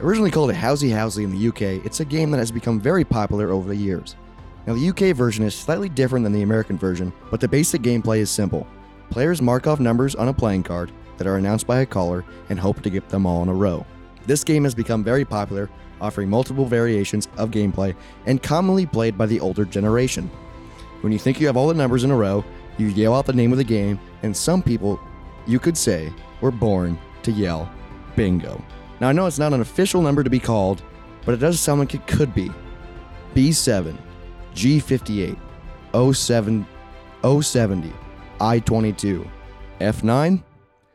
Originally called a Housey Housey in the UK, it's a game that has become very popular over the years. Now, the UK version is slightly different than the American version, but the basic gameplay is simple. Players mark off numbers on a playing card that are announced by a caller and hope to get them all in a row. This game has become very popular, offering multiple variations of gameplay and commonly played by the older generation. When you think you have all the numbers in a row, you yell out the name of the game, and some people, you could say, were born to yell bingo. Now, I know it's not an official number to be called, but it does sound like it could be. B7, G58, 07, 070, I22, F9.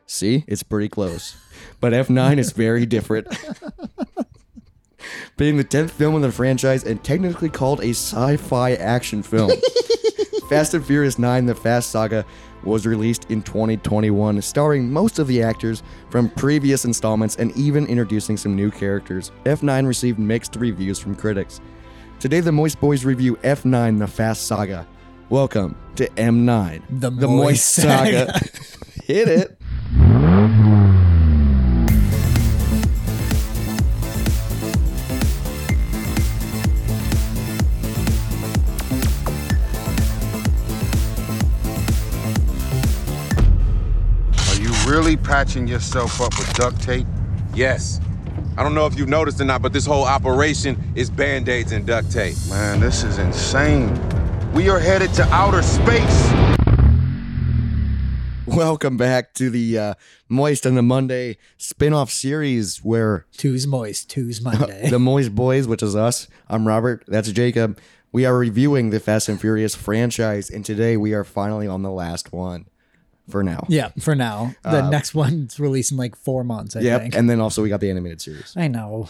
See, it's pretty close. But F9 is very different. Being the 10th film in the franchise and technically called a sci fi action film. Fast and Furious 9 The Fast Saga was released in 2021, starring most of the actors from previous installments and even introducing some new characters. F9 received mixed reviews from critics. Today, the Moist Boys review F9 The Fast Saga. Welcome to M9 The Moist, Moist Saga. Hit it. Are you really patching yourself up with duct tape? Yes. I don't know if you've noticed or not, but this whole operation is band aids and duct tape. Man, this is insane. We are headed to outer space. Welcome back to the uh, Moist and the Monday spin-off series where Two's moist, two's Uh, Monday. the Moist Boys, which is us, I'm Robert, that's Jacob. We are reviewing the Fast and Furious franchise, and today we are finally on the last one for now. yeah, for now. The next one's released in like four months, I Uh, Yep. think. And then also we got the animated series. I know.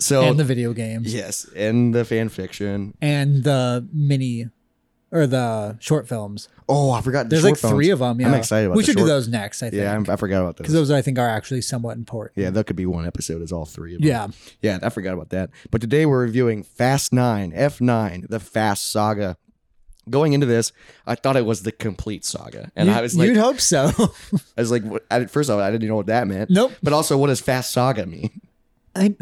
So and the video games. yes, and the fan fiction. And the mini or the short films. Oh, I forgot. the There's short like three films. of them. Yeah. I'm excited about. We the should short- do those next, I think. Yeah, I'm, I forgot about because those. those I think are actually somewhat important. Yeah, that could be one episode. Is all three of them. Yeah. Yeah, I forgot about that. But today we're reviewing Fast 9, F9, the Fast Saga. Going into this, I thought it was the complete saga. And You, I was like would hope so. I was like what- at first I didn't know what that meant. Nope. But also what does Fast Saga mean? I,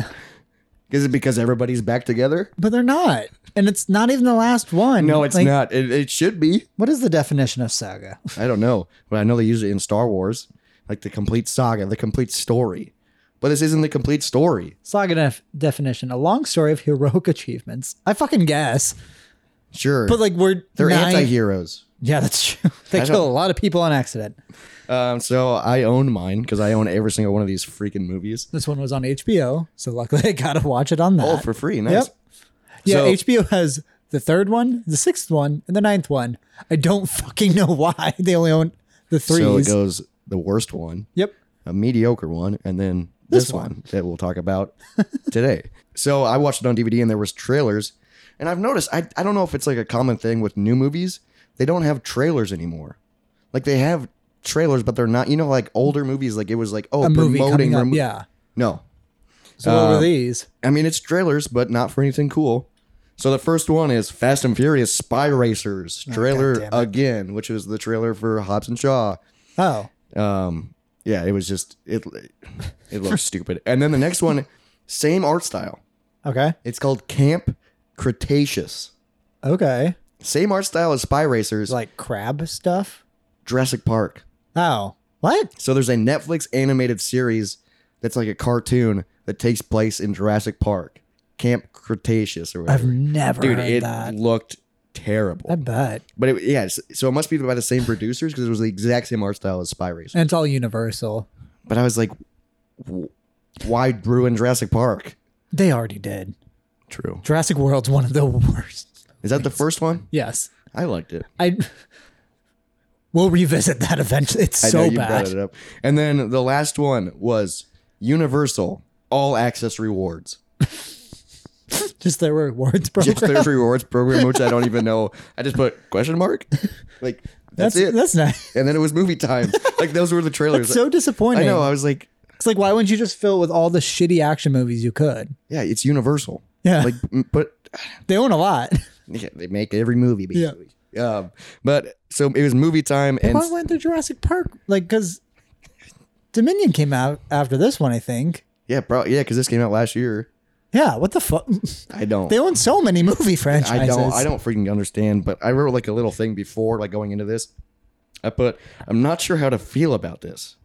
Is it because everybody's back together? but they're not. And it's not even the last one. No, it's Like, not. It, it should be. What is the definition of saga? I don't know, but I know they use it in Star Wars, like the complete saga, the complete story. But this isn't the complete story. Saga def- definition: a long story of heroic achievements. I fucking guess, Sure. but like we're they're nine- anti-heroes. Yeah, that's true. They I kill a don't- lot of people on accident. Um, so I own mine because I own every single one of these freaking movies. This one was on HBO, so luckily I got to watch it on that. Oh, for free. Nice. Yep. yeah, so- HBO has the third one, the sixth one, and the ninth one. I don't fucking know why they only own the So it threes. goes the worst one, yep. a mediocre one, and then this, This one. one. that we'll talk about today. So I watched it on DVD and there was trailers. And I've noticed I, I don't know if it's like a common thing with new movies. They don't have trailers anymore. Like they have trailers, but they're not you know, like older movies, like it was like, oh, A movie promoting coming up. remo- Uh, yeah. No. So what were these? I mean it's trailers, but not for anything cool. So the first one is Fast and Furious Spy Racers Oh, trailer goddammit. again, which was the trailer for Hobbs and Shaw. Oh, um yeah it was just it it looked stupid and then the next one same art style okay, it's called camp cretaceous okay. same art style as spy racers like Like crab stuff. jurassic park Oh, what? so there's a netflix animated series that's like a cartoon that takes place in jurassic park camp cretaceous or I've whatever never dude heard it that. looked terrible I bet. but it, yeah s- so it must be by the same producers because it was the exact same art style as spy racers And it's all universal. but i was like w- why ruin jurassic park They already did. true Jurassic World's one of the worst. Is that the first one? Yes. I liked it. I we'll revisit that eventually. It's I so know you brought bad. it up. And then the last one was Universal All Access Rewards. Just their rewards program. Just their rewards program, which I don't even know. I just put question mark. Like that's, that's, it. That's nice. and then it was movie time. Like those were the trailers. So disappointing. I know. uh, I was like, It's like why wouldn't you just fill it with all the shitty action movies you could? yeah, it's Universal. Yeah. Like, m- but They own a lot. yeah, they make every movie basically. Um, but so it was movie time, and why went to Jurassic Park? Like because Dominion came out after this one, I think. Yeah, probably. Yeah, because this came out last year. Yeah, what the fuck? I don't. They own so many movie franchises. I don't. I don't freaking understand. But I wrote like a little thing before, like going into this. I put, I'm not sure how to feel about this.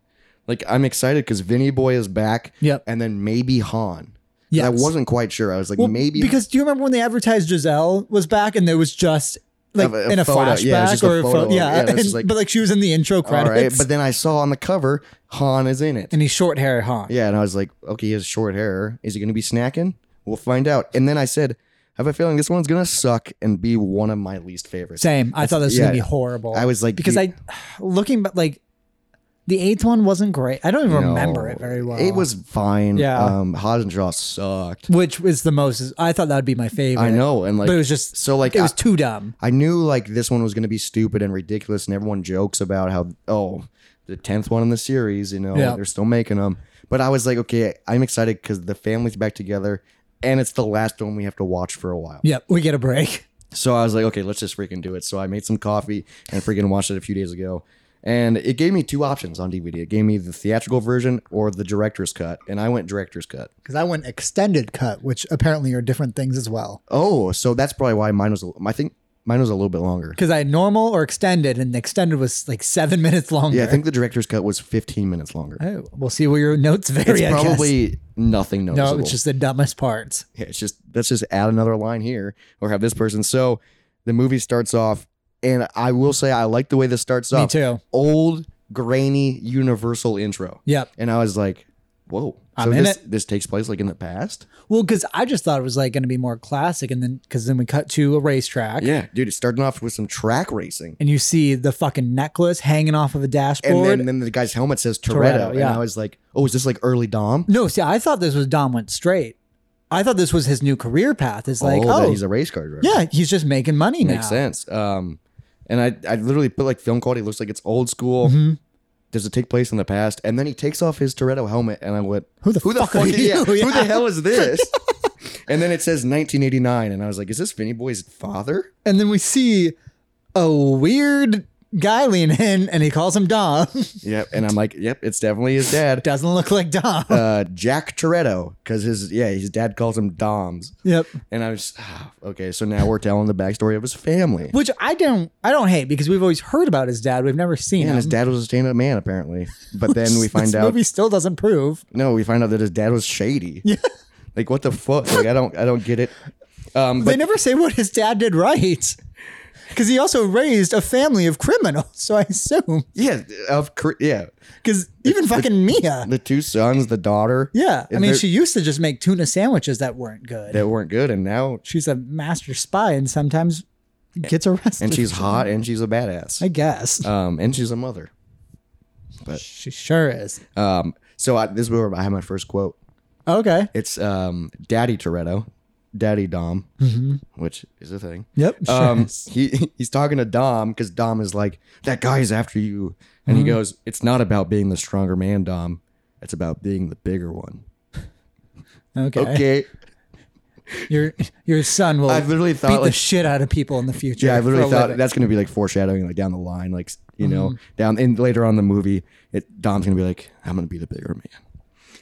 Like I'm excited because Vinny Boy is back. Yep. And then maybe Han. Yeah. Yes. I wasn't quite sure. I was like, Well, maybe because do you remember when they advertised Giselle was back and there was just like Of a- a in a photo. flashback Yeah, it was just a or a photo, photo. Yeah, it yeah, was and- just like- but like she was in the intro all credits right. But then I saw on the cover Han is in it. and he's short hair, huh? Yeah, and I was like, okay, he has short hair. Is he going to be snacking? We'll find out. And then I said, I have a feeling this one's going to suck and be one of my least favorites. Same. I thought this was gonna be yeah. horrible. I was like, because dude- I looking but like the eighth one wasn't great. I don't even No, remember it very well. It was fine. Yeah. Um, Hobbs and Shaw sucked. which was the most I thought that would be my favorite. I know. And like, but it was just so like, it was I- too dumb. I knew like this one was going to be stupid and ridiculous, and everyone jokes about how oh the tenth one in the series, you know, Yeah. they're still making them. But I was like, okay, I'm excited because the family's back together, and it's the last one we have to watch for a while. Yep, we get a break. So I was like, okay, let's just freaking do it. So I made some coffee and freaking watched it a few days ago. And it gave me two options on DVD. It gave me the theatrical version or the director's cut, and I went director's cut. Because I went extended cut, which apparently are different things as well. Oh, so that's probably why mine was. A, I think mine was a little bit longer. Because I had normal or extended, and the extended was like seven minutes longer. Yeah, I think the director's cut was 15 minutes longer. Oh, we'll see where your notes vary. It's I guess. probably nothing noticeable. no, it's just the dumbest parts. Yeah, it's just let's just add another line here or have this person. So the movie starts off, and I will say I like the way this starts Me off. too. Old grainy Universal intro. Yep. and I was like, "Whoa!" I'm in this, it. This takes place like in the past. Well, because I just thought it was like going to be more classic, and then because then we cut to a racetrack, Yeah, dude, it's starting off with some track racing, and you see the fucking necklace hanging off of a and dashboard. then, then the guy's helmet says Toretto, Toretto, and yeah. I was like, "Oh, is this like early Dom?" no, see, I thought this was Dom went straight. I thought this was his new career path. It's like, that oh, he's a race car driver. yeah, he's just making money now. makes sense. Um, and I, I literally put like film quality looks like it's old school. Mm-hmm. Does it take place in the past? And then he takes off his Toretto helmet, and I went, Who the fuck are is- yeah, you?" Who Yeah. the hell is this?" and then it says 1989, and I was like, "Is this Vinny Boy's father?" And then we see a weird guy lean in, and he calls him Dom. Yep. And I'm like, "Yep, it's definitely his dad." Doesn't look like Dom. uh, Jack Toretto, because his yeah, his dad calls him Dom's, yep. and I was ah, okay. So now we're telling the backstory of his family. Which I don't, I don't hate because we've always heard about his dad. We've never seen And him. his dad was a stand-up man, apparently. But then we find this out, movie still doesn't prove. no, we find out that his dad was shady. Yeah. Like what the fuck? Like I don't, I don't get it. Um, they but never say what his dad did right. Because he also raised a family of criminals, so I assume. yeah, of cr- yeah, Because even fucking Mia, the two sons, the daughter, yeah, I and mean, they're- she used to just make tuna sandwiches that weren't good. that weren't good, and now she's a master spy and sometimes gets arrested. and she's hot and she's a badass, I guess um, and she's a mother. she sure is. Um, so I, this is where I have my first quote. Okay. It's um, Daddy Toretto, Daddy Dom, which is a thing. Yep. Mm-hmm. Sure. Um, is. he he's talking to Dom because Dom is like that guy is after you, and Mm-hmm. he goes, "It's not about being the stronger man, Dom. It's about being the bigger one." okay. Okay, Your your son will. I've literally beat thought the like, shit out of people in the future. yeah, I literally for a thought living. Mm-hmm. that's gonna be like foreshadowing like down the line, like s- you know, down and later on in the movie, it Dom's gonna be like, "I'm gonna be the bigger man,"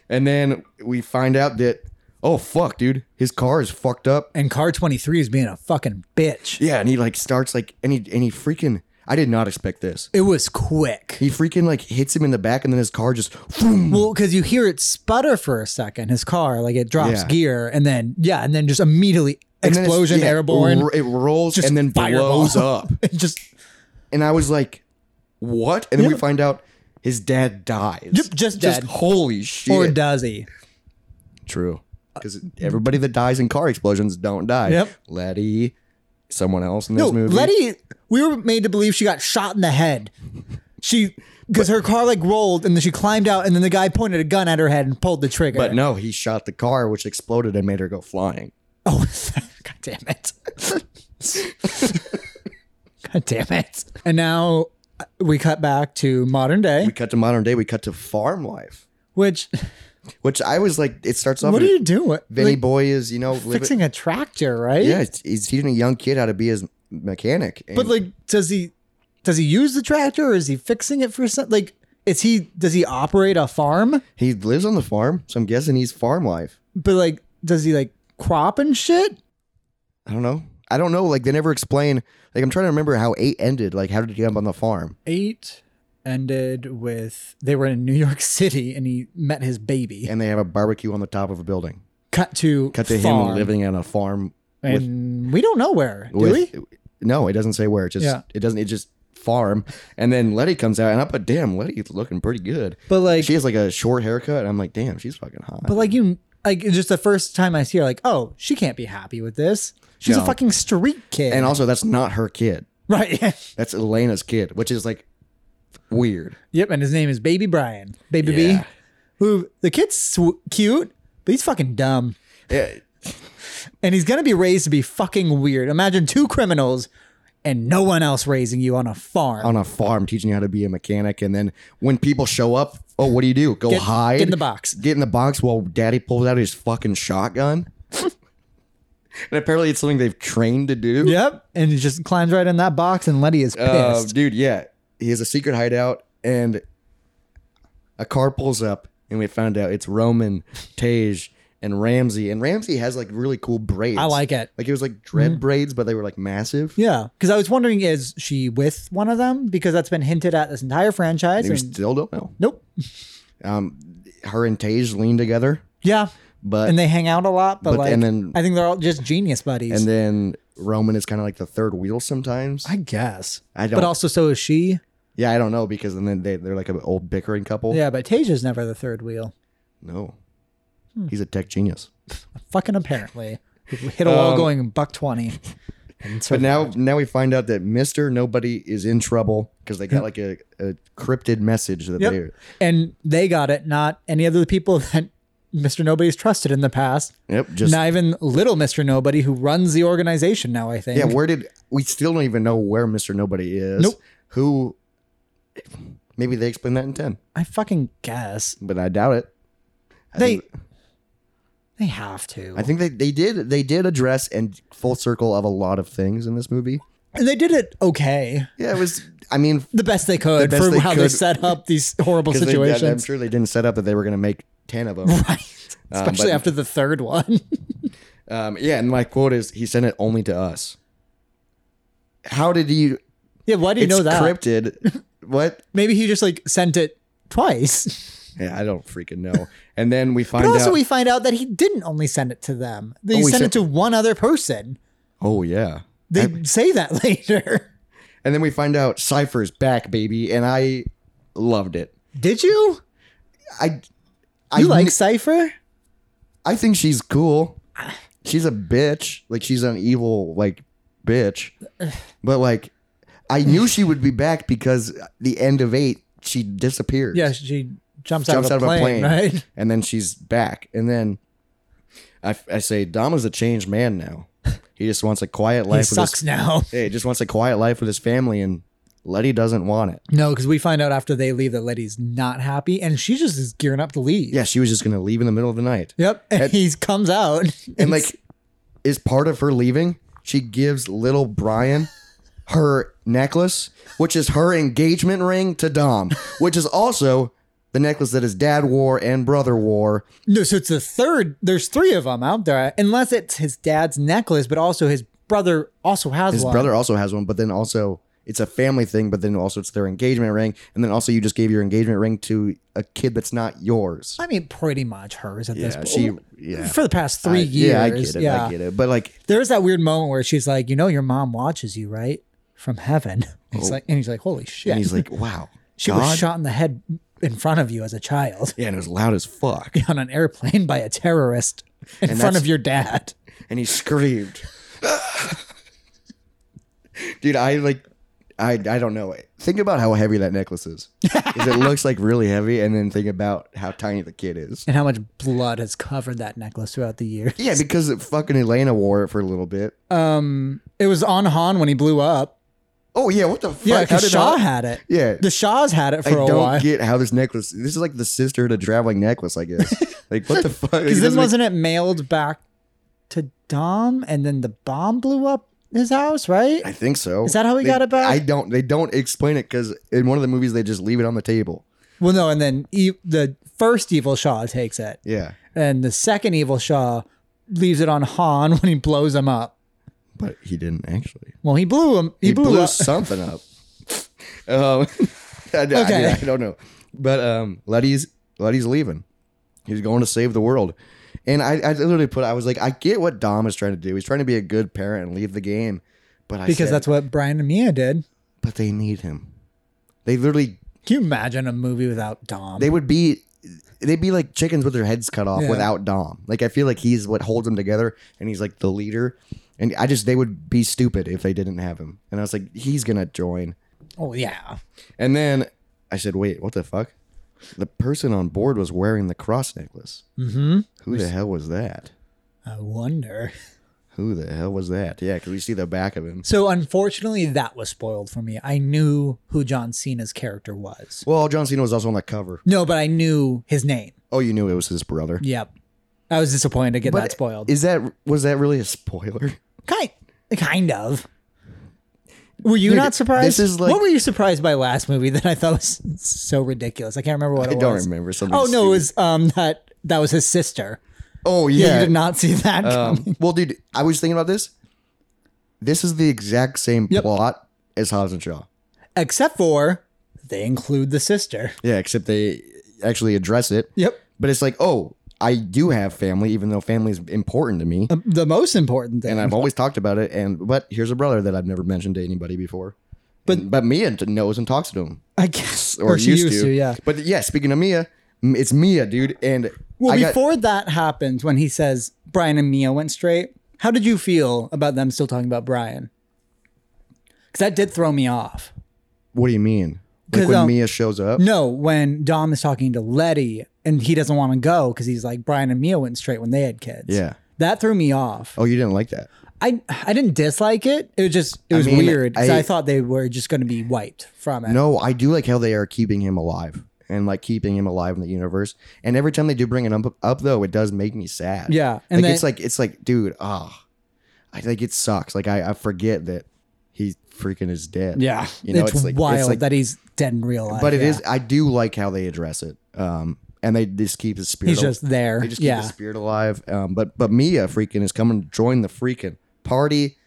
and then we find out that oh fuck, dude, his car is fucked up. And car twenty three is being a fucking bitch. Yeah, and he like starts like and he and he freaking I did not expect this. It was quick. He freaking like hits him in the back and then his car just boom. Well, because you hear it sputter for a second, his car, like it drops Yeah. gear, and then yeah, and then just immediately And then it's- explosion, yeah, airborne, ro- It rolls just and then fireball. blows up. It just And I was like, "What?" And then we find out his dad dies. Yep, just dead. Holy shit. or does he? True. Because everybody that dies in car explosions don't die. Uh, Yep. Letty, someone else in No, this movie. Letty, we were made to believe she got shot in the head. She because her car like rolled and then she climbed out and then the guy pointed a gun at her head and pulled the trigger. But no, he shot the car, which exploded and made her go flying. Oh, god damn it. god damn it. And now uh, we cut back to modern day, We cut to modern day. We cut to farm life, which which I was like, it starts off. what are with- you doing? Vinny Like, Boy is, you know, living, fixing a tractor, right? yeah, it's- he's teaching a young kid how to be his mechanic. And But like does he does he use the tractor or is he fixing it for something? Like is he does he operate a farm? He lives on the farm, so I'm guessing he's farm life. But like, does he like crop and shit? I don't know. I don't know. Like they never explain. Like I'm trying to remember how eight ended. Like how did he end up on the farm? Eight ended with they were in New York City and he met his baby. And they have a barbecue on the top of a building. cut to Cut to farm. him living on a farm. and we don't know where do with- we? No, it doesn't say where. It just Yeah. it doesn't. It just farm. And then Letty comes out, and I put, damn, Letty's looking pretty good. But like, she has like a short haircut, and I'm like, damn, she's fucking hot. but like you, like it's just the first time I see her, like, oh, she can't be happy with this. She's No. a fucking street kid, and also, that's not her kid. right? That's Elena's kid, which is like weird. yep, and his name is Baby Brian, Baby Yeah. B. Who the kid's sw- cute, but he's fucking dumb, Yeah, and he's gonna be raised to be fucking weird. Imagine two criminals and no one else raising you on a farm. on a farm teaching you how to be a mechanic, and then when people show up, oh, what do you do? Go Get- hide. get in the box. Get in the box while Daddy pulls out his fucking shotgun. and apparently, it's something they've trained to do. Yep, and he just climbs right in that box, and Letty is Uh, pissed. dude, yeah. He has a secret hideout, and a car pulls up, and we found out it's Roman, Tej, and Ramsey. And Ramsey has like really cool braids. I like it. Mm-hmm. Like it was like dread braids, but they were like massive. Yeah, because I was wondering, is she with one of them? Because that's been hinted at this entire franchise. We and- still don't know. nope. Her and Tej lean together, Yeah, but and they hang out a lot, but, but- like, and then- I think they're all just genius buddies. and then Roman is kind of like the third wheel sometimes. I guess. I don't- But also, so is she. yeah, I don't know because and then they they're like an old bickering couple. Yeah, but Tasia's never the third wheel. no, Hmm. he's a tech genius. Fucking apparently, hit a Um, wall going buck twenty. And so But now, now we find out that Mister Nobody is in trouble because they got like a, a cryptid message that Yep. they and they got it, not any other people that Mister Nobody's trusted in the past. yep just not even little Mister Nobody, who runs the organization now. I think. yeah. Where did we still don't even know where Mister Nobody is? Nope. Who? Maybe they explain that in ten, I fucking guess but I doubt it. I they. think- They have to. I think they, they did they did address and full circle of a lot of things in this movie. and they did it okay, Yeah, it was. I mean, the best they could best for they how they could. set up these horrible 'Cause they- I'm situations. sure they didn't set up that they were going to make 10 of them. right. Um, but- Especially after the third one. Um, yeah, and my quote is he sent it only to us. How did you yeah, why do you it's know that? cryptid? what? Maybe he just like sent it twice. Yeah, I don't freaking know. And then we find But also out we find out that he didn't only send it to them. They Oh, he sent sent- it to one other person. Oh yeah. They say that later. And then we find out Cypher's back, baby, and I loved it. Did you? I I You like kn- Cypher? I think she's cool. She's a bitch. Like she's an evil like bitch. But like I knew she would be back because the end of 8 she disappeared. Yeah, she jumps, jumps out of, a plane, right? And then she's back. And then I, I say, Dom is a changed man now. He just wants a quiet life. He with sucks his, now. Yeah, he just wants a quiet life with his family, and Letty doesn't want it. No, because we find out after they leave that Letty's not happy and she just is gearing up to leave. Yeah, she was just gonna leave in the middle of the night. Yep. And he comes out. And like, is part of her leaving? She gives little Brian her necklace, which is her engagement ring to Dom, which is also the necklace that his dad wore and brother wore. No, so it's the third. There's three of them out there, unless it's his dad's necklace, but also his brother also has His one. brother also has one, but then also it's a family thing, but then also it's their engagement ring. And then also you just gave your engagement ring to a kid that's not yours. I mean, pretty much hers at this Yeah, point. she yeah. for the past three I- years. Yeah, I get it. I get it. But like There is that weird moment where she's like, "You know, your mom watches you, right, from heaven." And He's like, and he's like, "Holy shit!" Oh. and he's like, Wow. "She was shot in the head in front of you as a child Yeah, and it was loud as fuck. on an airplane by a terrorist in And front that's- of your dad." And he screamed. Dude, I like I I don't know. Think about how heavy that necklace is. 'Cause it looks like really heavy, and then think about how tiny the kid is. And how much blood has covered that necklace throughout the years? Yeah, because fucking Elena wore it for a little bit. Um, It was on Han when he blew up. oh yeah, what the fuck? Yeah, How because did Shaw I- had it. Yeah. The Shaws had it I for a don't while. get how this necklace. This is like the sister to traveling necklace, I guess. like what the fuck? Like, it Because then doesn't make- wasn't it mailed back to Dom, and then the bomb blew up his house, right? I think so. Is that how we They- got it back? I don't. They don't explain it because in one of the movies they just leave it on the table. Well, no, and then e- the first evil Shaw takes it, Yeah. and the second evil Shaw leaves it on Han when he blows him up. But he didn't actually. Well, he blew him. He, He, blew, blew up. something up. um, I, I- Okay. I, don't know. But um, Letty's Letty's leaving. He's going to save the world. And I, I literally put I was like, I get what Dom is trying to do. He's trying to be a good parent and leave the game. But I because said, that's what Brian and Mia did. but they need him. They literally Can you imagine a movie without Dom? they would be they'd be like chickens with their heads cut off Yeah. without Dom. Like I feel like he's what holds them together and he's like the leader. And I just they would be stupid if they didn't have him. And I was like, he's gonna join. oh yeah, And then I said, wait, what the fuck? The person on board was wearing the cross necklace. Mm-hmm. Who the hell was that? I wonder. Who the hell was that? Yeah, because we see the back of him. So unfortunately, that was spoiled for me. I knew who John Cena's character was. Well, John Cena was also on the cover. No, but I knew his name. Oh, you knew it was his brother. Yep. I was disappointed to get But that spoiled. Is that was that really a spoiler? kind, kind of. Were you Dude, not surprised? this is like- what were you surprised by last movie that I thought was so ridiculous? I can't remember what I it don't was. remember something. Oh no, stupid. it was um that that was his sister. oh Yeah, yeah. you did not see that. coming. Um, well, dude, I was thinking about this. This is the exact same Yep. plot as Hobbs and Shaw. Except for they include the sister. Yeah, except they actually address it. Yep. But it's like, oh, I do have family, even though family is important to me, The most important thing. and I've always talked about it. And but here's a brother that I've never mentioned to anybody before. But- but Mia knows and talks to him, I guess or, she used, to. yeah. But yeah, speaking of Mia, m- it's Mia, dude. And Well, I got- before that happened, when he says Brian and Mia went straight, how did you feel about them still talking about Brian? Because that did throw me off. what do you mean? 'Cause, Like when um, Mia shows up, No, when Dom is talking to Letty and he doesn't want to go because he's like Brian and Mia went straight when they had kids. Yeah. that threw me off. oh, you didn't like that. I I didn't dislike it. It was just it was mean, weird 'cause I- I, thought they were just going to be wiped from it. No, I do like how they are keeping him alive and like keeping him alive in the universe. And every time they do bring it up, up though, it does make me sad. Yeah, and and like then- it's like it's like, dude, ah, I like it sucks. Like I, I forget that he freaking is dead. yeah, you know, it's, it's, like wild it's like, that he's dead in real life. but it yeah. is. I do like how they address it. Um, and they just keep his spirit. He's al- just there. They just keep yeah, his spirit alive. Um, but but Mia freaking is coming to join the freaking party,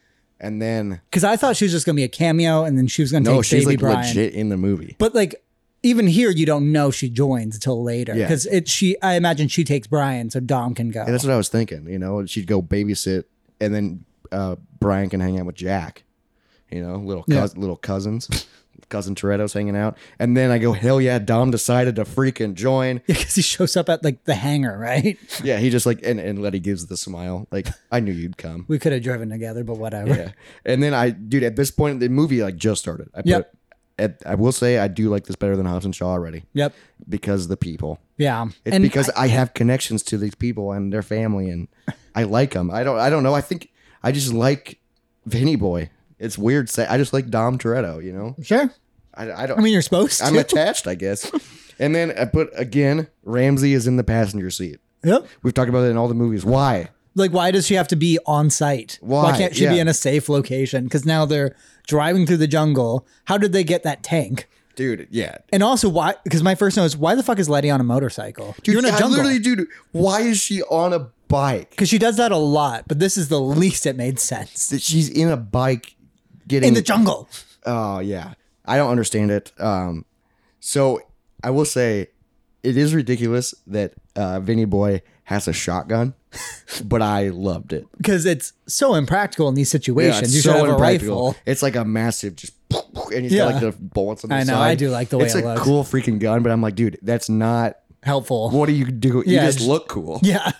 and then Because I thought she was just going to be a cameo, and then she was going to no, take she's Baby like Brian. legit in the movie. But like, even here, you don't know she joins until later. Yeah. Because it she, I imagine she takes Brian, so Dom can go. And that's what I was thinking. You know, she'd go babysit, and then uh, Brian can hang out with Jack. You know, little cous- little cousins, cousin Toretto's hanging out, and then I go, hell yeah, Dom decided to freaking join. Because he shows up at like the hangar, right? yeah, he just like and and Letty gives the smile, like I knew you'd come. We could have driven together, but whatever. Yeah, and then I, dude, at this point the movie like just started. I put, Yep. At, I will say I do like this better than Hobbs and Shaw already Yep. because of the people. Yeah. It's and because I, have connections to these people and their family, and I like them. I don't. I don't know. I think I just like Vinny Boy. It's weird. Say I just like Dom Toretto. You know. sure. I, I don't. I mean, you're supposed to. I'm attached, I guess. And then I put again. Ramsey is in the passenger seat. yep. We've talked about it in all the movies. Why? Like, why does she have to be on site? Why? can't she be Yeah. in a safe location? Because now they're driving through the jungle. How did they get that tank? Dude, yeah. And also, why? Because my first note is, why the fuck is Letty on a motorcycle? Dude, You're in a I jungle. literally, dude. Why is she on a bike? because she does that a lot, but this is the least it made sense That She's in a bike, getting in the jungle. Oh yeah, I don't understand it. Um, so I will say, it is ridiculous that uh, Vinny Boy has a shotgun, but I loved it. because it's so impractical in these Yeah, situations. it's you so should have a impractical. rifle. It's like a massive just, and he's got like Yeah. the bullets on the I know, side. I do like the way it's it a looks. cool freaking gun, but I'm like, dude, that's not. Helpful. What do you do? You Yeah, just just- look cool. Yeah,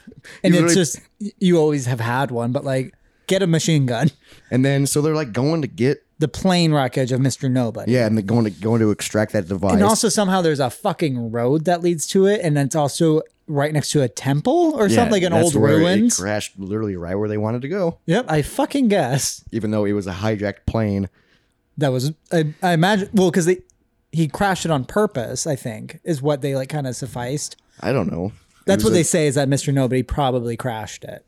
and You really- it's just you always have had one, but like get a machine gun. And then so they're like going to get The plane wreckage of Mister Nobody. yeah, and they're going to going to extract that device. and also somehow there's a fucking road that leads to it, and it's also right next to a temple or Yeah, something like an that's old where ruins. It crashed literally right where they wanted to go, Yep, I fucking guess even though it was a hijacked plane. that was I, I imagine well because they he crashed it on purpose. I think is what they like kind of sufficed. I don't know. That's what they they say is that Mister Nobody probably crashed it.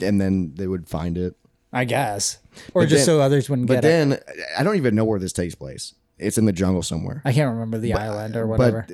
and then they would find it. I guess. Or But just then- so others wouldn't But get it. then I don't even know where this takes place. It's in the jungle somewhere. I can't remember the island or But whatever.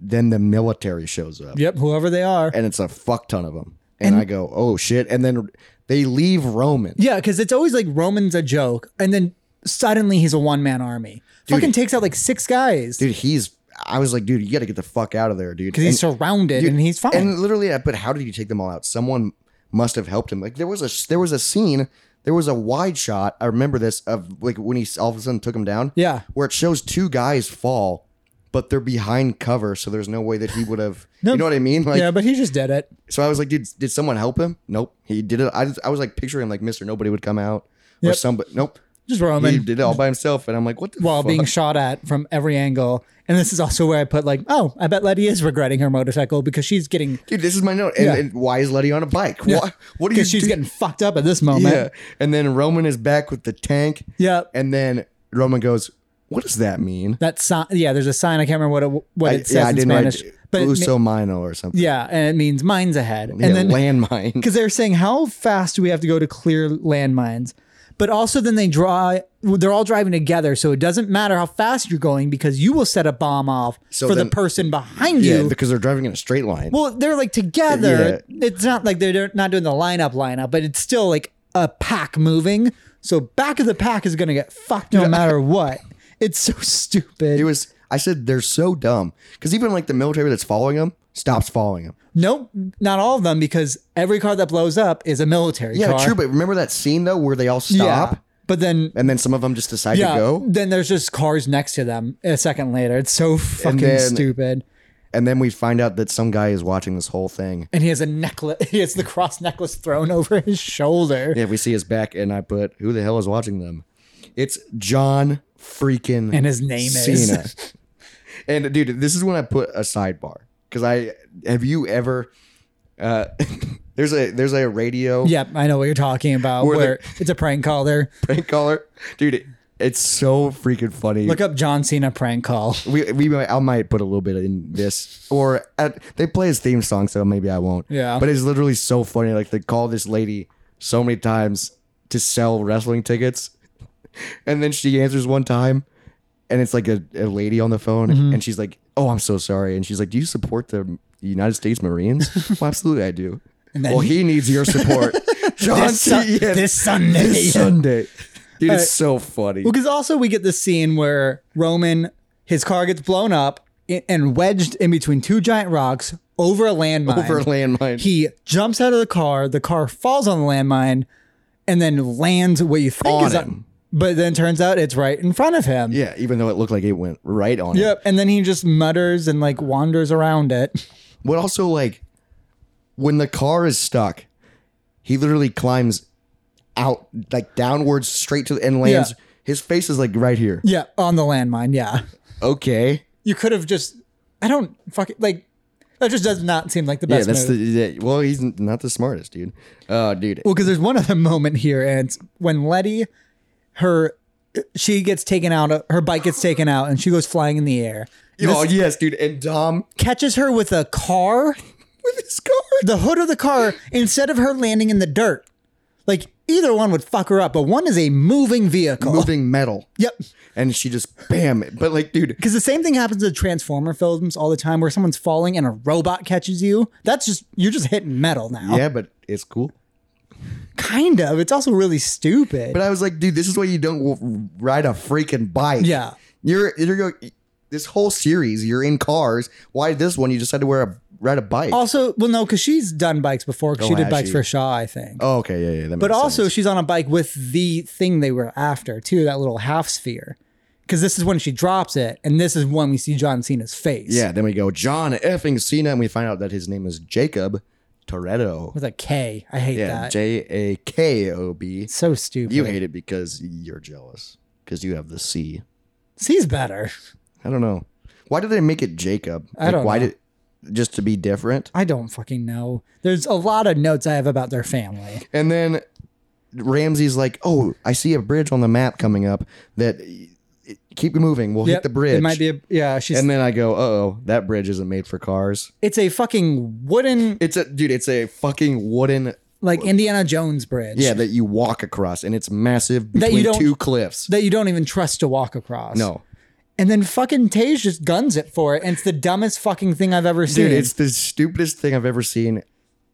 then the military shows up. Yep, whoever they are. and it's a fuck ton of them. And, I go, oh shit. And then they leave Roman. Yeah, because it's always like Roman's a joke, and then suddenly he's a one man army. Fucking takes out like six guys Dude, he's, I was like, dude, you got to get the fuck out of there, dude. because he's And- surrounded dude, and he's fine. And literally, I put, how did you take them all out? Someone must have helped him. Like there was a, there was a scene, there was a wide shot. I remember this of like when he all of a sudden took him down. Yeah. Where it shows two guys fall, but they're behind cover. So there's no way that he would have, No. you know what I mean? Like, yeah, but he just did it. So I was like, did did someone help him? Nope. He did it. I, just- I was like picturing like Mr. Nobody would come out or Yep. somebody. Nope. Just he Roman did it all by himself. And I'm like, what the while fuck? being shot at from every angle. And this is also where I put like, oh, I bet Letty is regretting her motorcycle because she's getting Dude, this is my note. And, Yeah. and why is Letty on a bike? Why, what are you because she's do- getting fucked up at this moment. Yeah. And then Roman is back with the tank. Yep. And then Roman goes, what does that mean? That sign, yeah. There's a sign. I can't remember what it, what I- it says in write Spanish, but it me- Uso Mino or something. yeah, and it means mines ahead. Yeah, and then landmine. because they're saying how fast do we have to go to clear landmines but also then they draw they're all driving together so it doesn't matter how fast you're going because you will set a bomb off So for then- the person behind Yeah, you because they're driving in a straight line. well they're like together it's not like they're not doing the lineup lineup but it's still like a pack moving so back of the pack is gonna get fucked no matter what it's so stupid it was, I said, they're so dumb. Because even like the military that's following them stops following them. nope not all of them because every car that blows up is a military Yeah, car true. But remember that scene though, where they all yeah stop but then and then some of them just decide yeah, to go, Then there's just cars next to them a second later. It's so fucking then- stupid. and then we find out that some guy is watching this whole thing. And he has a necklace. He has the cross necklace thrown over his shoulder. Yeah, we see his back, and I put, "Who the hell is watching them?" It's John freaking And his name is- Cena. and dude, this is when I put a sidebar because I have you ever. Uh, there's a there's a radio Yep, I know what you're talking about. Where Where, the- it's a prank call. There, prank caller, dude. it- It's so freaking funny. look up John Cena prank call. we we might, I might put a little bit in this or at, they play his theme song, so maybe I won't. Yeah. but it's literally so funny. Like they call this lady so many times to sell wrestling tickets, and then she answers one time, and it's like a, a lady on the phone, Mm-hmm. and she's like, "Oh, I'm so sorry," and she's like, "Do you support the United States Marines?" well, absolutely, I do. well, he needs your support, John. This, Sun- C. Yes, this Sunday. this Sunday. Dude, it's so funny. Because also we get this scene where Roman, his car gets blown up i- and wedged in between two giant rocks over a landmine. Over a landmine. He jumps out of the car. The car falls on the landmine, and then lands what you think On is him. but then turns out it's right in front of him. Yeah, even though it looked like it went right on. him. Yep. And then he just mutters and like wanders around it. But also, like, when the car is stuck, he literally climbs out, like, downwards straight to and lands. Yeah. His face is, like, right here. Yeah, on the landmine. Yeah. Okay. You could have just. I don't fucking like. That just does not seem like the Yeah, best. that's move. the. Yeah, well, he's n- not the smartest, dude. Uh, dude. Well, because there's one other moment here, and it's when Letty, her, she gets taken out. Her bike gets taken out, and she goes flying in the air. oh, yes, dude. And Dom Catches her with a car, with his car. the hood of the car, instead of her landing in the dirt. Like either one would fuck her up, but one is a moving vehicle. Moving metal. Yep. And she just, bam. But, like, dude, Because the same thing happens to Transformer films all the time, where someone's falling and a robot catches you. That's just you're just hitting metal now. yeah, but it's cool. Kind of. It's also really stupid. But I was like, dude, this is why you don't w- ride a freaking bike. Yeah. You're, you're going, this whole series, you're in cars. Why this one? You just had to wear a, ride a bike. also, well, no, because she's done bikes before. 'cause Oh, she did has bikes she? for Shaw, I think. Oh, okay, yeah, yeah. That But makes also, sense. she's on a bike with the thing they were after, too, that little half sphere. Because this is when she drops it, and this is when we see John Cena's face. yeah. Then we go John effing Cena, and we find out that his name is Jacob Toretto. With a K. I hate Yeah, that. J A K O B. It's so stupid. You hate it because you're jealous because you have the C. He's better. I don't know. Why did they make it Jacob? I don't Why know. did just to be different? I don't fucking know. There's a lot of notes I have about their family. And then Ramsey's like, "Oh, I see a bridge on the map coming up. That keep moving. We'll hit Yep, the bridge." It might be a, yeah, she's and then I go, "Uh oh, that bridge isn't made for cars." it's a fucking wooden It's a dude. It's a fucking wooden like Indiana Jones bridge. Yeah, that you walk across, and it's massive between you don't- two cliffs. That you don't even trust to walk across. no, And then fucking Tej just guns it for it, and it's the dumbest fucking thing I've ever seen. Dude, it's the stupidest thing I've ever seen,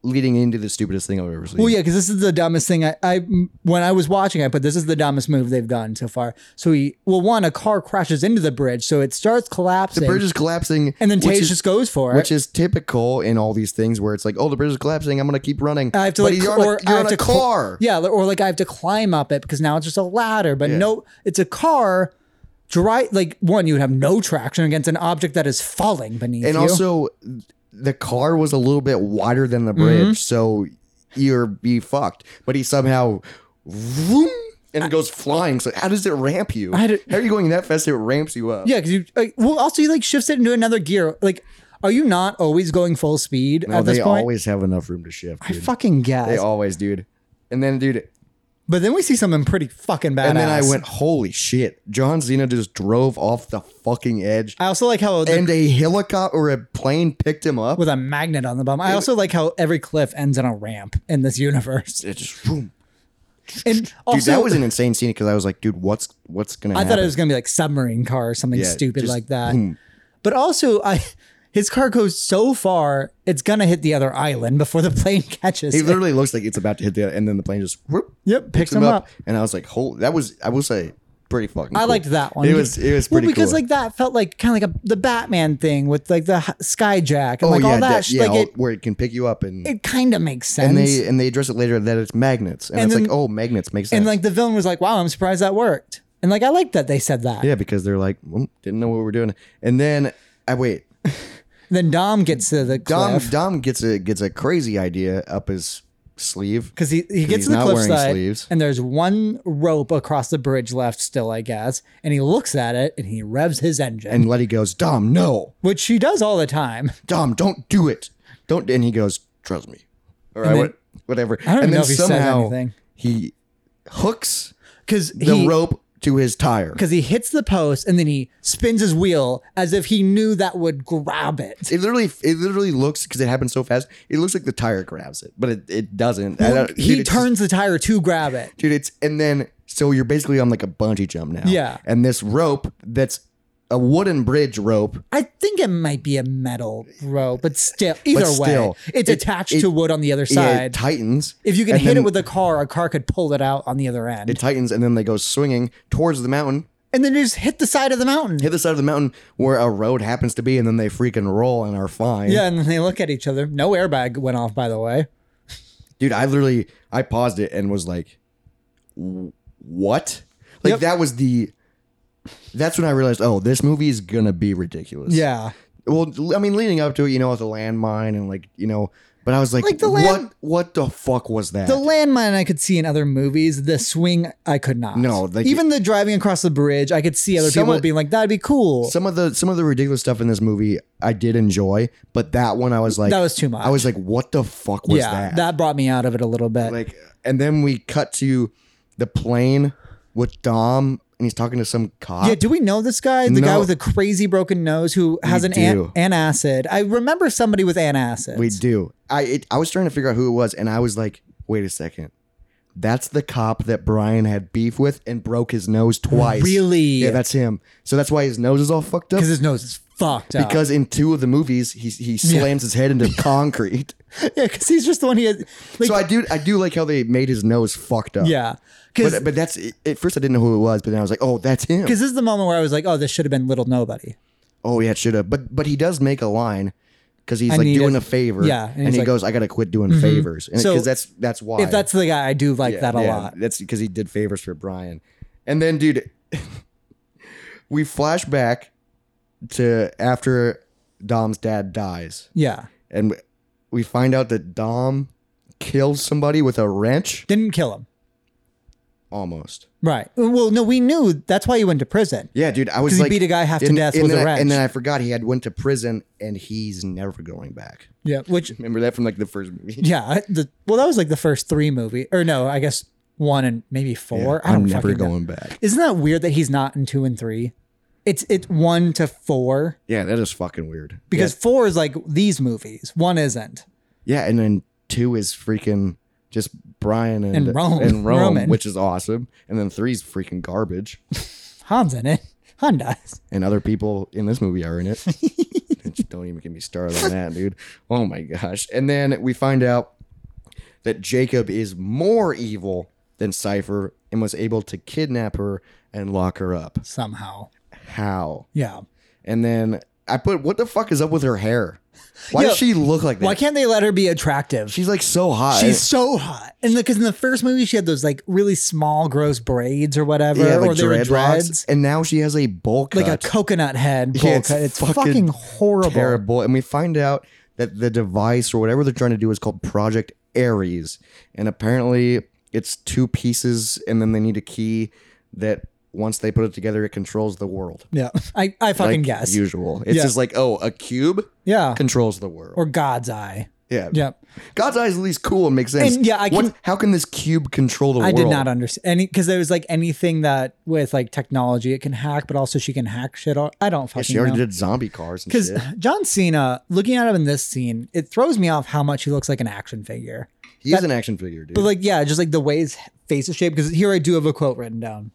leading into the stupidest thing I've ever seen. Well, yeah, because this is the dumbest thing. I, I when I was watching, I put this is the dumbest move they've done so far. So he well, one a car crashes into the bridge, so it starts collapsing. the bridge is collapsing, and then which Tage is- just goes for which it. is typical in all these things where it's like, oh, the bridge is collapsing, I'm gonna keep running. I have to but like, you're on cl- a, or you're I on have a to cl- car. yeah, or like I have to climb up it because now it's just a ladder. But no, it's a car. Dry like one, you would have no traction against an object that is falling beneath and you. also the car was a little bit wider than the bridge, Mm-hmm. so you're be fucked. But he somehow, vroom, and it goes flying. So how does it ramp you? I don't- how are you going that fast? It ramps you up. Yeah, because you like, well also you like shifts it into another gear. Like, are you not always going full speed No, at this they point? always have enough room to shift. I dude. fucking guess. they always, dude. And then, dude, but then we see something pretty fucking badass. and then I went, holy shit! John Cena just drove off the fucking edge, I also like how the- and a helicopter or a plane picked him up. with a magnet on the bum. I also like how every cliff ends on a ramp in this universe. it just, vroom. And also, dude, that was an insane scene because I was like, dude, what's what's gonna? I happen? thought it was gonna be like submarine car or something Yeah, stupid just like that. But also, I his car goes so far, it's gonna hit the other island before the plane catches He it. literally looks like it's about to hit the, and then the plane just whoop, Yep, picks him up. and I was like, "Holy!" That was, I will say, pretty fucking. I cool. liked that one. It was, it was pretty well because cool. like that felt like kind of like a, the Batman thing with like the h- skyjack and like all that. sh- Oh, yeah, like all- it, where it can pick you up, and it kind of makes sense. and they and they address it later that it's magnets, and, And it's like, then- oh, magnets makes sense. and like the villain was like, "Wow, I'm surprised that worked." And like I like that they said that. yeah, because they're like, well, didn't know what we were doing, and then I wait. Then Dom gets to the Dom cliff Dom gets a gets a crazy idea up his sleeve. because he, he he's gets to the not cliff wearing side sleeves. and there's one rope across the bridge left still, I guess. And he looks at it and he revs his engine, And Letty goes, Dom, no, which he does all the time. Dom, don't do it, don't. And he goes, trust me, or I then- would, whatever. I and don't even then know if he says somehow anything he hooks because the rope to his tire. because he hits the post and then he spins his wheel as if he knew that would grab it. It literally, it literally looks because it happens so fast. It looks like the tire grabs it, but it, it doesn't. I don't- He dude, it's- turns the tire to grab it. dude. It's and then so you're basically on like a bungee jump now. Yeah. and this rope that's a wooden bridge rope. I think it might be a metal rope, but still, either still, way, it's it- attached it- to wood on the other Yeah, side. it tightens. if you can and hit then it with a car, a car could pull it out on the other end, it tightens, and then they go swinging towards the mountain. and then you just hit the side of the mountain. Hit the side of the mountain where a road happens to be, and then they freaking roll and are fine. Yeah, and then they look at each other. No airbag went off, by the way. dude i literally i paused it and was like "W- what like Yep. that was the that's when i realized oh this movie is gonna be ridiculous Yeah, well i mean leading up to it you know with the landmine and like you know but i was like, Like the land- what what the fuck was that the landmine I could see in other movies. The swing I could not. No, like- even the driving across the bridge, I could see other Someone- people being like, "That'd be cool." some of the some of the ridiculous stuff in this movie i did enjoy but that one i was like That was too much. i was like what the fuck was yeah, that brought me out of it a little bit. like and then we cut to the plane with dom and he's talking to some cop Yeah, do we know this guy? The guy No. with the crazy broken nose who has an, do. an antacid. I remember somebody with antacids. We do. I it, I was trying to figure out who it was, and I was like, wait a second. That's the cop that Brian had beef with and broke his nose twice. Really? Yeah, that's him. So that's why his nose is all fucked up. because his nose is fucked up. Because in two of the movies, he he slams his head into concrete. yeah, because he's just the one he has. Like, so I do I do like how they made his nose fucked up. yeah, because But, but that's at first I didn't know who it was, but then I was like, oh, that's him. this is the moment where I was like, oh, this should have been little nobody. Oh yeah, it should have. But but he does make a line because he's like need doing a- a favor. Yeah, and and, he's he like- Mm-hmm. goes, I gotta quit doing favors, and So because that's that's why. If that's the guy, I do like that a Yeah, lot. That's because he did favors for Brian. And then, dude, we flash back to after Dom's dad dies, Yeah, and we find out that Dom kills somebody with a wrench. didn't kill him. Almost. Right. Well, no, we knew that's why he went to prison. Yeah, dude. I 'Cause was he like, beat a guy half to and- death and with a then I- wrench. and then I forgot he had went to prison, and he's never going back. Yeah, which Remember that from like the first movie. yeah, I- the well, that was like the first three movie, or no, I guess one and maybe four. I I'm don't never fucking know. going back. Isn't that weird that he's not in two and three? It's it's one to four Yeah, that is fucking weird. because four is like these movies. One isn't. Yeah, and then two is freaking just Brian and, And Rome. and Rome, Roman. which is awesome. And then three's freaking garbage. Han's in it. Han dies. and other people in this movie are in it. Just Don't even get me started on that, dude. Oh my gosh. And then we find out that Jacob is more evil than Cypher and was able to kidnap her and lock her up. somehow. How? Yeah. And then I put, what the fuck is up with her hair? Why Yo, does she look like that? Why can't they let her be attractive? She's like so hot. She's so hot. And because in the first movie, she had those like really small, gross braids or whatever, yeah, or like they were dreadlocks, dreads, and now she has a bowl cut. like a coconut head bowl Yeah, it's cut. It's fucking fucking, horrible. terrible. And we find out that the device or whatever they're trying to do is called Project Ares. And apparently it's two pieces and then they need a key that once they put it together, it controls the world. Yeah, I, I fucking like guess. usual. It's Yeah. just like, oh, a cube Yeah, controls the world. or God's eye. yeah. Yeah, God's eye is at least cool and makes sense. And, yeah, I What- can- how can this cube control the I world? did not understand any because there was like anything that with like technology it can hack, but also she can hack shit. All, I don't Yeah, fucking she already know. did zombie cars and Because shit. John Cena, looking at him in this scene, it throws me off how much he looks like an action figure. He is an action figure, dude. But like, yeah, just like the way his face is shaped. Because here I do have a quote written down.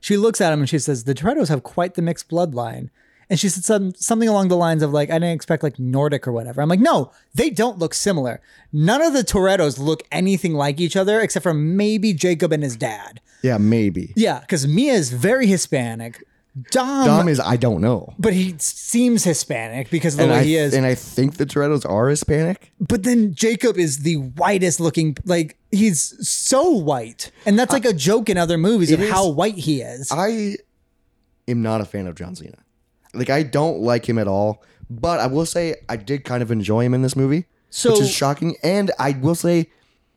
She looks at him and she says, "The Toretto's have quite the mixed bloodline." And she said some, something along the lines of like, "I didn't expect like Nordic or whatever." I'm like, "No, they don't look similar. None of the Toretto's look anything like each other, except for maybe Jacob and his dad." yeah, maybe. Yeah, because Mia is very Hispanic. Dom, Dom is I don't know. but he seems Hispanic because of the and way I, Oh, he is. and I think the Toretto's are Hispanic. but then Jacob is the whitest looking. Like he's so white, and that's like a joke in other movies of it is- how white he is. I am not a fan of John Cena. Like I don't like him at all. But I will say I did kind of enjoy him in this movie, so which is shocking. And I will say,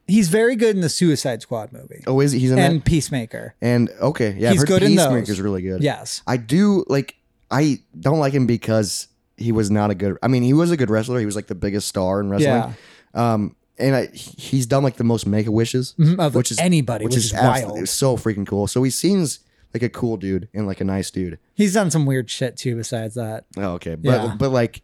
he's very good in the Suicide Squad movie oh, is he? He's in and that. Peacemaker. And okay, yeah, he's I've heard good in those. Peacemaker's really good. Yes, I do like. I don't like him because he was not a good. I mean, he was a good wrestler. He was like the biggest star in wrestling. Yeah. Um, and I, he's done like the most make a wishes, Mhm, of anybody, which is absolutely- wild. it's so freaking cool. So he seems like a cool dude and like a nice dude. he's done some weird shit too. Besides that, Oh, okay. But Yeah. but like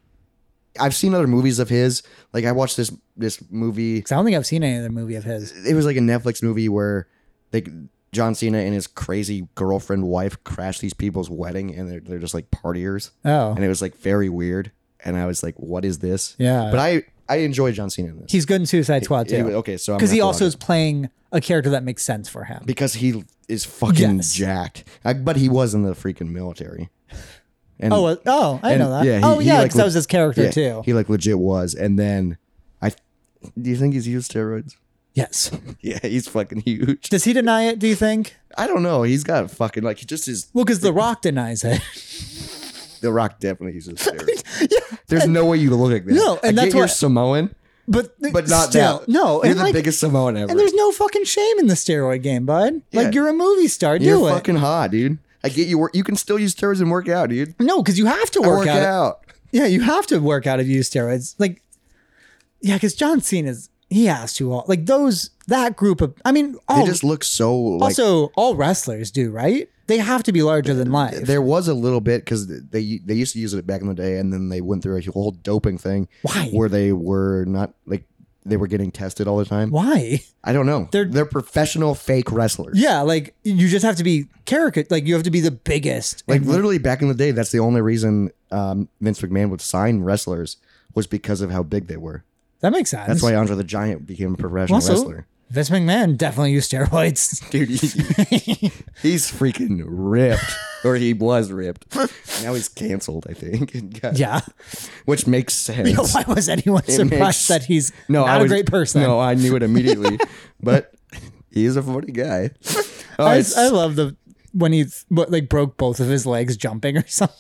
I've seen other movies of his. Like I watched this this movie. 'Cause I don't think I've seen any other movie of his. It was like a Netflix movie where like John Cena and his crazy girlfriend wife crash these people's wedding and they're they're just like partiers. Oh, And it was like very weird. And I was like, what is this? Yeah. But I I enjoy John Cena in this. he's good in Suicide Squad Anyway, too. okay, so I'm Because gonna he have to also watch is playing a character that makes sense for him. it. because he is fucking Yes. jacked. I, but he was in the freaking military. And Oh, uh, oh, I And, know that. yeah, he- oh, he, yeah, like, because that was his character yeah, too. he like legit was. And then I do you think he's used steroids? yes. Yeah, he's fucking huge. Does he deny it? Do you think? I don't know. He's got fucking like he just is. Well, because The Rock denies it. The Rock definitely uses steroids. There's no way you look like that. No, I and get that's you're what- Samoan, But but not still, that. No, you're and the like, biggest Samoan ever. and there's no fucking shame in the steroid game, bud. Yeah. Like you're a movie star, do you're it. fucking hot, dude. I get you. Work. You can still use steroids and work out, dude. no, because you have to I work, out. out. Yeah, you have to work out if you use steroids. Like, yeah, because John Cena's he has to all like those that group of. I mean, all They just look so like. also all wrestlers do right. They have to be larger than life. there was a little bit because they they used to use it back in the day, and then they went through a whole doping thing. Why? Where they were not like they were getting tested all the time. Why? I don't know. They're- they're professional fake wrestlers. Yeah, like you just have to be caricature. Like you have to be the biggest. Like literally back in the day, that's the only reason um, Vince McMahon would sign wrestlers was because of how big they were. that makes sense. That's why Andre the Giant became a professional also, wrestler. Vince McMahon definitely used steroids. Dude, he- he's freaking ripped, or he was ripped. Now he's canceled, I think. God. yeah. which makes sense. Why was anyone It surprised makes- that he's no, not I a was- great person? No, I knew it immediately, but he is a funny guy. Oh, All I, right, I love the when he what, like broke both of his legs jumping or something.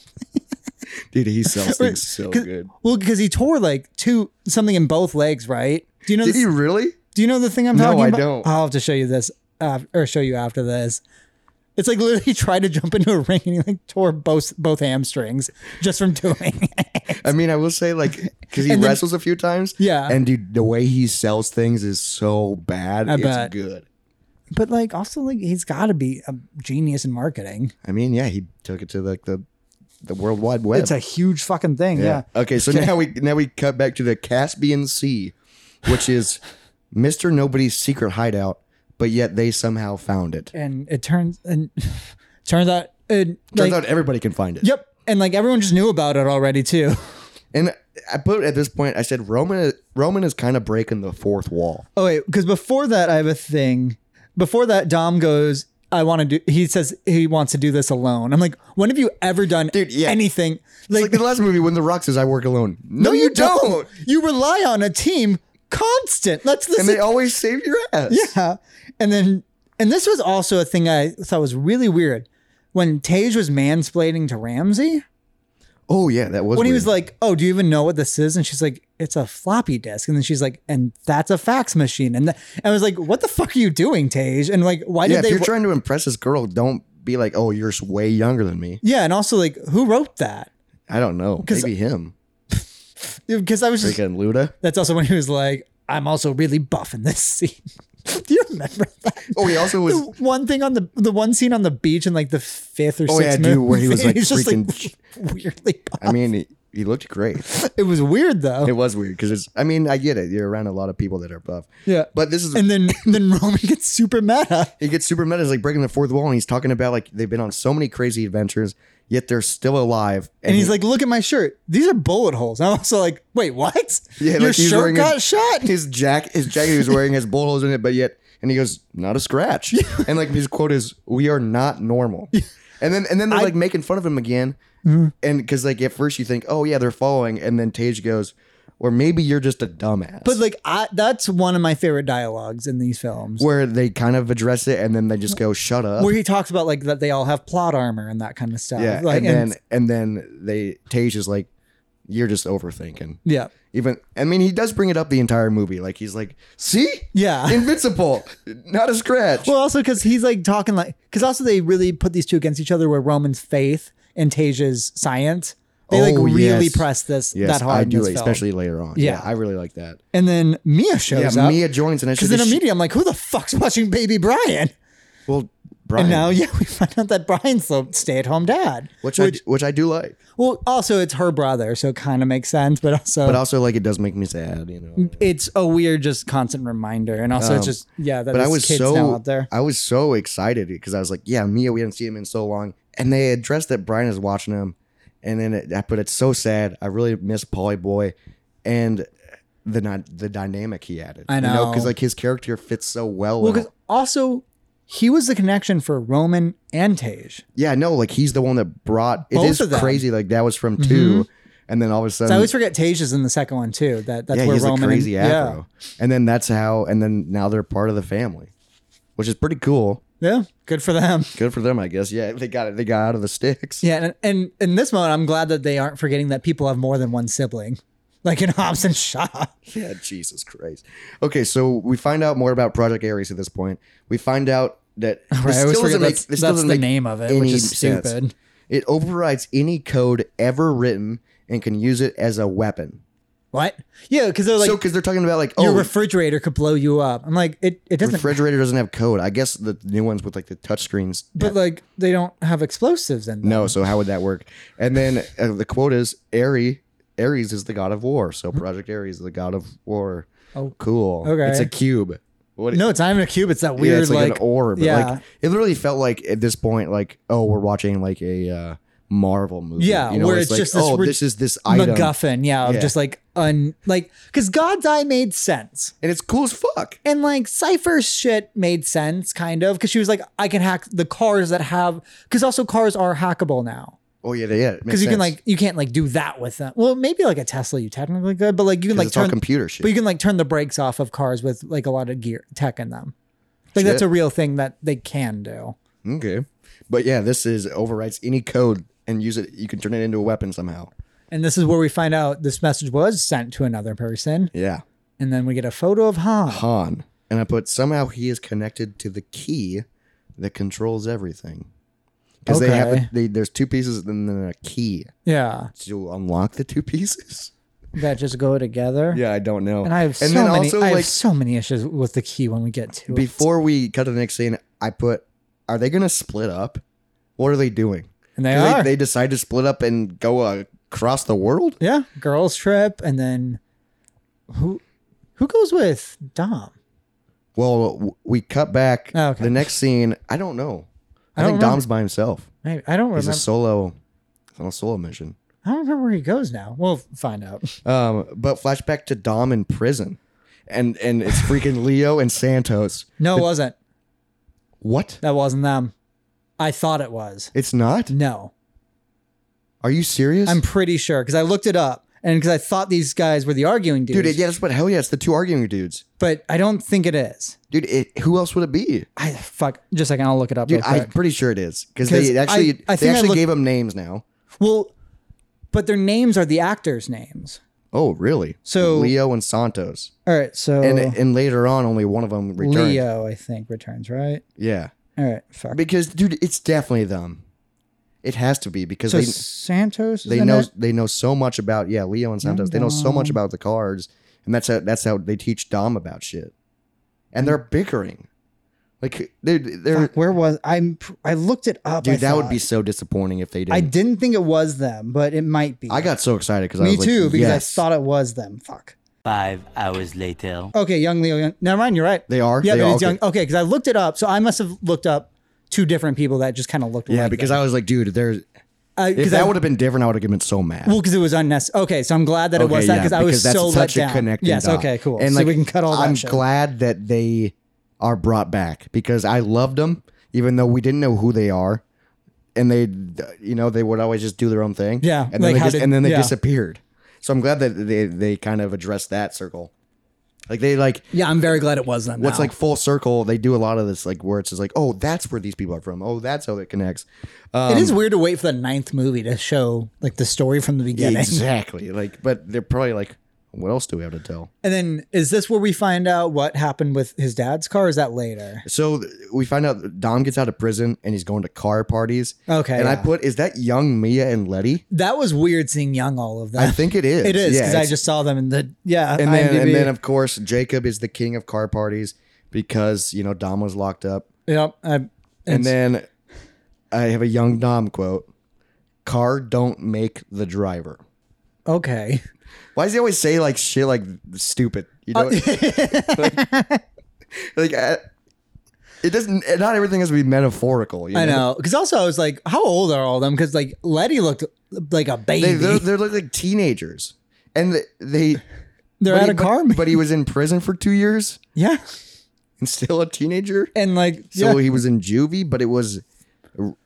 dude, he sells things so 'Cause- good. Well, because he tore like two something in both legs, right? Do you know? Did This, he really? do you know the thing I'm No, talking I about? don't. I'll have to show you this uh, or show you after this. It's like literally he tried to jump into a ring and he like tore both both hamstrings just from doing it. I mean, I will say like because he And then- wrestles a few times. Yeah. and dude, the way he sells things is so bad. it's bet. good. but like also like he's got to be a genius in marketing. I mean, yeah, he took it to like the the World Wide Web. It's a huge fucking thing. Yeah. Okay, so now we now we cut back to the Caspian Sea, which is Mister Nobody's secret hideout, but yet they somehow found it. And it turns and turns out And Turns like, out everybody can find it. yep. And like everyone just knew about it already too. And I put at this point, I said Roman Roman is kind of breaking the fourth wall. Oh wait, because before that I have a thing. Before that, Dom goes, I want to do he says he wants to do this alone. I'm like, when have you ever done Dude, yeah. anything? It's like the last movie when The Rock says, "I work alone." No, you don't. You rely on a team constant. Let's listen. And they always save your ass. Yeah. Yeah. And then, and this was also a thing I thought was really weird when Tage was mansplaining to Ramsey. Oh yeah, that was When he weird. was like, "Oh, do you even know what this is?" and she's like, "It's a floppy disk," and then she's like, "And that's a fax machine," and, th- and I was like, "What the fuck are you doing, Tage?" And like, why "Yeah, did if they? you're trying to impress this girl, don't be like, oh, you're s- way younger than me.' yeah, and also like, who wrote that? I don't know. 'Cause- Maybe him. Because I was just, Freaking Luda. that's also when he was like, "I'm also really buff in this scene." do you remember that? Oh, he also was. The one thing on the the one scene on the beach in like the fifth or Oh, sixth yeah, dude, movie, where he was, like, he's just freaking- like weirdly. buff. I mean, he, he looked great. It was weird though. It was weird because it's. I mean, I get it. You're around a lot of people that are buff. Yeah. But this is and then then Roman gets super meta. he gets super meta. He's like breaking the fourth wall, and he's talking about like they've been on so many crazy adventures, yet they're still alive. And he's he- like, "Look at my shirt. These are bullet holes." I'm also like, "Wait, what? Yeah, Your like he's shirt wearing got a- shot." his jack, his jacket he was wearing has bullet holes in it, but yet, and he goes, not a scratch. and like his quote is, "We are not normal." And then and then they're like making fun of him again, Mm-hmm. and because like at first you think, oh yeah, they're following, and then Tage goes, or maybe you're just a dumbass. But like, I, that's one of my favorite dialogues in these films, where they kind of address it, and then they just go, shut up. where he talks about like that they all have plot armor and that kind of stuff. Yeah, like, and, then and then they Tage is like, "You're just overthinking." yeah, Even I mean, he does bring it up the entire movie. Like he's like, "See, yeah. invincible, not a scratch." Well, also because he's like talking like because also they really put these two against each other, where Roman's faith and Tasia's science. They like Oh, really yes. press this yes, that hard. I in do, this film. especially later on. Yeah. I really like that. And then Mia shows yeah, up Mia joins, and it's because just then immediately I'm like, who the fuck's watching Baby Brian? well, Brian, And now yeah, we find out that Brian's the stay-at-home dad. which, I do- which I do like, well, also it's her brother, so it kind of makes sense, but also. but uh, also like it does make me sad, you know. it's a weird, just constant reminder, and also it's Um, just yeah. That But I there's was kids now so out there. I was so excited because I was like, yeah, Mia, we haven't seen him in so long, and they addressed that Brian is watching him, and then it, I put it's so sad. I really miss Polly Boy, and the ni- the dynamic he added. I know. because like his character fits so well. Well, now. because also he was the connection for Roman and Tej. yeah, no, like he's the one that brought. It Both is of them. Mm-hmm. crazy. Like that was from 2 and then all of a sudden. I always forget Tej is in the second one too. That that's yeah, where he's a Roman crazy and, afro, and then that's how, and then now they're part of the family, which is pretty cool. Yeah, yeah, good for them. Good for them, I guess. Yeah, they got it. They got out of the sticks. Yeah, and, and in this moment, I'm glad that they aren't forgetting that people have more than one sibling, like in Hobbs and Shaw. Yeah, Jesus Christ. Okay, so we find out more about Project Ares at this point. We find out that this Right, I always still forget doesn't make that's, this that's doesn't the make name of it, any which is sense. stupid. It overrides any code ever written and can use it as a weapon. What? Yeah, because they're like so because they're talking about like your oh refrigerator could blow you up. I'm like it. It doesn't. refrigerator doesn't have code. I guess the new ones with like the touch screens. but like they don't have explosives in them. no, so how would that work? And then uh, the quote is Ares Ares is the god of war. So Project Ares is the god of war. Hmm. Oh, cool. okay. It's a cube. What No, it's not even a cube. It's that weird yeah, it's like, like, an orb. Yeah, Like it literally felt like at this point, like oh, we're watching like a uh, Marvel movie. Yeah, where it's like, just this oh, rid- this is this item, MacGuffin. Yeah, of Yeah. just like un like because God's Eye made sense. and it's cool as fuck. and like Cypher's shit made sense kind of because she was like, I can hack the cars that have because also cars are hackable now Oh yeah, yeah. because you can like you can't like do that with them. Well, maybe like a Tesla you technically could, but like you can like it's all turn computer shit. but you can like turn the brakes off of cars with like a lot of gear tech in them. Like that's Shit. a real thing that they can do. okay, but yeah, this is overwrites any code and use it. You can turn it into a weapon somehow. And this is where we find out this message was sent to another person, Yeah, and then we get a photo of Han. Han, and I put somehow he is connected to the key that controls everything. Because they have Okay. a, they, there's two pieces and then a key Yeah, to unlock the two pieces. that just go together. Yeah, I don't know. And I have so then many. also I have like so many issues with the key when we get to it. before we cut to the next scene, I put, are they gonna split up? What are they doing? And they 'Cause are. They, decide to split up and go uh, across the world. Yeah, girls trip, and then who who goes with Dom? Well, w- we cut back. Oh, okay. The next scene, I don't know. I I, I don't think Dom's by himself. Maybe I don't He's remember. a solo, he's on a solo mission. I don't remember where he goes now. We'll find out. Um, but flashback to Dom in prison, and and it's freaking Leo and Santos. No, it wasn't. What? That wasn't them. I thought it was. It's not. No, Are you serious? I'm pretty sure because I looked it up and because I thought these guys were the arguing dudes. dude. It, yeah, that's what. Hell yeah, it's the two arguing dudes. but I don't think it is. Dude, it, who else would it be? I fuck. Just a second, I'll look it up. Dude, real I'm quick. pretty sure it is because 'Cause they actually I- I they think I actually looked- gave them names now. well, but their names are the actors' names. Oh, really? So- Leo and Santos, All right, so and and later on, only one of them returned. Leo, I think, returns right. Yeah, All right, fuck. because dude, it's definitely them. It has to be because so they Santos, is they in know it? they know so much about yeah Leo and Santos. They know so much about the cards, and that's how that's how they teach Dom about shit. And they're bickering, like they they're Fuck, where was I'm? pr- I looked it up. I dude. That would thought. be so disappointing if they did. I I, didn't think it was them, but it might be. got so excited because I me was too like, because yes. I thought it was them. Fuck. Five hours later. Okay, young Leo. Young, never mind. You're right. They are? Yeah, They that are, is young. okay. Okay, because I looked it up, so I must have looked up two different people that just kind of looked. yeah like Uh, because I was like dude there's I, if because that would have been different I would have been so mad. Well, because it was unnecessary. Okay, so I'm glad that it was that yeah, because I was that's so let such a down. connecting yes. dot. Okay. Cool. And so like, we can cut all that. I'm shit. glad that they are brought back because I loved them, even though we didn't know who they are, and they, you know, they would always just do their own thing. Yeah, and like then they how just, did- and then they yeah. disappeared. So I'm glad that they they kind of addressed that circle, like they like. Yeah, I'm very glad it was them. What's now. like full circle? They do a lot of this, like where it's just like, oh, that's where these people are from. Oh, that's how it connects. Um, it is weird to wait for the ninth movie to show like the story from the beginning. exactly. Like, but they're probably like, what else do we have to tell? And then is this where we find out what happened with his dad's car? Or is that later? So th- we find out that Dom gets out of prison and he's going to car parties. Okay, And I yeah. put, is that young Mia and Letty? That was weird seeing young all of that. I think it is. it is Yeah, because I it's- just saw them in the yeah. And then, IMDb. and then, um, of course, Jacob is the king of car parties because, you know, Dom was locked up. yep. I, And then I have a young Dom quote Car don't make the driver. okay. Why does he always say like shit like stupid? You know, Uh, Like- like, I, it doesn't. Not everything has to be metaphorical. You I know. Because also, I was like, how old are all of them? Because like Letty looked like a baby. They, They, they're, they're like teenagers, and th- they are but at he- a car. But, but he was in prison for two years yeah. and still a teenager. And like, So yeah. he was in juvie, but it was,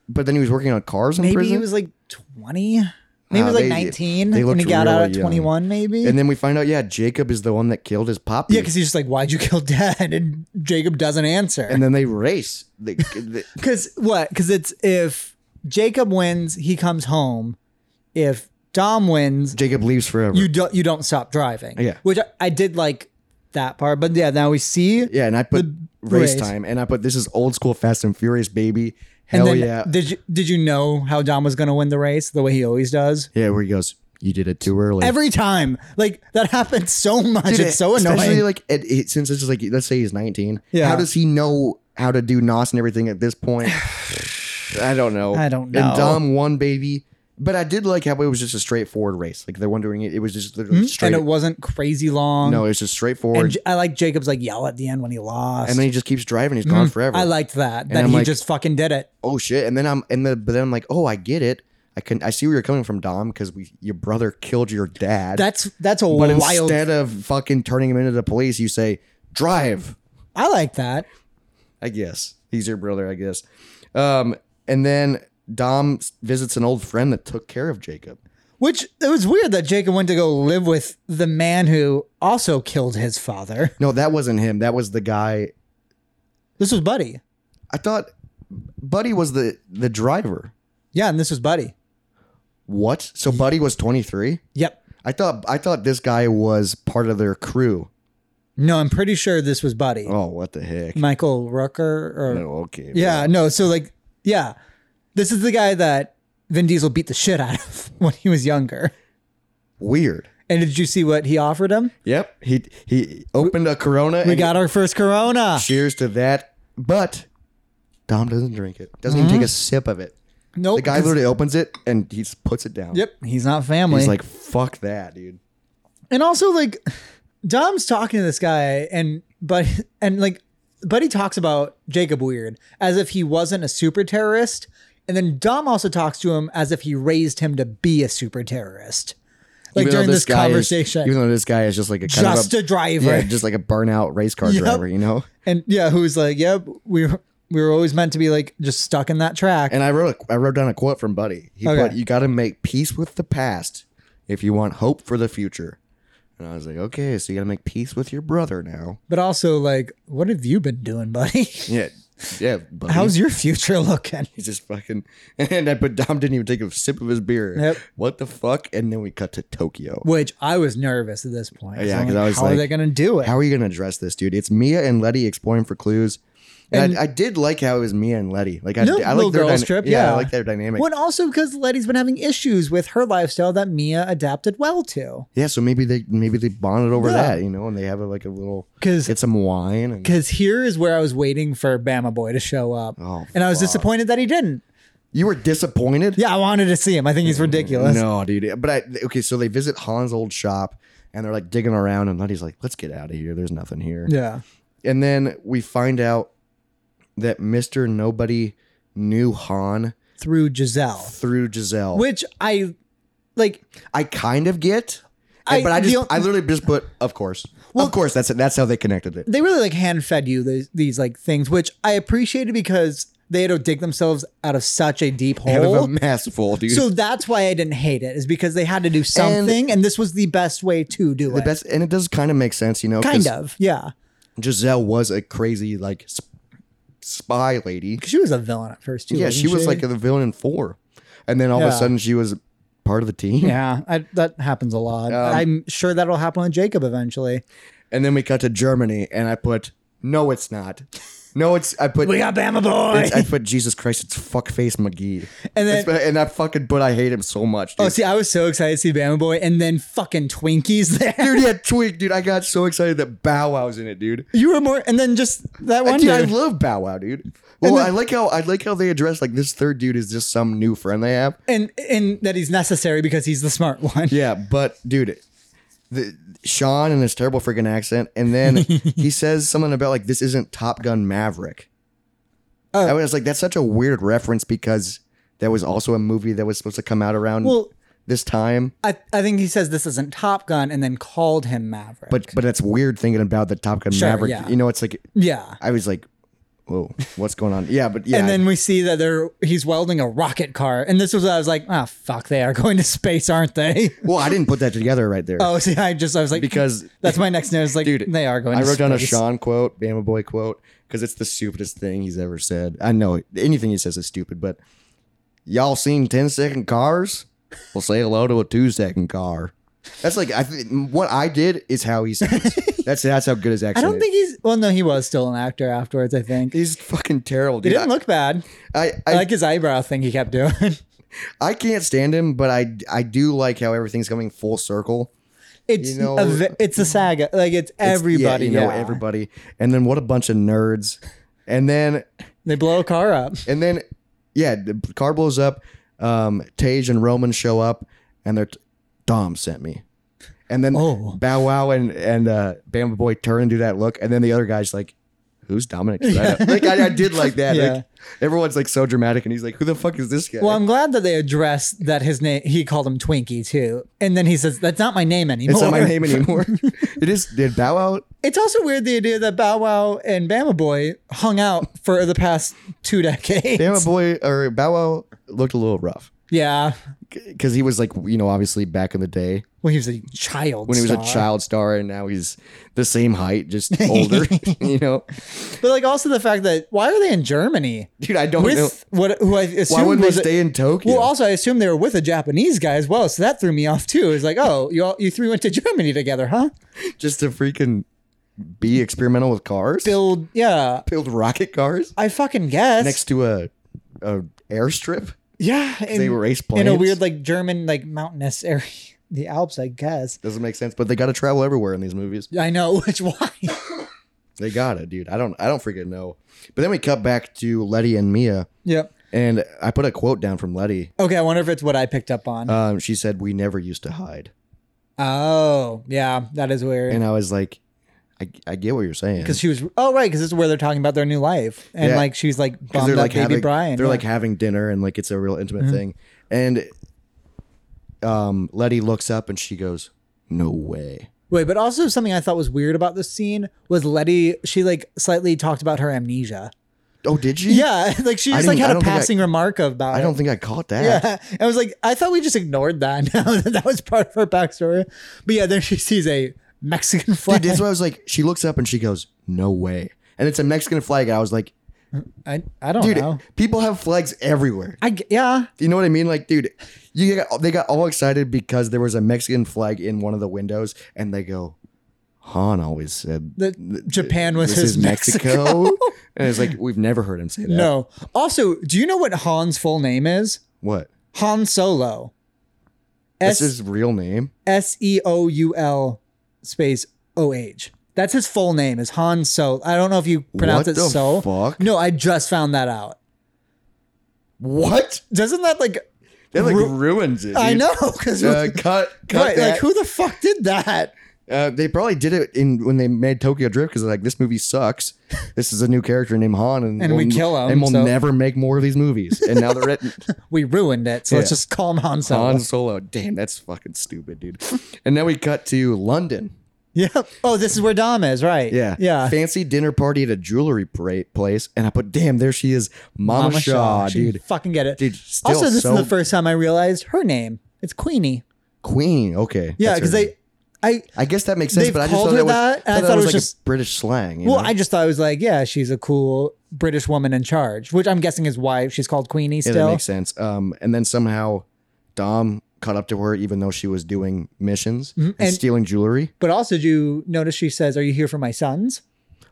but then he was working on cars in maybe prison. he was like 20. Maybe he Nah, was like they- 19 they when he looked got out really at young. 21, maybe. and then we find out, yeah, Jacob is the one that killed his pop. yeah, because he's just like, why'd you kill dad? And Jacob doesn't answer. and then they race. They, they- Because what? Because it's if Jacob wins, he comes home. If Dom wins, Jacob leaves forever. you don't you don't stop driving. Yeah. which I, I did like that part, but yeah, now we see. yeah, and I put the race, race. time, and I put this is old school Fast and Furious, baby. and Hell then yeah, did you did you know how Dom was going to win the race the way he always does? yeah. Where he goes, you did it too early. Every time, like that happens so much. Dude, it's so especially, annoying. Like it, it- since it's just like let's say he's nineteen. Yeah. How does he know how to do nos and everything at this point? I don't know. I don't know. And Dom won, baby. But I did like how it was just a straightforward race. Like they're wondering it. It was just literally straight. Hmm? and it wasn't crazy long. no, it's just straightforward. and And, J- I like Jacob's like yell at the end when he lost. then he just keeps driving. He's gone forever. Hmm. I liked that that I'm he like- just fucking did it. oh shit. And then I'm and the but then I'm like, oh, I get it. I can I see where you're coming from, Dom, because we your brother killed your dad. That's that's a but wild. instead of fucking turning him into the police, you say drive. I like that. I guess. He's your brother, I guess. Um, and then Dom s- visits an old friend that took care of Jacob. Which it was weird that Jacob went to go live with the man who also killed his father. No, that wasn't him. That was the guy. This was Buddy. I thought Buddy was the the driver. Yeah, and this was Buddy. What? So Buddy was 23? Yep. I thought I thought this guy was part of their crew. No, I'm pretty sure this was Buddy. Oh, what the heck? Michael Rooker or Oh, okay. Yeah, no, so like yeah. This is the guy that Vin Diesel beat the shit out of when he was younger. Weird. And did you see what he offered him? Yep. He he opened a Corona We and got our first Corona. cheers to that. But Dom doesn't drink it. Doesn't even Mm-hmm. take a sip of it. Nope. The guy 'cause- literally opens it and he just puts it down. Yep, he's not family. He's like, fuck that, dude. and also like Dom's talking to this guy and but and like Buddy talks about Jacob Weird as if he wasn't a super terrorist, and then Dom also talks to him as if he raised him to be a super terrorist. Like Even though during this, guy is- conversation, even though this guy is just like a kind just of a, driver, yeah, just like a burnout race car Yep. driver, you know. and yeah, who's like, yep, we were- we were always meant to be like just stuck in that track. And I wrote a, I wrote down a quote from Buddy. He Okay. put, "You got to make peace with the past if you want hope for the future." And I was like, "Okay, so you got to make peace with your brother now." but also, like, what have you been doing, buddy? Yeah, yeah. Buddy. How's your future looking? He's just fucking. And I but Dom didn't even take a sip of his beer. Yep. What the fuck? And then we cut to Tokyo. Which I was nervous at this point. Yeah, I'm 'cause I was how are like, they gonna do it? How are you gonna address this, dude? It's Mia and Letty exploring for clues. And, I, I did like how it was Mia and Letty. Like I, No, I little like their girl's dyna- trip, Yeah, yeah. I like their dynamic. Well, and also because Letty's been having issues with her lifestyle that Mia adapted well to. yeah, so maybe they maybe they bonded over Yeah. that, you know, and they have a, like a little 'Cause- get some wine and Because here is where I was waiting for Bama Boy to show up, Oh, and I was disappointed that he didn't. you were disappointed. Yeah, I wanted to see him. I think he's ridiculous. Mm, No, dude. But I okay, so they visit Han's old shop and they're like digging around and Letty's like, let's get out of here. There's nothing here. Yeah, And then we find out that Mr. Nobody knew Han through Giselle, through Giselle. which I like. I kind of get. I- but I just, the o- I literally just put, of course, of course. That's it. That's how they connected it. They really like hand fed you these, these like things, which I appreciated because they had to dig themselves out of such a deep hole. Out of a masterful, dude. Oh. So that's why I didn't hate it, is because they had to do something, and, this was the best way to do the it. best, and it does kind of make sense, you know. 'cause kind of, yeah. Giselle was a crazy like sp- spy lady. 'Cause She was a villain at first too. Yeah, wasn't she was like the villain in four, and then all of a Yeah. sudden she was part of the team. yeah, I, that happens a lot. I'm sure that'll happen with Jacob eventually. And then we cut to Germany, and I put, no, it's not. No, it's I put. We got Bama boy. it's- I put Jesus Christ, it's fuckface McGee, And then- It's- and I fucking but I hate him so much. Dude. Oh, see, I was so excited to see Bama boy, and then fucking Twinkies there. dude, yeah, Twig, dude. I got so excited that Bow Wow's in it, dude. You were more, and then just that one Dude, I dude. love Bow Wow, dude. Well, I like how I like how they address like this third dude is just some new friend they have. and and that he's necessary because he's the smart one. Yeah, but dude, the, Sean and his terrible freaking accent, and then he says something about like this isn't Top Gun Maverick. Oh. I was like, that's such a weird reference because that was also a movie that was supposed to come out around Well, this time. I, I think he says this isn't Top Gun, and then called him Maverick. But but it's weird thinking about the Top Gun Sure, Maverick. yeah. You know, it's like yeah, I was like, whoa, what's going on? Yeah, but yeah, and then we see that they're he's welding a rocket car, and this was what I was like, oh fuck, they are going to space, aren't they? Well, I didn't put that together right there. Oh, see, I just I was like Because- that's my next note. It's like Dude, they are going. I to wrote down a space. Sean quote, Bama Boy quote, because it's the stupidest thing he's ever said. I know anything he says is stupid, but y'all seen 10 second cars? Well, say hello to a two second car. That's like I th- what I did is how he sounds. that's that's how good his I accent. don't is. think he's. Well, no, he was still an actor afterwards. I think he he's fucking terrible. Dude. didn't look bad. I I, I, I, like his eyebrow thing he kept doing. I can't stand him, but I I do like how everything's coming full circle. It's You know- a, ve- it's a saga. Like it's It's- everybody. yeah, you know, now. everybody. And then what a bunch of nerds. And then They blow a car up. And then, yeah, the car blows up. Um, Tage and Roman show up, and they're Dom sent me. And then Oh. Bow Wow and and uh, Bama Boy turn and do that look, and then the other guy's like, "Who's Dominic?" Toretto?" like I, I did like that. Yeah. Like, everyone's like so dramatic, and he's like, "Who the fuck is this guy?" Well, I'm glad that they addressed that his name. He called him Twinkie too, and then he says that's not my name anymore. it's not my name anymore. it is. Did Bow Wow? It's also weird the idea that Bow Wow and Bama Boy hung out for the past two decades. Bama Boy or Bow Wow looked a little rough Yeah. because he was like, you know, obviously back in the day. Well, he was a child. when he was a star. child star and now he's the same height just older you know But like also the fact that why are they in Germany dude i don't know with what who I assume Oh, why wouldn't they was a- stay in tokyo Well, also I assume they were with a Japanese guy as well, so that threw me off too. It's like, oh, you all you three went to Germany together, huh? just to freaking be experimental with cars build, Build, yeah, rocket cars I fucking guess. next to a, a airstrip yeah, they in- race in a planes? weird like German like mountainous area, the Alps, I guess. doesn't make sense but they gotta travel everywhere in these movies I know which why. they gotta dude i don't i don't freaking know but then we cut back to letty and mia yep. and i put a quote down from letty Okay, I wonder if it's what I picked up on. um, she said we never used to hide oh, yeah, that is weird. and i was like I I, I get what you're saying. because she was oh right because this is where they're talking about their new life and Yeah. like she's like because bummed they're out like baby having Brian. they're Yeah. Mm-hmm. like having dinner and like it's a real intimate thing. And um, Letty looks up and she goes, "No way." wait, but also something I thought was weird about this scene was Letty. She like slightly talked about her amnesia. Oh, did you? Yeah, like she I just like didn't- I had a don't think I- passing remark about. I it. don't think I caught that. Yeah, I was like, I thought we just ignored that. Now that that was part of her backstory, but yeah, then she sees a Mexican flag. Dude, that's why I was like, she looks up and she goes, "No way." And it's a Mexican flag. I was like, I, I don't dude, know. people have flags everywhere. I g- yeah, You know what I mean? Like, dude, you got, they got all excited because there was a Mexican flag in one of the windows, and they go, Han always said that Japan was this his is Mexico. and it's like, we've never heard him say that. No. Also, do you know what Han's full name is? What? Han Solo. That's S his real name? S E O U L space O H. That's his full name is Han So. I don't know if you pronounce What it the so. fuck? No, I just found that out. What? Doesn't that like That like Ru- ruins it. I dude. know because Uh, cut, cut right, that. like who the fuck did that? Uh, they probably did it in when they made Tokyo Drift because like this movie sucks. This is a new character named Han, and, And we kill him, and we'll so- never make more of these movies. And now they're at We ruined it. So let's Yeah. just call him Han Solo. Han Solo. Damn, that's fucking stupid, dude. And now we cut to London. Yeah. Oh, this is where Dom is, right? Yeah, Yeah. Fancy dinner party at a jewelry pra- place, and I put, damn, there she is, Mama, Mama Shaw, She dude, Fucking get it. Dude, still also, this so- is the first time I realized her name. It's Queenie. Queen. Okay, that's Yeah, her because name. they, I, I guess that makes sense, they've but I just called thought her that was, that, and thought I that thought it was was like a just- British slang. you well, know? I just thought it was like, yeah, she's a cool British woman in charge, which I'm guessing is why she's called Queenie Yeah, still. that makes sense. Um, and then somehow Dom caught up to her, even though she was doing missions and, Mm-hmm. and- stealing jewelry. But also, do you notice she says, "Are you here for my sons?"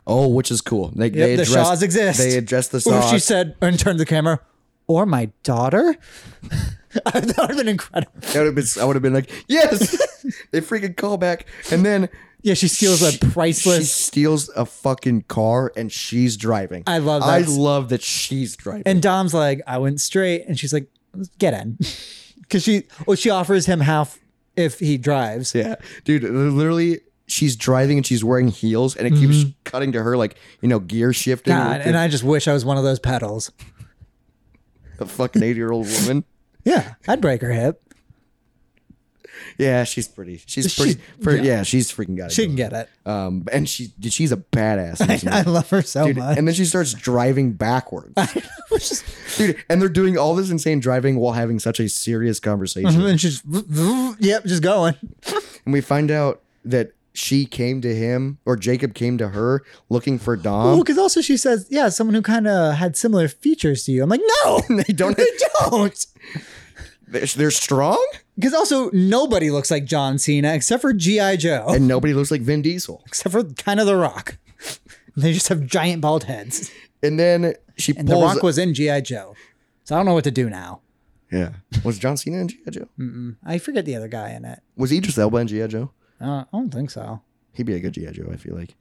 Oh, which is cool. They, they the addressed, Shaws exist. They addressed the Or Shaws. she said, and turned the camera, "Or my daughter." that would have been incredible. that would have been. I would have been like, yes. they freaking call back, and then Yeah, she steals a she priceless. steals a fucking car, and she's driving. I love that. I love that she's driving. and Dom's like, "I went straight," and she's like, "Get in," because she, well, she offers him half if he drives. yeah, dude, literally. She's driving and she's wearing heels, and it keeps cutting to her like you know gear shifting. Mm-hmm. God, and I just wish I was one of those pedals. a fucking eighty year old woman. Yeah, I'd break her hip. Yeah, she's pretty. She's She- pretty. for, yeah. yeah. she's freaking got it. She can going. get it. Um, and she dude, she's a badass. in this I movie. love her so Dude, much. and then she starts driving backwards, Which is- dude. And they're doing all this insane driving while having such a serious conversation. and she's yep, just going. and we find out that she came to him, or Jacob came to her, looking for Oh, Dom. because also she says, yeah, someone who kind of had similar features to you. I'm like, no, they don't. they don't. They're, they're strong, Because also nobody looks like John Cena except for GI Joe, and nobody looks like Vin Diesel. except for kind of The Rock. They just have giant bald heads. And then she And The pulls. Rock was in GI Joe, so I don't know what to do now. yeah, was John Cena in GI Joe? Hmm. I forget the other guy in it. Was Idris Elba in GI Joe? Uh, I don't think so. He'd be a good GI Joe. I feel like.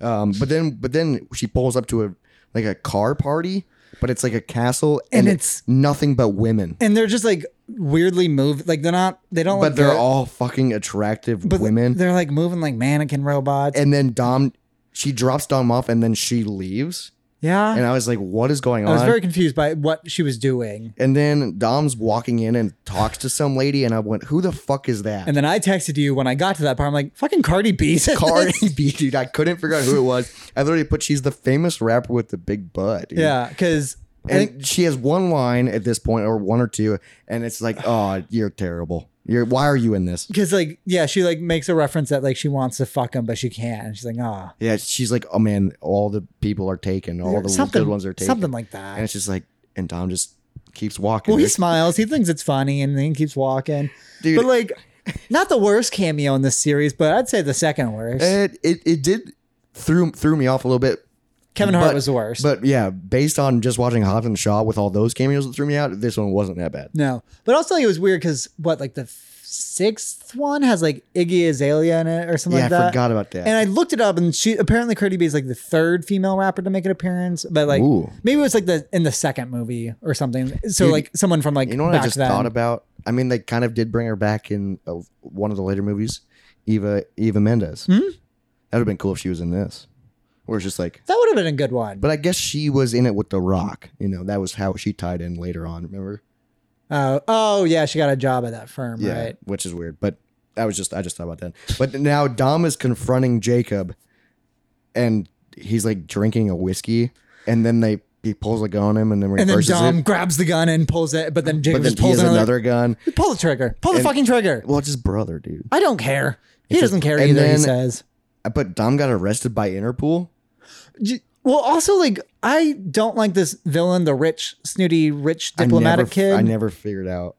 Um, but then, but then she pulls up to a like a car party, but it's like a castle, and, And it's it's- nothing but women. And they're just like weirdly moved. Like Oh, they're not. They don't. But look they're good, all fucking attractive but women. They're like moving like mannequin robots. And then Dom, she drops Dom off, and then she leaves. yeah. And I was like, "What is going I on?" was very confused by what she was doing. and then Dom's walking in and talks to some lady, and I went, "Who the fuck is that?" And then I texted you when I got to that part. I'm like, fucking Cardi B's in this. Cardi B, dude. I couldn't figure out who it was. I literally put, "She's the famous rapper with the big butt." dude." Yeah, because I think and she has one line at this point or one or two and it's like oh you're terrible you're why are you in this because like yeah, she like makes a reference that like she wants to fuck him, but she can't. And she's like, ah, yeah she's like oh man all the people are taken all the something good ones are taken something like and that. it's just like and Dom just keeps walking Well, he There's- smiles, he thinks it's funny, and then he keeps walking. Dude. But like, not the worst cameo in this series, but I'd say the second worst. it, it it did threw threw me off a little bit Kevin Hart but- was the worst. but yeah based on just watching Hobbs and Shaw with all those cameos that threw me out this one wasn't that bad no, but also like, it was weird because what like the f- sixth one has like Iggy Azalea in it or something yeah like that. I forgot about that And I looked it up, and she apparently Cardi B is like the third female rapper to make an appearance, but like Ooh. maybe it was like the in the second movie or something. So Dude, like someone from like you know what I back just then. thought about I mean they Hmm? kind of did bring her back in uh, one of the later movies Eva Eva Mendes That would have been cool if she was in this. Where it's just like, That would have been a good one. but I guess she was in it with The Rock. You know, that was how she tied in later on. Remember? Uh, oh yeah, she got a job at that firm, right? which is weird. But I was just I just thought about that. But now Dom is confronting Jacob, and he's like drinking a whiskey, and then they he pulls a gun on him, and then And then reverses Dom it. grabs the gun and pulls it, but then Jacob But then just he pulls has another, another gun. Pull the trigger. Pull the fucking trigger. Well, it's his brother, dude. I don't care. He It's a- doesn't care and either. he then- says. But Dom got arrested by Interpol. J- Well, also like I don't like this villain, the rich, snooty, rich I diplomatic never, kid. I never figured out.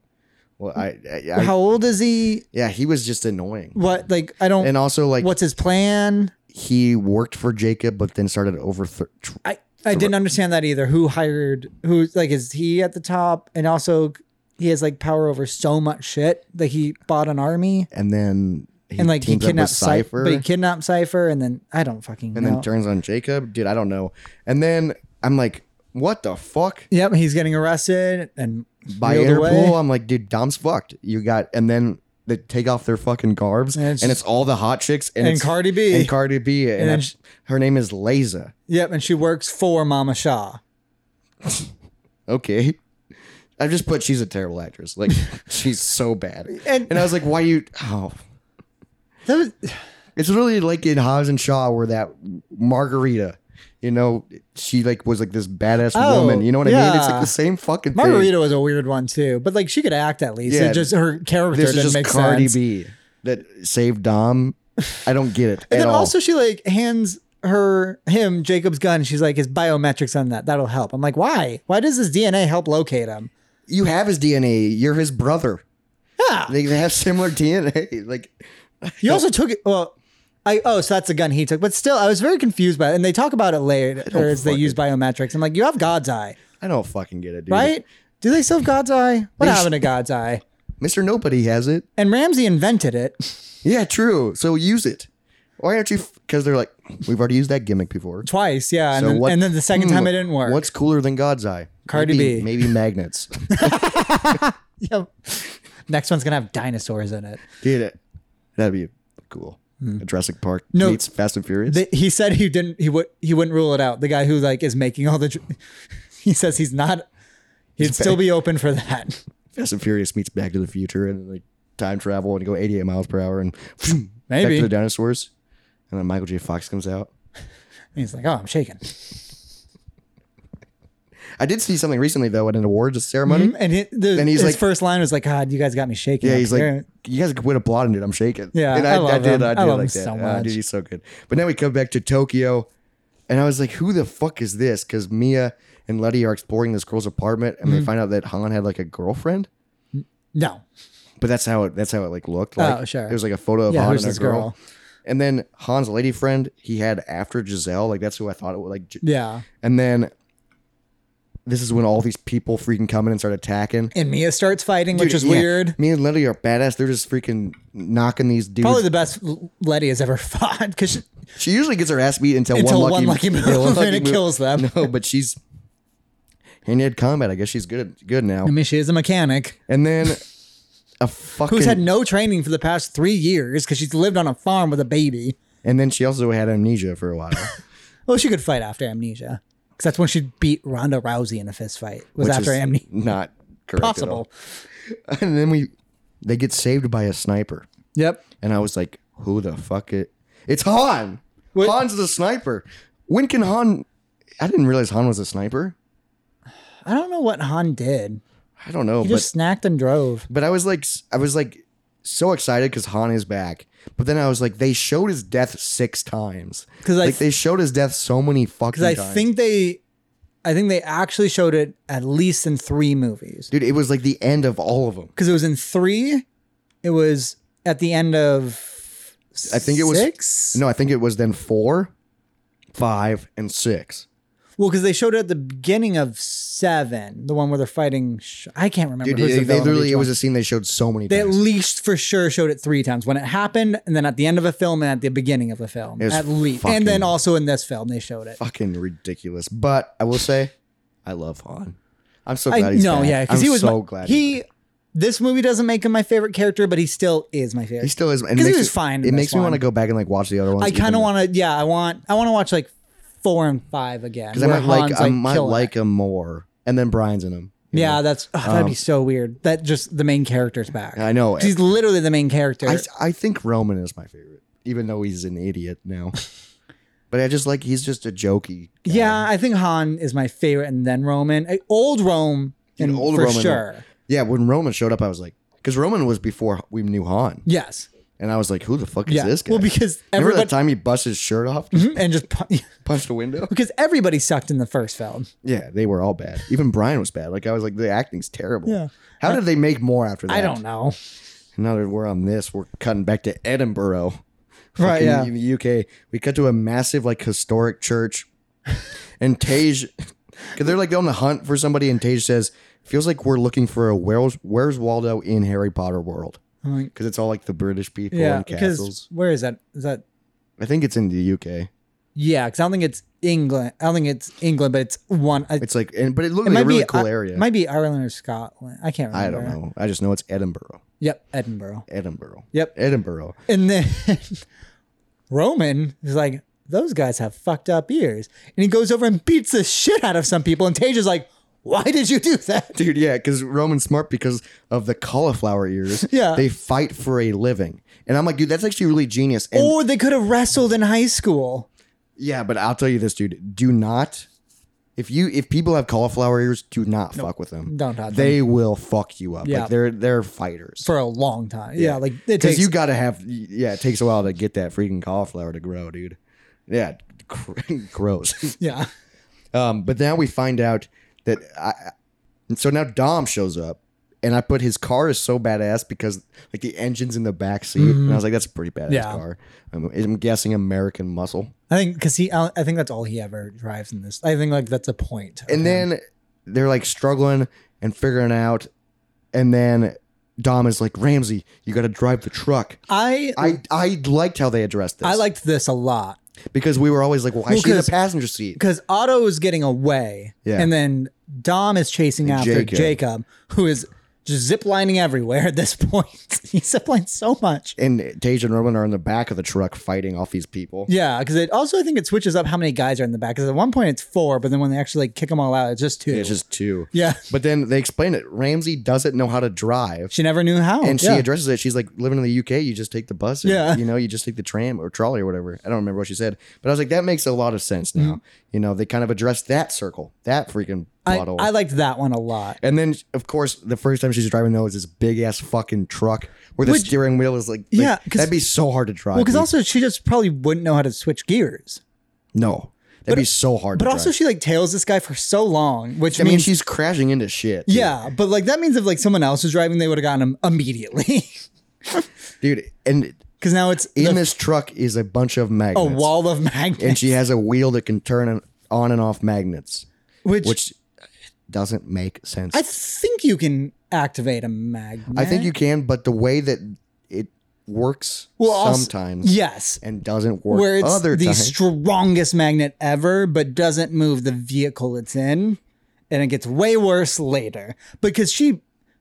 Well, I, I, I- How old is he? yeah, he was just annoying. What like I don't. And also, like what's his plan? he worked for Jacob, but then started over. Tr- I I didn't understand that either. Who hired? Who like is he at the top? And also, he has like power over so much shit. Like he bought an army and then he and like he teams up with kidnapped Cipher. Cipher. But he kidnapped Cipher, and then I don't fucking and know. then turns on Jacob. Dude, I don't know. And then I'm like, what the fuck? yep, he's getting arrested and By wheeled Interpol, away. I'm like, dude, Dom's fucked. You got, and then they take off their fucking garbs, and And it's, it's- all the hot chicks and, and it's- Cardi B. and Cardi B, and, And then I- sh- her name is Laza. Yep, and she works for Mama Shaw. Okay. I just put she's a terrible actress. Like she's so bad. And, And- I was like, why you oh That was, it's really like in Hobbs and Shaw where that Margarita, you know, she like was like this badass Oh, woman. You know what I mean? It's yeah. like the same fucking thing. Margarita was a weird one too, but like she could act at least. Yeah, it just her character this didn't is make just Cardi sense. B that saved Dom. I don't get it. And at then all. also she like hands her him Jacob's gun. She's like his biometrics on that. That'll help. I'm like, why? Why does his DNA help locate him? you have his DNA. You're his brother. Yeah. They they have similar DNA. Like He also took it. Well, I oh, so that's the gun he took. But still, I was very confused by it. And they talk about it later as they fucking- use biometrics. I'm like, you have God's eye, I don't fucking get it, dude. right? Do they still have God's eye? What They sh- happened to God's eye? Mr. Nobody has it. And Ramsey invented it Yeah, true. So use it. Why aren't you? Because they're like, we've already used that gimmick before. twice, yeah. And, So then, what- and then the second hmm, time it didn't work. What's cooler than God's eye? Cardi maybe, B. Maybe magnets. Yep. Next one's gonna have dinosaurs in it. Get it? That'd be cool. A Jurassic Park Hmm. No. meets Fast and Furious. The- he said he didn't. He would. He wouldn't rule it out. The guy who like is making all the. dr- He says he's not. He'd still be open for that. Fast and Furious meets Back to the Future and like time travel and go 88 miles per hour and back Maybe. to the dinosaurs. And then Michael J. Fox comes out. he's like, oh, I'm shaking. I did see something recently though at an awards ceremony. And, he, the, And he's his like- first line was like, God, you guys got me shaking. Yeah, up he's like, here." you guys quit applauding it. I'm shaking. Yeah, and I love did. him. I I did love like him that. so Ah, dude, much. he's so good. But now we come back to Tokyo, and I was like, who the fuck is this? Because Mia and Letty are exploring this girl's apartment, and Mm-hmm. they find out that Han had like a girlfriend. no. But that's how it. That's how it like looked. Like, Oh, sure. It was like a photo of Yeah, Han who's and a this girl. girl? And then Han's lady friend he had after Giselle. Like that's who I thought it was. Like, Gi- Yeah. and then. This is when all these people freaking come in and start attacking. And Mia starts fighting, which Dude, is yeah. weird. Me and Letty are badass. They're just freaking knocking these dudes. Probably the best Letty has ever fought because She usually gets her ass beat until, Until one, lucky, one lucky move, Yeah, and it kills them. No, but she's hand-to-hand combat. I guess she's good at, good now. I mean, she is a mechanic And then a fucking who's had no training for the past three years because she's lived on a farm with a baby. and then she also had amnesia for a while, Well, she could fight after amnesia because that's when she beat Ronda Rousey in a fist fight. Was which after is amnesia. not correct at all. Possible. And then we they get saved by a sniper, Yep. and I was like, "Who the fuck it? It's Han. What- Han's the sniper. When can Han? I didn't realize Han was a sniper. I don't know what Han did. I don't know, He but just snacked and drove. But I was like, I was like so excited because Han is back. But then I was like, they showed his death six times. 'Cause I like they showed his death so many fucking Because I times. think they, I think they actually showed it at least in three movies. dude, it was like the end of all of them. Because it was in three, it was at the end of. I think it was six. No, I think it was then four, five, and six. Well, because they showed it at the beginning of seven, the one where they're fighting. Sh- I can't remember. Dude, who's they, the they villain of literally each it was one. a scene they showed so many They at times. least for sure showed it three times when it happened, and then at the end of a film, and at the beginning of a film, It was at least, fucking- and then also in this film they showed it. fucking ridiculous. But I will say, I love Han. I'm so glad I he's no, back. yeah, because I'm he was so my- glad. he's he This movie doesn't make him my favorite character, but he still is my favorite. He still is. and it because he makes was me- fine. in It this makes me one. want to go back and like watch the other ones. I kind of even- want to. Yeah, I want. I want to watch like four and five again. because I where might like, Han's, I might killing it. like him more, and then Brian's in him. you Yeah, know? Um, that's oh, that'd be so weird. That just the main character's back. I know. He's literally the main character. I I think Roman is my favorite, even though he's an idiot now. but I just like he's just a jokey. guy. yeah, I think Han is my favorite, and then Roman, Uh, old Rome, Dude, and old for Roman, sure. yeah. When Roman showed up, I was like, because Roman was before we knew Han, Yes. and I was like, who the fuck is Yeah. this guy? Well, because remember everybody Mm-hmm. that time he bust his shirt off, and just pu- punched a window. because everybody sucked in the first film. Yeah, they were all bad. Even Brian was bad. Like I was like, the acting's terrible. Yeah. How did they make more after that? I don't know. Now that we're on this, we're cutting back to Edinburgh. Right, fucking yeah. in the UK. We cut to a massive, like, historic church, and Tage, because they're like on the hunt for somebody, and Tage says, "Feels like we're looking for a where's Where's Waldo in Harry Potter world." Like, Because it's all like the British people Yeah, and because castles. where is that? Is that I think it's in the UK. yeah? Because I don't think it's England. I don't think it's England, but it's one. I, It's like, and, but it looked like a really be cool I- area. might be Ireland or Scotland. I can't I remember. don't know. I just know it's Edinburgh. Yep, Edinburgh. Edinburgh. Yep. Edinburgh. And then Roman is like, those guys have fucked up ears. And he goes over and beats the shit out of some people. And Tage is like, why did you do that? Dude, yeah, because Roman's smart because of the cauliflower ears. Yeah. They fight for a living. And I'm like, dude, that's actually really genius. And Or they could have wrestled in high school. yeah, but I'll tell you this, dude. Do not if you if people have cauliflower ears, do not fuck with them. don't touch They will fuck you up. Yeah. Like they're they're fighters. for a long time. Yeah, like it Because takes you gotta have yeah, it takes a while to get that freaking cauliflower to grow, dude. Yeah, gr- gross. yeah. Um, but now we find out that I, I- so now Dom shows up, and I put his car is so badass because like the engine's in the back seat, and I was like, that's a pretty badass Mm-hmm. Yeah. car. I'm, I'm guessing American muscle, I think because he, I I think that's all he ever drives in this. I think like that's a point. of and him. then they're like struggling and figuring out, and then Dom is like, Ramsey, you got to drive the truck. I, I, I, I liked how they addressed this. liked this a lot because we were always like, well, I Well, should be in the 'cause- passenger seat. because Otto is getting away, Yeah. and then Dom is chasing after Jacob. Jacob. who is just ziplining everywhere at this point. he ziplines so much. And Tage and Roman are in the back of the truck fighting off these people. Yeah, because it also I think it switches up how many guys are in the back. Because at one point it's four, but then when they actually like kick them all out, it's just two. It's just two. yeah, But then they explain it. Ramsey doesn't know how to drive. she never knew how, and she yeah. addresses it. She's like, living in the UK, you just take the bus. Or, Yeah. You know, you just take the tram or trolley or whatever. I don't remember what she said. But I was like, that makes a lot of sense Mm-hmm. now. You know, they kind of address that circle, that freaking I, bottle. I liked that one a lot. and then, of course, the first time she's driving, though, is this big ass fucking truck where the Which- steering wheel is like, like, Yeah, 'cause- that'd be so hard to drive. Well, because dude. also she just probably wouldn't know how to switch gears. no, that'd be so hard But to also drive. she like tails this guy for so long, which I mean, means she's crashing into shit. dude. yeah. But like that means if like someone else was driving, they would have gotten him immediately. Dude, and Because now it's in the- Oh, this truck is a bunch of a magnets. wall of magnets, and she has a wheel that can turn an- on and off magnets, which, which doesn't make sense. I eh. think you can activate a magnet. I think you can, but the way that it works Well, also- sometimes yes. and doesn't work Where it's other the times. strongest magnet ever, but doesn't move the vehicle it's in, and it gets way worse later because she,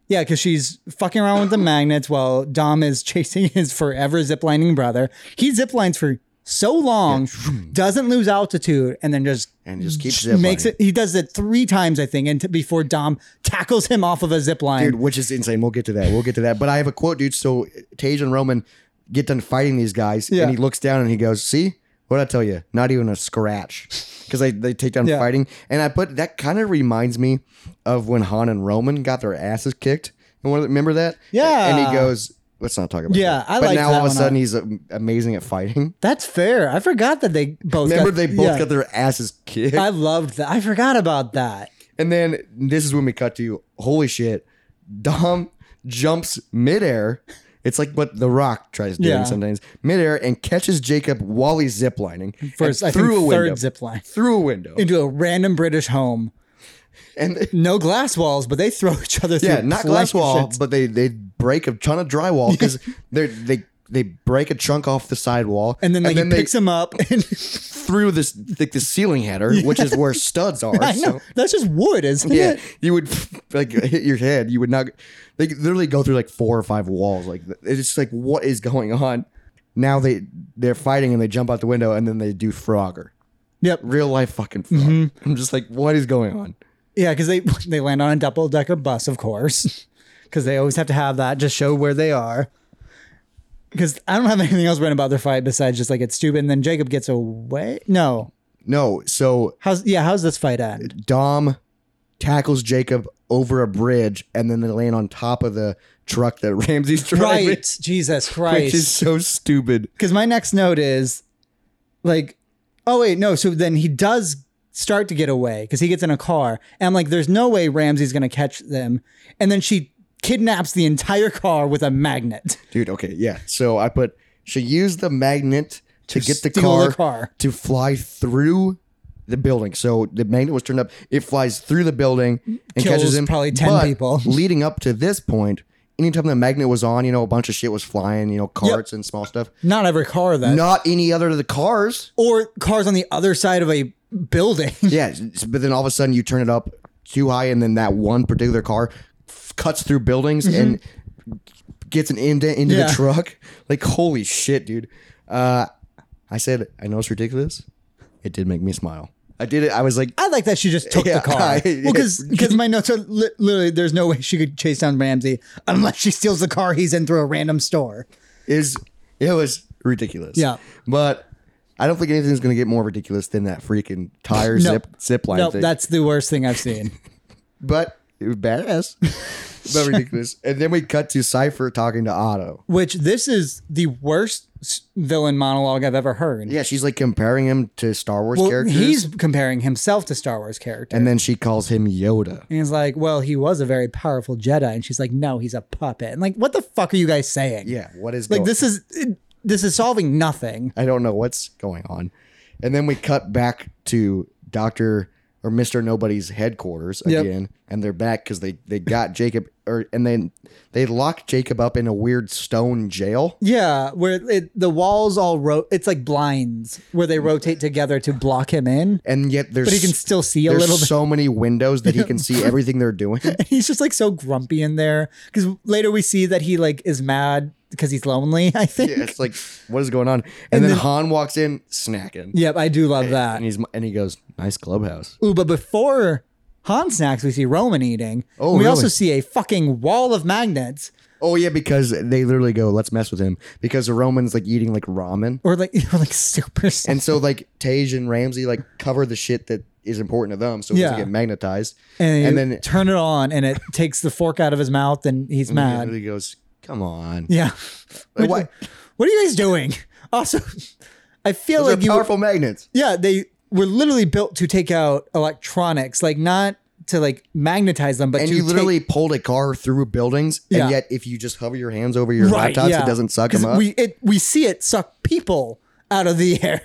yeah, because she's fucking around with the magnets while Dom is chasing his forever ziplining brother. He ziplines for so long, doesn't lose altitude, and then just Hmm. and just keeps makes ziplining. it. He does it three times, I think, and t- before Dom tackles him off of a zip line. dude, which is insane. We'll get to that. We'll get to that. But I have a quote, dude. So Tage and Roman get done fighting these guys, Yeah. and he looks down and he goes, "See." What'd I tell you? Not even a scratch. Because they, they take down Yeah. fighting. And I put that kind of reminds me of when Han and Roman got their asses kicked. And one of the- remember that? Yeah. And he goes, let's not talk about Yeah, that. I But liked now that all of a one sudden a- he's um, amazing at fighting. That's fair. I forgot that they both. Remember got, they both yeah. got their asses kicked? I loved that. I forgot about that. And then this is when we cut to holy shit. Dom jumps midair. It's like what The Rock tries doing Yeah. sometimes midair and catches Jacob while he's ziplining and First, I think through a window. third zip line through a window. into a random British home. and No glass walls, but they throw each other. yeah, through not glass plank wall, shit. but they they break a ton of drywall because they're they they break a chunk off the side wall, And then like he they picks him up and threw this like the ceiling header, which is where studs are. I know so- that's just wood, isn't yeah, it? you would like hit your head. You would not. They could literally go through like four or five walls. Like it's just like what is going on? Now they they're fighting and they jump out the window and then they do Frogger, Yep. real life fucking Frogger. I'm just like, what is going on? Yeah, because they they land on a double decker bus, of course, because they always have to have that just show where they are. Because I don't have anything else written about their fight besides just like it's stupid. And then Jacob gets away. No, No, so how's yeah? How's this fight end? Dom tackles Jacob over a bridge and then they land on top of the truck that Ramsey's driving, Right, Jesus which is Christ. so stupid. Because my next note is like, oh wait, no. So then he does start to get away because he gets in a car, and I'm like, there's no way Ramsey's gonna catch them. And then she kidnaps the entire car with a magnet. Dude, okay, yeah. So I put she used the magnet to, get the steal car, the car. to fly through the building. So the magnet was turned up. It flies through the building and Kills catches him. probably 10 But people. leading up to this point, anytime the magnet was on, you know, a bunch of shit was flying, you know, carts and small stuff. Not every car though. Not any other of the cars. or cars on the other side of a building. Yeah, s- but then all of a sudden you turn it up too high, and then that one particular car f- cuts through buildings and gets an indent into Mm-hmm. Yeah. the truck. Like holy shit, dude! Uh, I said, I know it's ridiculous. It did make me smile. I did it. I was like, I like that she just took Yeah, the car. I- well, because my notes are li- literally there's no way she could chase down Ramsey unless she steals the car he's in through a random store. is it was ridiculous. Yeah. but I don't think anything's gonna get more ridiculous than that freaking tire No. zip zip line No, thing. that's the worst thing I've seen. but it was badass, but ridiculous. And then we cut to Cipher talking to Otto. Which this is the worst s- villain monologue I've ever heard. Yeah, she's like comparing him to Star Wars well, characters. he's comparing himself to Star Wars characters. and then she calls him Yoda. And he's like, well, he was a very powerful Jedi. And she's like, no, he's a puppet. And like, what the fuck are you guys saying? Yeah, what is Like, going- this is, it- this is solving nothing. I don't know what's going on. And then we cut back to Doctor or Mister Nobody's headquarters Yep. again, and they're back because they they got Jacob or and then they locked Jacob up in a weird stone jail. Yeah, where it, the walls all ro- it's like blinds where they rotate together to block him in, And yet there's but he can still see a there's little bit. so many windows that he can see everything they're doing. He's just like so grumpy in there because later we see that he like is mad because he's lonely. I think. Yeah, it's like what is going on? And, then, Han walks in snacking, Yep, I do love that. and he's and he goes, "Nice clubhouse." Ooh, but before Han snacks, we see Roman eating. Oh, we really? also see a fucking wall of magnets, Oh yeah, because they literally go, "Let's mess with him," because the Roman's like eating like ramen. or like or like super. stuff. And so like Tage and Ramsey like cover the shit that is important to them so it doesn't Yeah. get magnetized. and, and then then- turn it on, and it takes the fork out of his mouth, and he's mad. And he goes, Come on. Yeah. Like, What, why- what are you guys doing? Also, I feel Those like are you. powerful magnets. yeah, they were literally built to take out electronics, like not to like magnetize them, but And to you literally take, pulled a car through buildings, Yeah. and yet if you just hover your hands over your laptops, it doesn't suck 'Cause them up. We it we see it suck people out of the air.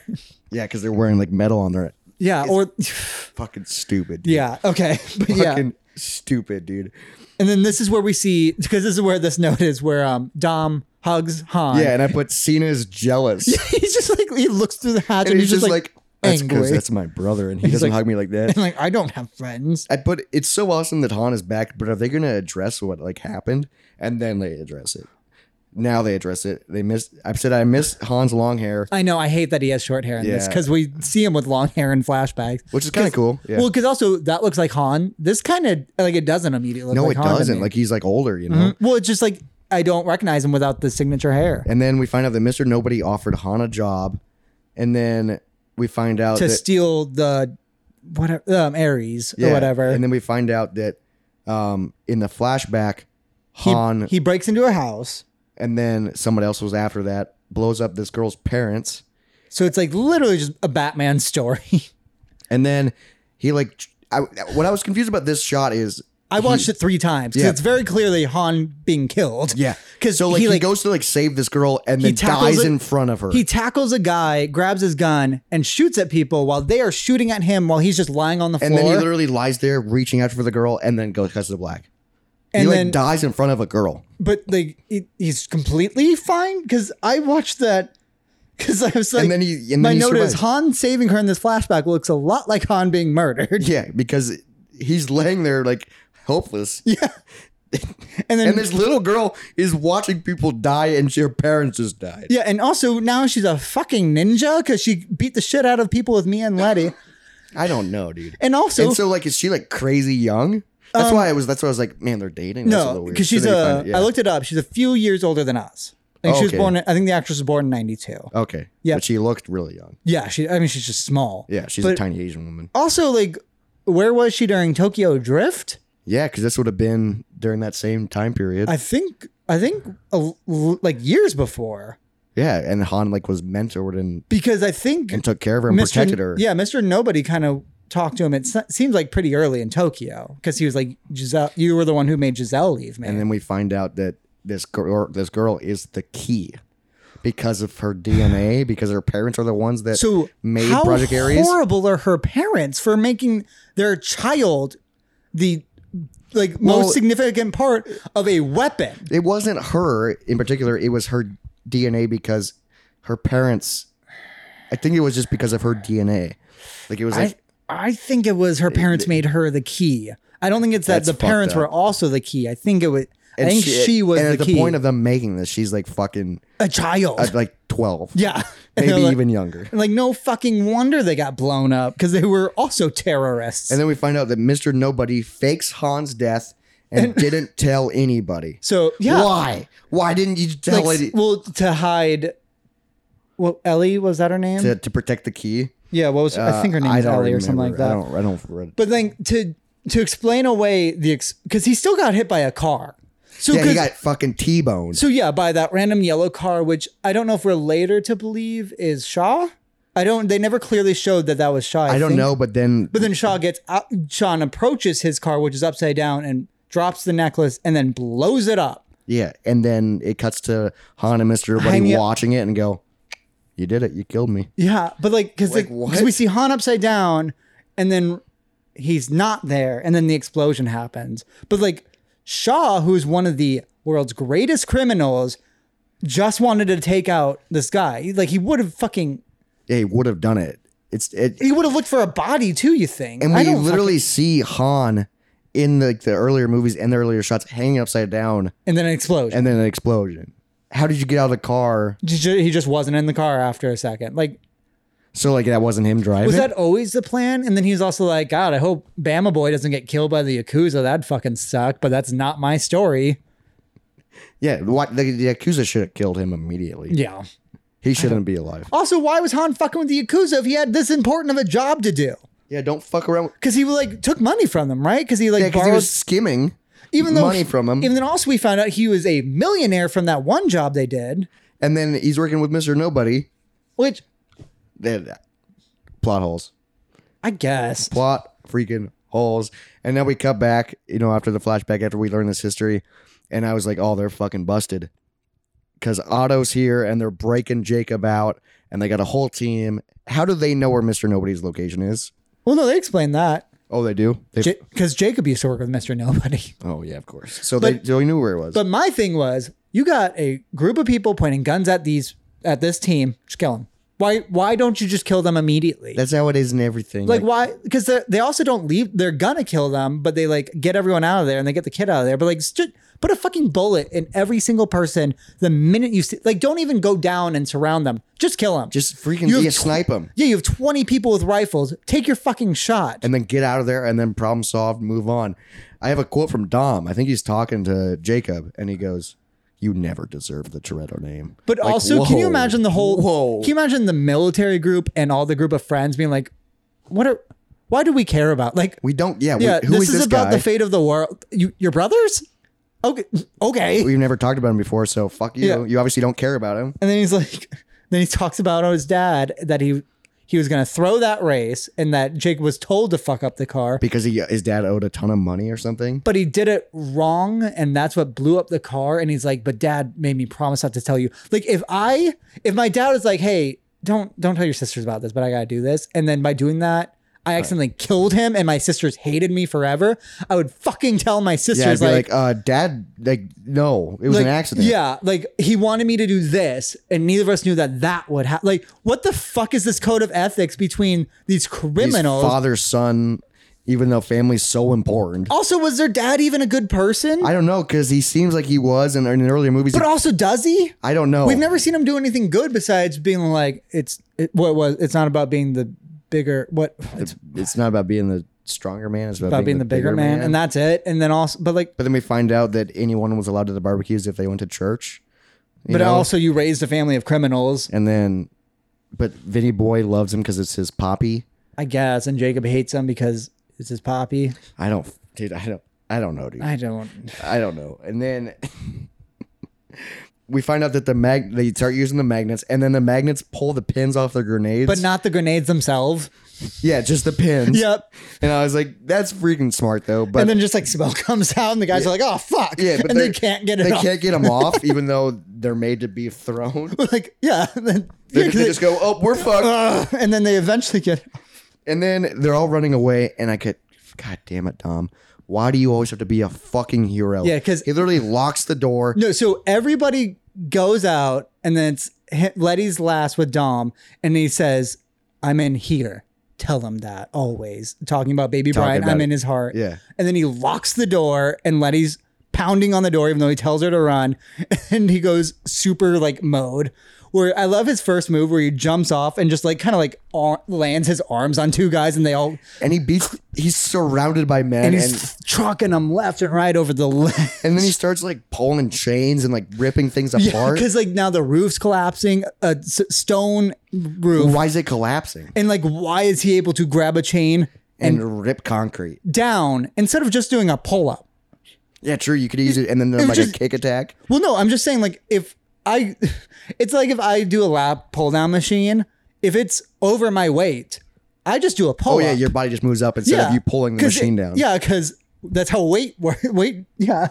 yeah, because they're wearing like metal on their yeah, or fucking stupid. dude. yeah, okay, but yeah. Fucking stupid, dude. And then this is where we see because this is where this note is where um Dom hugs Han. Yeah, and I put Cena's jealous. he's just like he looks through the hatch and, and he's just like, that's 'cause angry. that's my brother, and he doesn't like- hug me like that. like I don't have friends. I put it's so awesome that Han is back, but are they gonna address what like happened? And then they address it. Now they address it. They miss I've said I miss Han's long hair, I know. I hate that he has short hair in this Yeah. because we see him with long hair in flashbacks. which is kinda cool. Yeah. Well, because also that looks like Han. This kind of like it doesn't immediately. look no, it like Han Mm-hmm. to doesn't. me. Like he's like older, you know? well, it's just like I don't recognize him without the signature hair. And then we find out that Mr. Nobody offered Han a job. And then we find out to that, steal the whatever um, Aries yeah. or whatever. And then we find out that um in the flashback, he, Han he breaks into a house, and then someone else was after that, blows up this girl's parents. so it's like literally just a Batman story. And then he like tr- I, what I was confused about this shot is I watched it three times 'cause Yeah. it's very clearly Han being killed. because so like he, goes to like save this girl and then tackles dies a- in front of her. He tackles a guy, grabs his gun, and shoots at people while they are shooting at him while he's just lying on the and floor. then he literally lies there reaching out for the girl and then goes cuts to the black. And he then- like dies in front of a girl. but like it, he's completely fine because I watched that because I was like, then he- and then my he note is survives. Han saving her in this flashback looks a lot like Han being murdered. Yeah, because he's laying there like helpless. Yeah. And then And this little girl is watching people die and her parents just died. yeah, and also now she's a fucking ninja because she beat the shit out of people with me and Letty. I don't know, dude. And also, and so like is she like crazy young? That's why I was that's why I was like, man, they're dating. That's a no, little weird. because So she's then you a. find- yeah. I looked it up. She's a few years older than us. Like Oh, she was okay. born. I think the actress was born in '92. Okay. Yeah. But she looked really young. Yeah, she. I mean, she's just small. Yeah, she's a But- tiny Asian woman. Also, like, where was she during Tokyo Drift? Yeah, because this would have been during that same time period. I think I think a l- like years before yeah, and Han like was mentored and, because I think and took care of her and protected her. Yeah, Mr. Nobody kind of talked to him. It se- seems like pretty early in Tokyo because he was like Giselle. You were the one who made Giselle leave, man. And then we find out that this girl this girl is the key because of her DNA, because her parents are the ones that so made how Project Aries. horrible are her parents for making their child the like Well- most significant part of a weapon? It wasn't her in particular, it was her DNA because her parents I think it was just because of her DNA. Like it was I like I think it was her parents made her the key. I don't think it's that That's the parents fucked were up. also the key. I think it was. I and think she, was and the, at the key. point of them making this, she's like fucking a child. uh, like twelve. yeah, And Maybe they're like- even younger. Like no fucking wonder they got blown up because they were also terrorists. And then we find out that Mr. Nobody fakes Han's death and didn't tell anybody. so yeah, Why? Why didn't you tell like, it well to hide. Well, Ellie was that her name? to, to protect the key? yeah, what was I think her name Uh, was Ellie remember. or something like that. I don't. I don't. Read. But then to to explain away the because he still got hit by a car. So yeah, he 'cause- got fucking T-boned. So yeah, by that random yellow car, which I don't know if we're later to believe is Shaw. I don't. They never clearly showed that that was Shaw. I don't think. know, but then But then Shaw gets out. Sean approaches his car, which is upside down, and drops the necklace, and then blows it up. yeah, and then it cuts to Han and Mister Hang Everybody it- watching it and go, "You did it. You killed me." Yeah, but like because Like, what? we see Han upside down, and then he's not there, and then the explosion happens. But like Shaw, who's one of the world's greatest criminals, just wanted to take out this guy. He- Like he would have fucking Yeah, he would have done it. It's it. he would have looked for a body too. You think? And I we don't literally see fucking- Han in the, the earlier movies and the earlier shots hanging upside down, and then an explosion. and then an explosion. How did you get out of the car? J- j- he just wasn't in the car after a second. Like So like that wasn't him driving. was that always the plan? And then he's also like, God, I hope Bama Boy doesn't get killed by the Yakuza. That'd fucking suck. But that's not my story. yeah, what the, the Yakuza should have killed him immediately. Yeah. Uh, He shouldn't be alive. Also, why was Han fucking with the Yakuza if he had this important of a job to do? Yeah, don't fuck around. With, Because he like took money from them, right? Because he like yeah, because borrowed he was skimming. even though money from them. And then also we found out he was a millionaire from that one job they did, and then he's working with Mister Nobody. which Then plot holes, I guess. plot freaking holes. And then we cut back, you know, after the flashback, after we learn this history, and I was like, oh, they're fucking busted, because Otto's here and they're breaking Jacob out, and they got a whole team. How do they know where Mister Nobody's location is? Well, no, they explained that Oh, they do. They because Jacob used to work with Mister Nobody. oh yeah, of course. So But- they, so he knew where it was. But my thing was, you got a group of people pointing guns at these at this team. Just kill them. Why? Why don't you just kill them immediately? That's how it is in everything. like why? Because they also don't leave. They're gonna kill them, but they like get everyone out of there and they get the kid out of there. But like, just put a fucking bullet in every single person the minute you see. Like, don't even go down and surround them. Just kill them. just freaking You have yeah, tw- snipe him. yeah. You have twenty people with rifles. Take your fucking shot. and then get out of there and then problem solved, move on. I have a quote from Dom. I think he's talking to Jacob and he goes, You never deserve the Toretto name. But Like, also, can you whoa, imagine the whole? Whoa. Can you imagine the military group and all the group of friends being like, "What are? Why do we care about? Like, we don't, yeah, yeah, we, who is this is, this about guy? the fate of the world. You, your brothers? Okay, okay. We've never talked about him before, so fuck you. Yeah. You obviously don't care about him. and then he's like, then he talks about his dad that he he was gonna throw that race and that Jake was told to fuck up the car, Because he, his dad owed a ton of money or something. but he did it wrong and that's what blew up the car and he's like but dad made me promise not to tell you like if i if my dad was like hey don't don't tell your sisters about this but i gotta do this and then by doing that I accidentally killed him and my sisters hated me forever, I would fucking tell my Yeah, I'd sisters be like, like, uh, Dad, like, no, it was an like, accident. Yeah, like he wanted me to do this, and neither of us knew that that would happen. Like, what the fuck is this code of ethics between these criminals? Father, son, even though family's so important. also, was their dad even a good person? I don't know because he seems like he was in, in earlier movies. but also, does he? I don't know. We've never seen him do anything good besides being like, it's it, what was. It's not about being the bigger. What it's It's not about being the stronger man. It's about, about being the bigger, man, and that's it. And then also, but like, but then we find out that anyone was allowed to the barbecues if they went to church. you but know? also, you raised a family of criminals, and then, but Vinny Boy loves him because it's his poppy. I guess, and Jacob hates him because it's his poppy. I don't, dude. I don't. I don't know, dude. I don't. I don't know. And then we find out that the mag they start using the magnets, and then the magnets pull the pins off their grenades. But not the grenades themselves. yeah, just the pins. Yep. And I was like, that's freaking smart though. But and then just like smell comes out, and the guys are like, "Oh fuck!" yeah, but and they they're- can't get it. They off. can't get them off, even though they're made to be thrown. like yeah, and then, They, yeah, 'cause they they- just go, oh, we're fucked. Ugh, and then they eventually get. And then they're all running away, and I could, God damn it, Dom. Why do you always have to be a fucking hero? Yeah, 'cause- he literally locks the door. No, so everybody goes out, and then it's hi- Letty's last with Dom, and he says, "I'm in here." Tell him that always talking about baby Brian. about I'm it. in his heart. Yeah. and then he locks the door, and Letty's pounding on the door, even though he tells her to run, and he goes super like mode. Where I love his first move, where he jumps off and just like kind of like ar- lands his arms on two guys, and they all And he beats. He's surrounded by men, and and, he's trucking them left and right over the ledge. and then he starts like pulling chains and like ripping things Yeah, apart. because like now the roof's collapsing, a s- stone roof, Why is it collapsing and like why is he able to grab a chain and, rip concrete? down instead of just doing a pull up? Yeah, true. You could use it, and then like just- a kick attack. Well, no, I'm just saying like if I, it's like if I do a lap pull down machine, if it's over my weight, I just do a pull. Oh yeah, your body just moves up instead of you pulling the 'cause machine it- down. Yeah, because that's how weight work. Weight, yeah.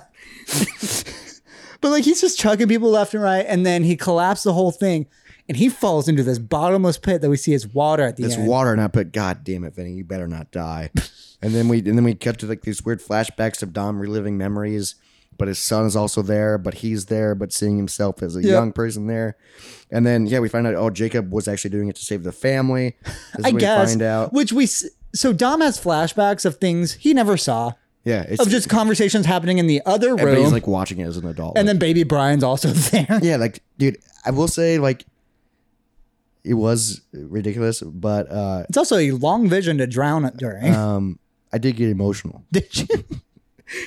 but like he's just chucking people left and right, and then he collapsed the whole thing, and he falls into this bottomless pit that we see as water at the It's end. water, and I put, God damn it, Vinny, you better not die. and then we and then we cut to like these weird flashbacks of Dom reliving memories, but his son is also there, but he's there, but seeing himself as a Yeah. young person there. And then yeah, we find out oh Jacob was actually doing it to save the family. This is I when we guess. find out. Which we s- so Dom has flashbacks of things he never saw yeah, it's of just conversations happening in the other but he's room, like watching it as an adult. and Like, then Baby Brian's also there. yeah, like dude, I will say like it was ridiculous, but uh It's also a long vision to drown it during. Um, I did get emotional. Did you?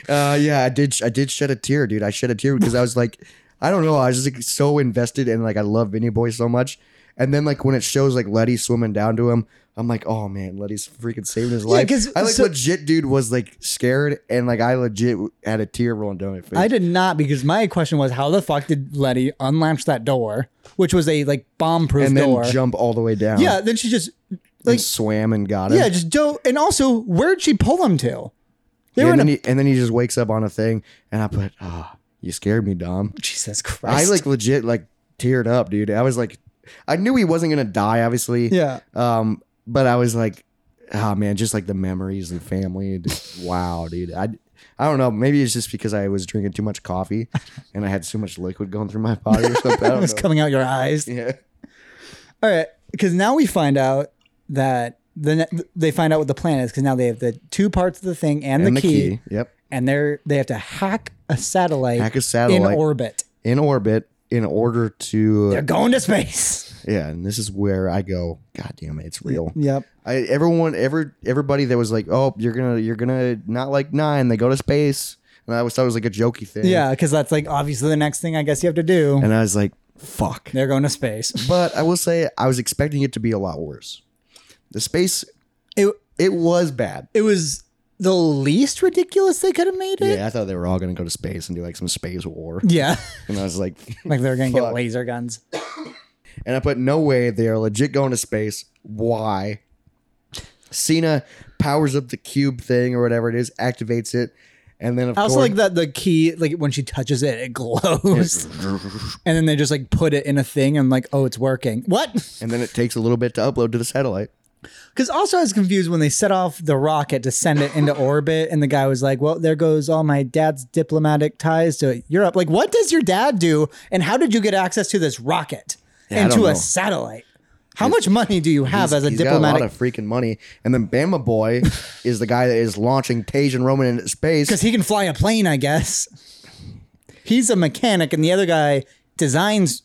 Uh, yeah, I did. I did shed a tear, dude. I shed a tear because I was like, I don't know. I was just like so invested and like I love Vinny Boy so much. And then like when it shows like Letty swimming down to him, I'm like, oh man, Letty's freaking saving his life. 'cause- I like so- legit, dude, was like scared and like I legit had a tear rolling down my face. I did not because my question was how the fuck did Letty unlatch that door, which was a like bomb proof and then door? jump all the way down. yeah, then she just and like swam and got him. yeah, just do And also, where'd she pull him to? They were and, in a then he, and then he just wakes up on a thing, and I put, ah, you scared me, Dom. Jesus I Christ. like legit like teared up, dude. I was like, I knew he wasn't gonna die, obviously. yeah. Um, but I was like, oh man, just like the memories and family. and just- wow, dude. I I don't know. Maybe it's just because I was drinking too much coffee and I had so much liquid going through my body or something. I It was don't know. coming out your eyes. Oh. Yeah. All right, because now we find out that the ne- they find out what the plan is because now they have the two parts of the thing and, And the, key, Yep. and they're they have to hack a satellite, Hack a satellite. in orbit. In orbit in order to They're going to space. Yeah, and this is where I go, God damn it, it's real. Yep. I everyone ever everybody that was like, Oh, you're gonna you're gonna not like nine, they go to space. And I always thought it was like a jokey thing. Yeah, because that's like obviously the next thing I guess you have to do. And I was like, fuck. They're going to space. But I will say I was expecting it to be a lot worse. The space It It was bad. it was the least ridiculous they could have made it. Yeah, I thought they were all going to go to space and do like some space war. Yeah. And I was like, like they're gonna Fuck. get laser guns. and I put, no way, they are legit going to space. Why? Cena powers up the cube thing or whatever it is, activates it. And then, of I also course, like that the key, like when she touches it, it glows. and then they just like put it in a thing and like, oh, it's working. What? and then it takes a little bit to upload to the satellite. Because also I was confused when they set off the rocket to send it into orbit, and the guy was like, "Well, there goes all my dad's diplomatic ties to Europe." Like, what does your dad do, and how did you get access to this rocket Yeah, I and don't to a know. satellite? How much money do you have as a He's diplomatic? got a lot of freaking money. And then Bama Boy is the guy that is launching Tej and Roman into space. because he can fly a plane, I guess. He's a mechanic, and the other guy designs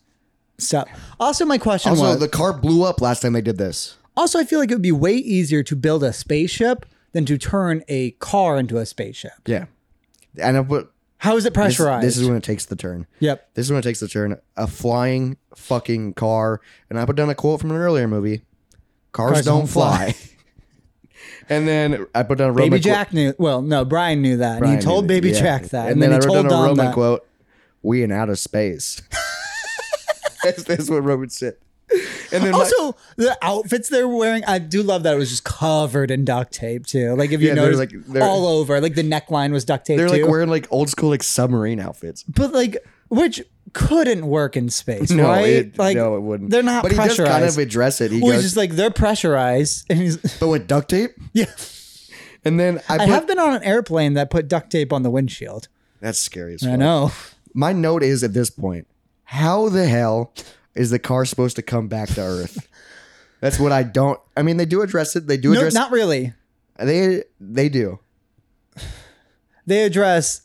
stuff. Also, my question also, was: the car blew up last time they did this. also, I feel like it would be way easier to build a spaceship than to turn a car into a spaceship. Yeah. And I put How is it this, pressurized? this is when it takes the turn. Yep. This is when it takes the turn. A flying fucking car. And I put down a quote from an earlier movie. Cars, Cars don't, don't fly. and then I put down a Roman Baby quote- Jack knew. Well, no, Brian knew that. and Brian he told did it, Baby yeah. Jack that, And, then, he I wrote told down a Don Roman that. quote, we in outer space. that's, that's what Roman said. And then my- Also, the outfits they're wearing, I do love that it was just covered in duct tape too. Like if you Yeah, they're notice, like- like they're- all over, like the neckline was duct tape they're too. like wearing like old school like submarine outfits. but like which couldn't work in space, right? it, like no, it wouldn't. They're not But he does pressurized. kind of address it. He well, goes, he's just like they're pressurized, and he's but with duct tape. yeah. And then I, I put- have been on an airplane that put duct tape on the windshield. that's scary as I fuck. know. My note is at this point, how the hell is the car supposed to come back to Earth? that's what I don't. I mean, they do address it. They do No, address. not really. they they do. they address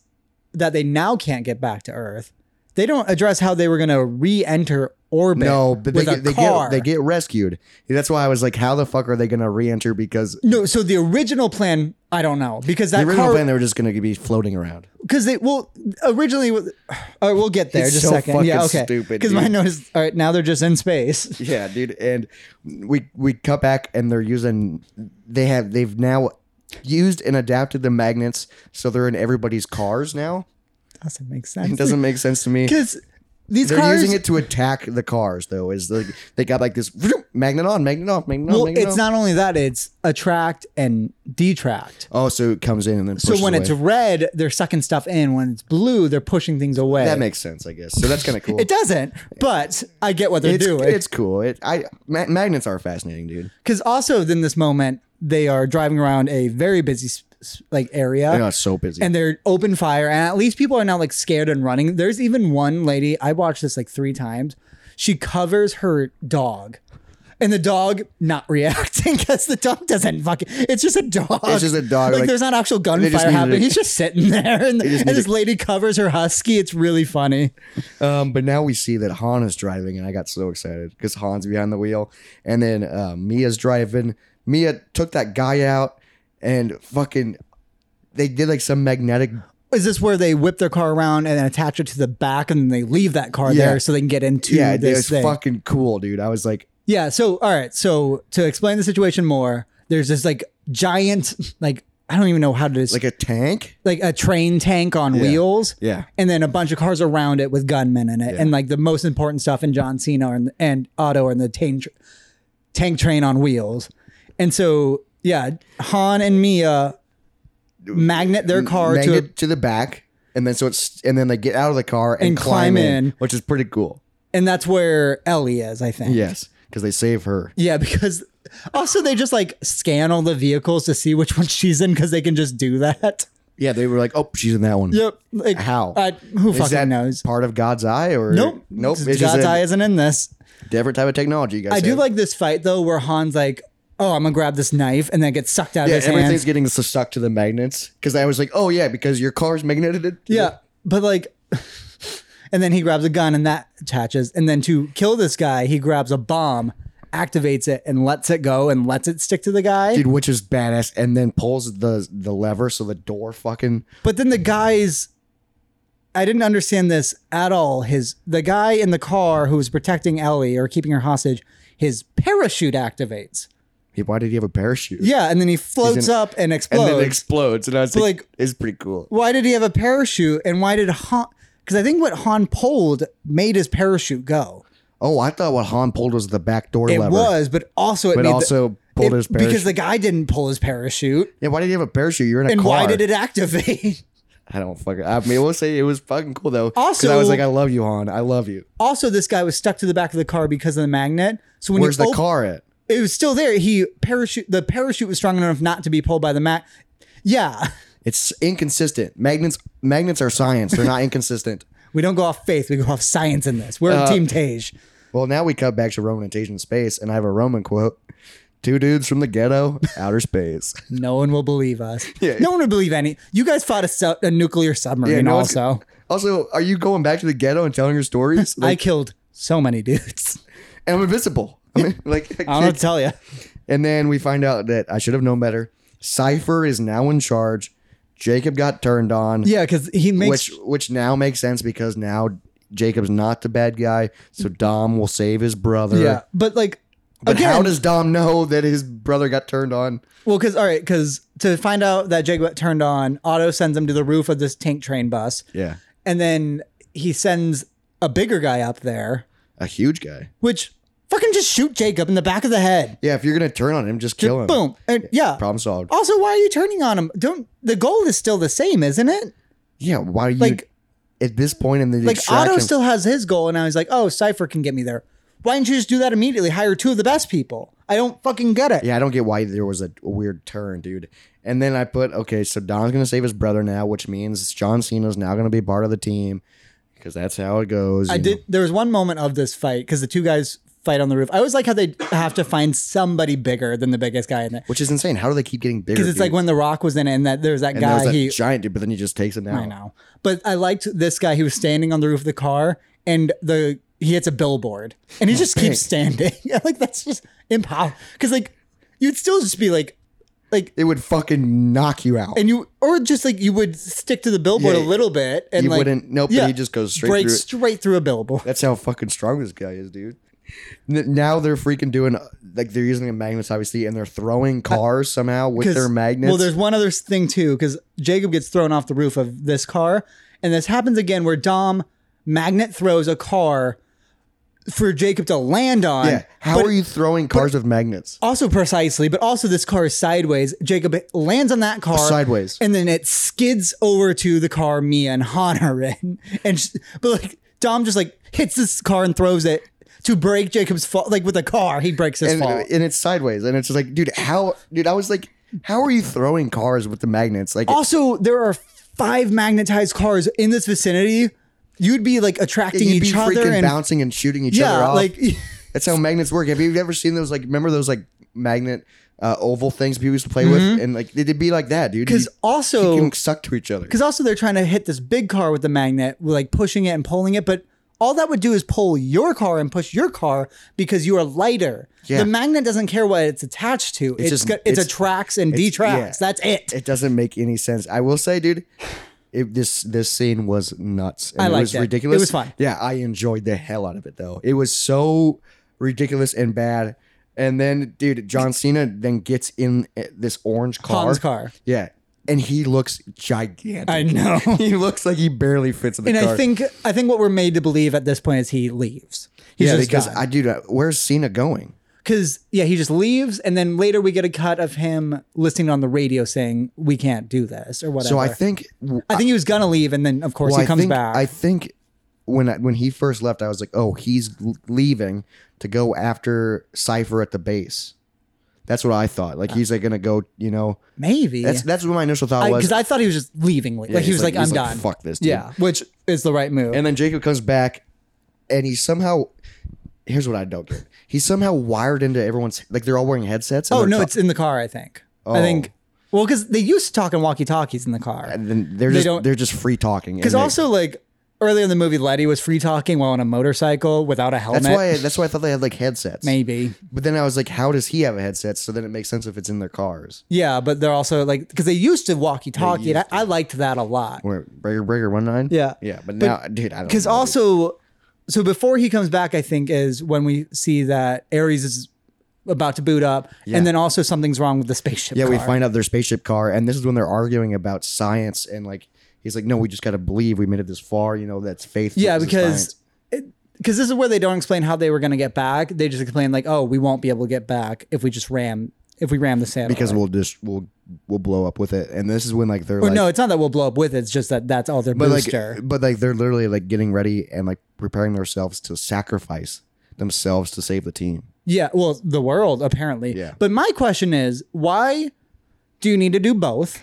that they now can't get back to Earth. They don't address how they were going to re-enter orbit. No, but they with a get, they car. get they get rescued. That's why I was like, how the fuck are they going to re-enter? Because no. So the original plan, I don't know because the that original plan car they were just going to be floating around. because they well originally all right, we'll get there It's just so a second. fucking Yeah, okay. stupid, Because my dude. notice. All right, now they're just in space. Yeah, dude. And we we cut back and they're using they have they've now used and adapted the magnets so they're in everybody's cars now. Doesn't make It sense. doesn't make sense to me. because these They're cars. using it to attack the cars though. Is the they got like this magnet on, magnet off, magnet well, on, magnet it's off. not only that; it's attract and detract. Oh, so it comes in and then So pushes when it's away. red, they're sucking stuff in. When it's blue, they're pushing things away. that makes sense, I guess. So that's kind of cool. It eh? doesn't, but I get what they're it's, doing. it's cool. It I ma- magnets are fascinating, dude. Because also in this moment, they are driving around a very busy s- s- like area. They are so busy. and they're open fire, and at least people are now like scared and running. There's even one lady I watched this like three times. She covers her dog, and the dog not reacting because the dog doesn't fucking. It's just a dog. It's just a dog, Like, like, there's not actual just gunfire needed happening. to- He's just sitting there, and, just and this needed- lady covers her husky. It's really funny. Um, but now we see that Han is driving, and I got so excited because Han's behind the wheel, and then uh, Mia's driving. Mia took that guy out, and fucking, they did like some magnetic. Is this where they whip their car around and then attach it to the back and then they leave that car Yeah. there so they can get into yeah, it this was thing? fucking cool, dude. I was like, Yeah. So, all right. So, to explain the situation more, there's this like giant, like, I don't even know how to like describe a tank. like, a train tank on wheels. Yeah. And then a bunch of cars around it with gunmen in it. And like the most important stuff in John Cena and, and Otto and the tank, tr- tank train on wheels. And so, yeah, Han and Mia magnet their car Car to to, a to the back, and then so it's and then they get out of the car and, And climb, climb in, in. which is pretty cool. And that's where Ellie is, I think. Yes, because they save her. Yeah, because also they just like scan all the vehicles to see which one she's in because they can just do that. Yeah, they were like, oh, she's in that one. Yep. Like How? Uh, I, who Is fucking that knows? Part of God's eye, or Nope. nope. It's God's just a eye isn't in this. different type of technology. You guys I do have. like this fight though, where Han's like, "Oh, I'm gonna grab this knife," and then it gets sucked out Yeah, of his everything's hands. getting s- stuck to the magnets. Because I was like, oh yeah, because your car's magneted. Yeah, but like, and then he grabs a gun and that attaches. And then to kill this guy, he grabs a bomb, activates it, and lets it go and lets it stick to the guy. Dude, which is badass, and then pulls the the lever so the door fucking But then the guys, I didn't understand this at all. His the guy in the car who was protecting Ellie or keeping her hostage, his parachute activates. Hey, why did he have a parachute? Yeah, and then he floats in- up and and explodes. then it explodes. And I was But, like, like- it's pretty cool. why did he have a parachute? And why did Han? Because I think what Han pulled made his parachute go. Oh, I thought what Han pulled was the back door It lever. was, but also it But made the- also pulled it- his parachute. because the guy didn't pull his parachute. yeah, why did he have a parachute? You're in a And car. why did it activate? I don't fucking. I mean, we'll say it was fucking cool though. 'Cause I Also- was like, I love you, Han. I love you. also, this guy was stuck to the back of the car because of the magnet. So when Where's you the op- car at? it was still there. He parachute the parachute was strong enough not to be pulled by the mat. Yeah, It's inconsistent. Magnets magnets are science. They're not inconsistent. we don't go off faith. We go off science in this. We're Uh, Team Tage. Well, now we cut back to Roman and Asian space, and I have a Roman quote. Two dudes from the ghetto, outer space. No one will believe us. No one will believe any. You guys fought a, su- a nuclear submarine. no one's- also, Also, are you going back to the ghetto and telling your stories? I Like, killed so many dudes. and I'm invisible. I mean, like, I I don't know what to can't- tell you. and then we find out that I should have known better. Cipher is now in charge. Jacob got turned on. Yeah, because he makes which which now makes sense because now Jacob's not the bad guy, so Dom will save his brother. yeah, but like But again, how does Dom know that his brother got turned on? Well, because all right, because to find out that Jacob got turned on, Otto sends him to the roof of this tank train bus, Yeah. and then he sends a bigger guy up there, A huge guy. which fucking just shoot Jacob in the back of the head. Yeah, if you're gonna turn on him, just kill him. Boom. And, yeah. Problem solved. Also, why are you turning on him? Don't the goal is still the same, isn't it? Yeah, why do you Like- at this point in the Like distraction? Otto still has his goal, and I was like, oh, Cipher can get me there. Why didn't you just do that immediately? Hire two of the best people. I don't fucking get it. yeah, I don't get why there was a weird turn, dude. And then I put okay, so Dom's gonna save his brother now, which means John Cena's now gonna be part of the team because that's how it goes. I you did. There was one moment of this fight because the two guys fight on the roof. I always like how they have to find somebody bigger than the biggest guy in there. Which is insane. How do they keep getting bigger? Because it's like dude? when The Rock was in it, and that there's that and guy. there's that he, giant dude, but then he just takes it now. I know, but I liked this guy. He was standing on the roof of the car, and the he hits a billboard, and he Oh, just keeps standing. like that's just impossible. Because like you'd still just be like, like, It would fucking knock you out. and you or just like you would stick to the billboard Yeah, a little bit, and you like, wouldn't- nope, but he just goes straight break through it. straight through a billboard. That's how fucking strong this guy is, dude. N- Now they're freaking doing uh, like they're using the magnets, obviously, and they're throwing cars somehow with 'Cause- their magnets. Well, there's one other thing too, because Jacob gets thrown off the roof of this car, and this happens again where Dom magnet throws a car for Jacob to land on. yeah. How but are you throwing cars with magnets? Also precisely, but also this car is sideways. Jacob lands on that car Sideways. and then it skids over to the car Mia and Han are in. And sh but like Dom just like hits this car and throws it to break Jacob's fall. Like with a car, he breaks his And, fall. and it's sideways, and it's just like, dude, how, dude, I was like, how are you throwing cars with the magnets? Like, Also, there are five magnetized cars in this vicinity. You'd be like attracting you'd be each other freaking and bouncing and shooting each other yeah, off. like That's how magnets work. Have you ever seen those? Like, remember those like magnet uh, oval things people used to play with, and like it'd be like that, dude. Mm-hmm. because You- you also can suck to each other. because also they're trying to hit this big car with the magnet, like pushing it and pulling it, but. All that would do is pull your car and push your car because you are lighter. Yeah. The magnet doesn't care what it's attached to. It's, just- got, it's, it's- attracts and detracts. yeah. That's it. It doesn't make any sense. I will say, dude, it, this this scene was nuts. And I it liked was it. ridiculous. It was fun. Yeah, I enjoyed the hell out of it though. It was so ridiculous and bad. And then, dude, John Cena then gets in uh, this orange car. Han's car. Yeah, and he looks gigantic. I know. he looks like he barely fits in the and car. I think I think what we're made to believe at this point is he leaves. He's yeah, just because done. I dude, uh, where's Cena going? because yeah, he just leaves, and then later we get a cut of him listening on the radio saying we can't do this or whatever. So I think I think he was gonna leave, and then of course Well, he comes I think, back. I think when I, when he first left, I was like, "Oh, he's l- leaving to go after Cipher at the base." That's what I thought. Like he's like gonna go, you know. Maybe That's that's what my initial thought was. because I, thought he was just leaving. Like, like he he's was like, like- he's I'm like, done. "Fuck this, dude." Yeah, which is the right move. and then Jacob comes back, and he somehow. Here's what I don't get. He's somehow wired into everyone's like they're all wearing headsets. and oh they're no, ta- Oh. it's in the car. I think. I think. Well, because they used to talk in walkie talkies in the car. and then they're they just don't- they're just free talking. and Because they- also like earlier in the movie, Letty was free talking while on a motorcycle without a helmet. that's why that's why I thought they had like headsets. maybe. But then I was like, how does he have a headset? So then it makes sense if it's in their cars. Yeah, but they're also like because they used to walkie talkie. I, I liked that a lot. Where Breaker Breaker One Nine? Yeah. yeah. But, But- now, dude, I don't Because know, dude. also, so before he comes back, I think is when we see that Ares is about to boot up, and then also something's wrong with the spaceship. Yeah, we car. find out their spaceship car, and this is when they're arguing about science and like he's like, no, we just got to believe we made it this far. You know, that's faith. Yeah, versus because science. because this is where they don't explain how they were going to get back. They just explain like, oh, we won't be able to get back if we just ram if we ram the satellite. because we'll just we'll we'll blow up with it, and this is when like they're Or like, no, it's not that we'll blow up with it. It's just that that's all their but booster. like, but like they're literally like getting ready and like preparing themselves to sacrifice themselves to save the team. Yeah, well, the world apparently. Yeah. But my question is, why do you need to do both?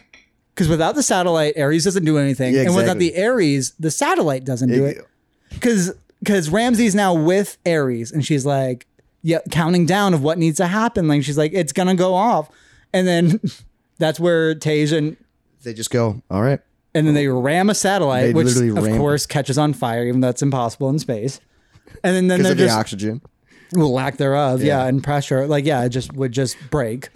Because without the satellite, Ares doesn't do anything, Yeah, and without exactly. the Ares, the satellite doesn't do It- it. Because because Ramsey's now with Ares, and she's like, yeah, counting down of what needs to happen. Like she's like, it's gonna go off, and then that's where Tasia and They just go, all right. and then they ram a satellite, They which literally of ram- course catches on fire, even though it's impossible in space. And then, then Because they're of the just oxygen. well, lack thereof, yeah. Yeah. and pressure, like yeah, it just would just break,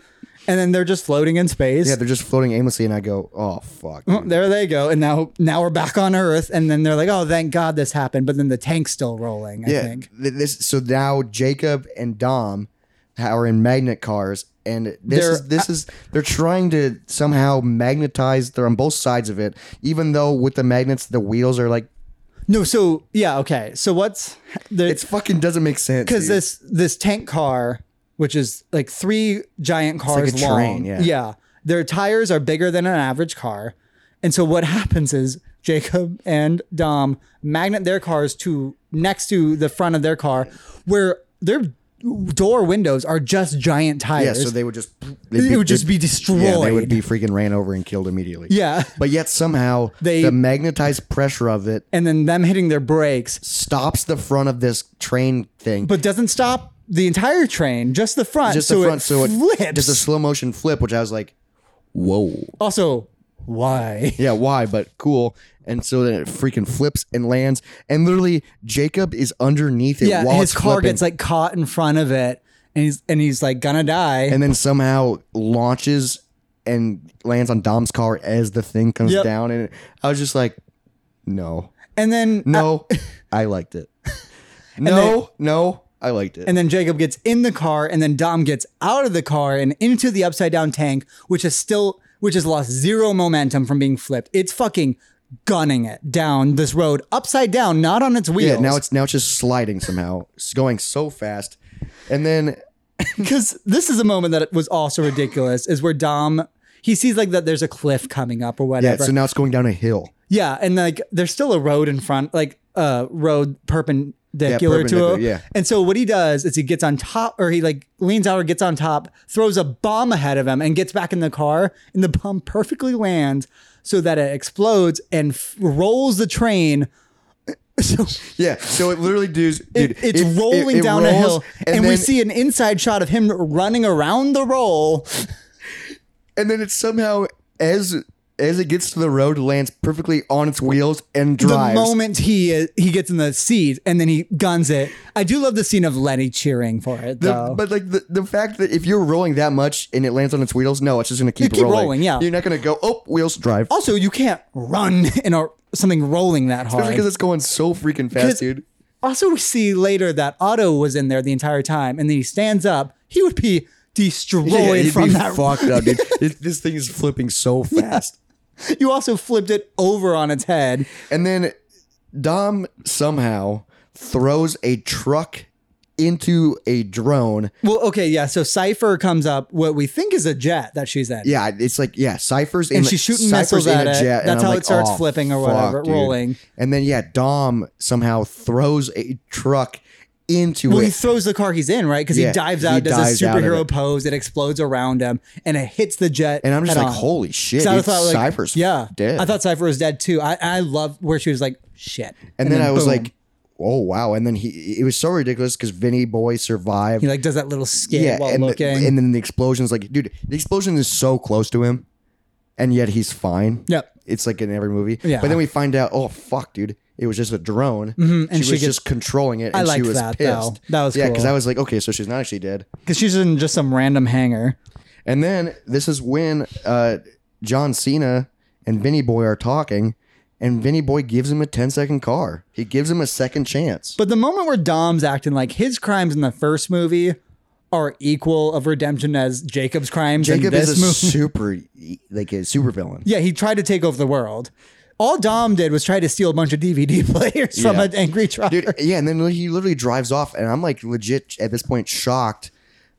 and then they're just floating in space. Yeah, they're just floating aimlessly, and I go, oh, fuck. dude." there they go, and now now we're back on Earth, and then they're like, oh, thank God this happened, but then the tank's still rolling. I yeah. think. th- This, so now Jacob and Dom are in magnet cars, and this They're- is this is they're trying to somehow magnetize. They're on both sides of it, even though with the magnets, the wheels are like No, so yeah, okay. So what's the it's fucking doesn't make sense because dude. this this tank car, which is like three giant like cars a long, train, yeah. their tires are bigger than an average car, and so what happens is Jacob and Dom magnet their cars to next to the front of their car, where their door windows are just giant yeah, tires. so they would just It would just be destroyed. Yeah, they would be freaking ran over and killed immediately. Yeah. but yet somehow They- the magnetized pressure of it and then them hitting their brakes, stops the front of this train thing. but doesn't stop the entire train, just the front. just so the front, it so flips. it does a slow motion flip, which I was like, whoa. also, why? Yeah, why? But cool. And so then it freaking flips and lands, and literally Jacob is underneath it yeah, while his it's car flipping, gets like caught in front of it, and he's and he's like gonna die. and then somehow launches and lands on Dom's car as the thing comes Yep. down, and I was just like, no, and then uh, no, I liked it. No, no, I liked it. and then Jacob gets in the car, and then Dom gets out of the car and into the upside down tank, which is still which has lost zero momentum from being flipped. It's fucking gunning it down this road upside down, not on its yeah, wheels. now it's now it's just sliding somehow. It's going so fast, and then because this is a moment that was also ridiculous. Is where Dom. He sees like that there's a cliff coming up or yeah, whatever. so now it's going down a hill. Yeah, and like there's still a road in front, like a uh, road perpendicular, to perpendicular, it. yeah. And so what he does is he gets on top, or he like leans out or gets on top, throws a bomb ahead of him, and gets back in the car, and the bomb perfectly lands so that it explodes and f- rolls the train. So Yeah, so it literally does. Dude, it, it's it- it- rolling it down a rolls, hill, and, we then- see an inside shot of him running around the roll. and then it somehow as as it gets to the road lands perfectly on its wheels and drives. The moment he uh, he gets in the seat, and then he guns it. I do love the scene of Lenny cheering for it, The- though. but like the, the fact that if you're rolling that much and it lands on its wheels, no, it's just gonna keep, keep rolling. rolling, yeah. you're not gonna go. Oh, wheels drive. Also, you can't run in a something rolling that hard. Especially because it's going so freaking 'Cause fast, dude. Also, we see later that Otto was in there the entire time, and then he stands up. He would be destroyed Yeah, you'd from be that. fucked up, dude. this, this thing is flipping so fast. You also flipped it over on its head. And then Dom somehow throws a truck into a drone. Well, okay, yeah. So Cipher comes up, what we think is a jet that she's in. Yeah, it's like yeah, ciphers in And the- she's shooting Cypher's missiles in at a it. jet, and That's I'm how like, it starts "Oh, flipping or fuck, whatever, dude." rolling. And then yeah, Dom somehow throws a truck into Well, it. he throws the car he's in, right? Because Yeah, he dives he out, does dives a out of superhero it. pose, it explodes around him, and it hits the jet. and I'm just head like, on. holy shit, So I dude, thought like Cypher's yeah, dead. I thought Cypher was dead too. I I love where she was like shit, and, then, I was boom. like, oh wow. And then he, it was so ridiculous because Vinny Boy survived. he like does that little skit yeah, while and, the- looking. and then the explosion's like, dude, the explosion is so close to him, and yet he's fine. Yep. It's like in every movie. Yeah. But then we find out, oh fuck, dude, it was just a drone. Mm-hmm, and she, she was gets- just controlling it. And I she liked was that, though. pissed. That was yeah, because cool. I was like, okay, so she's not actually dead. Because she's in just some random hangar. And then this is when uh, John Cena and Vinny Boy are talking, and Vinny Boy gives him a 10 second car. He gives him a second chance. But the moment where Dom's acting like his crimes in the first movie are equal of redemption as Jacob's crimes in Jacob this is a movie. super, like a super villain. yeah, he tried to take over the world. All Dom did was try to steal a bunch of DVD players from Yeah. an angry trucker. Dude, yeah, and then he literally drives off, and I'm like legit at this point shocked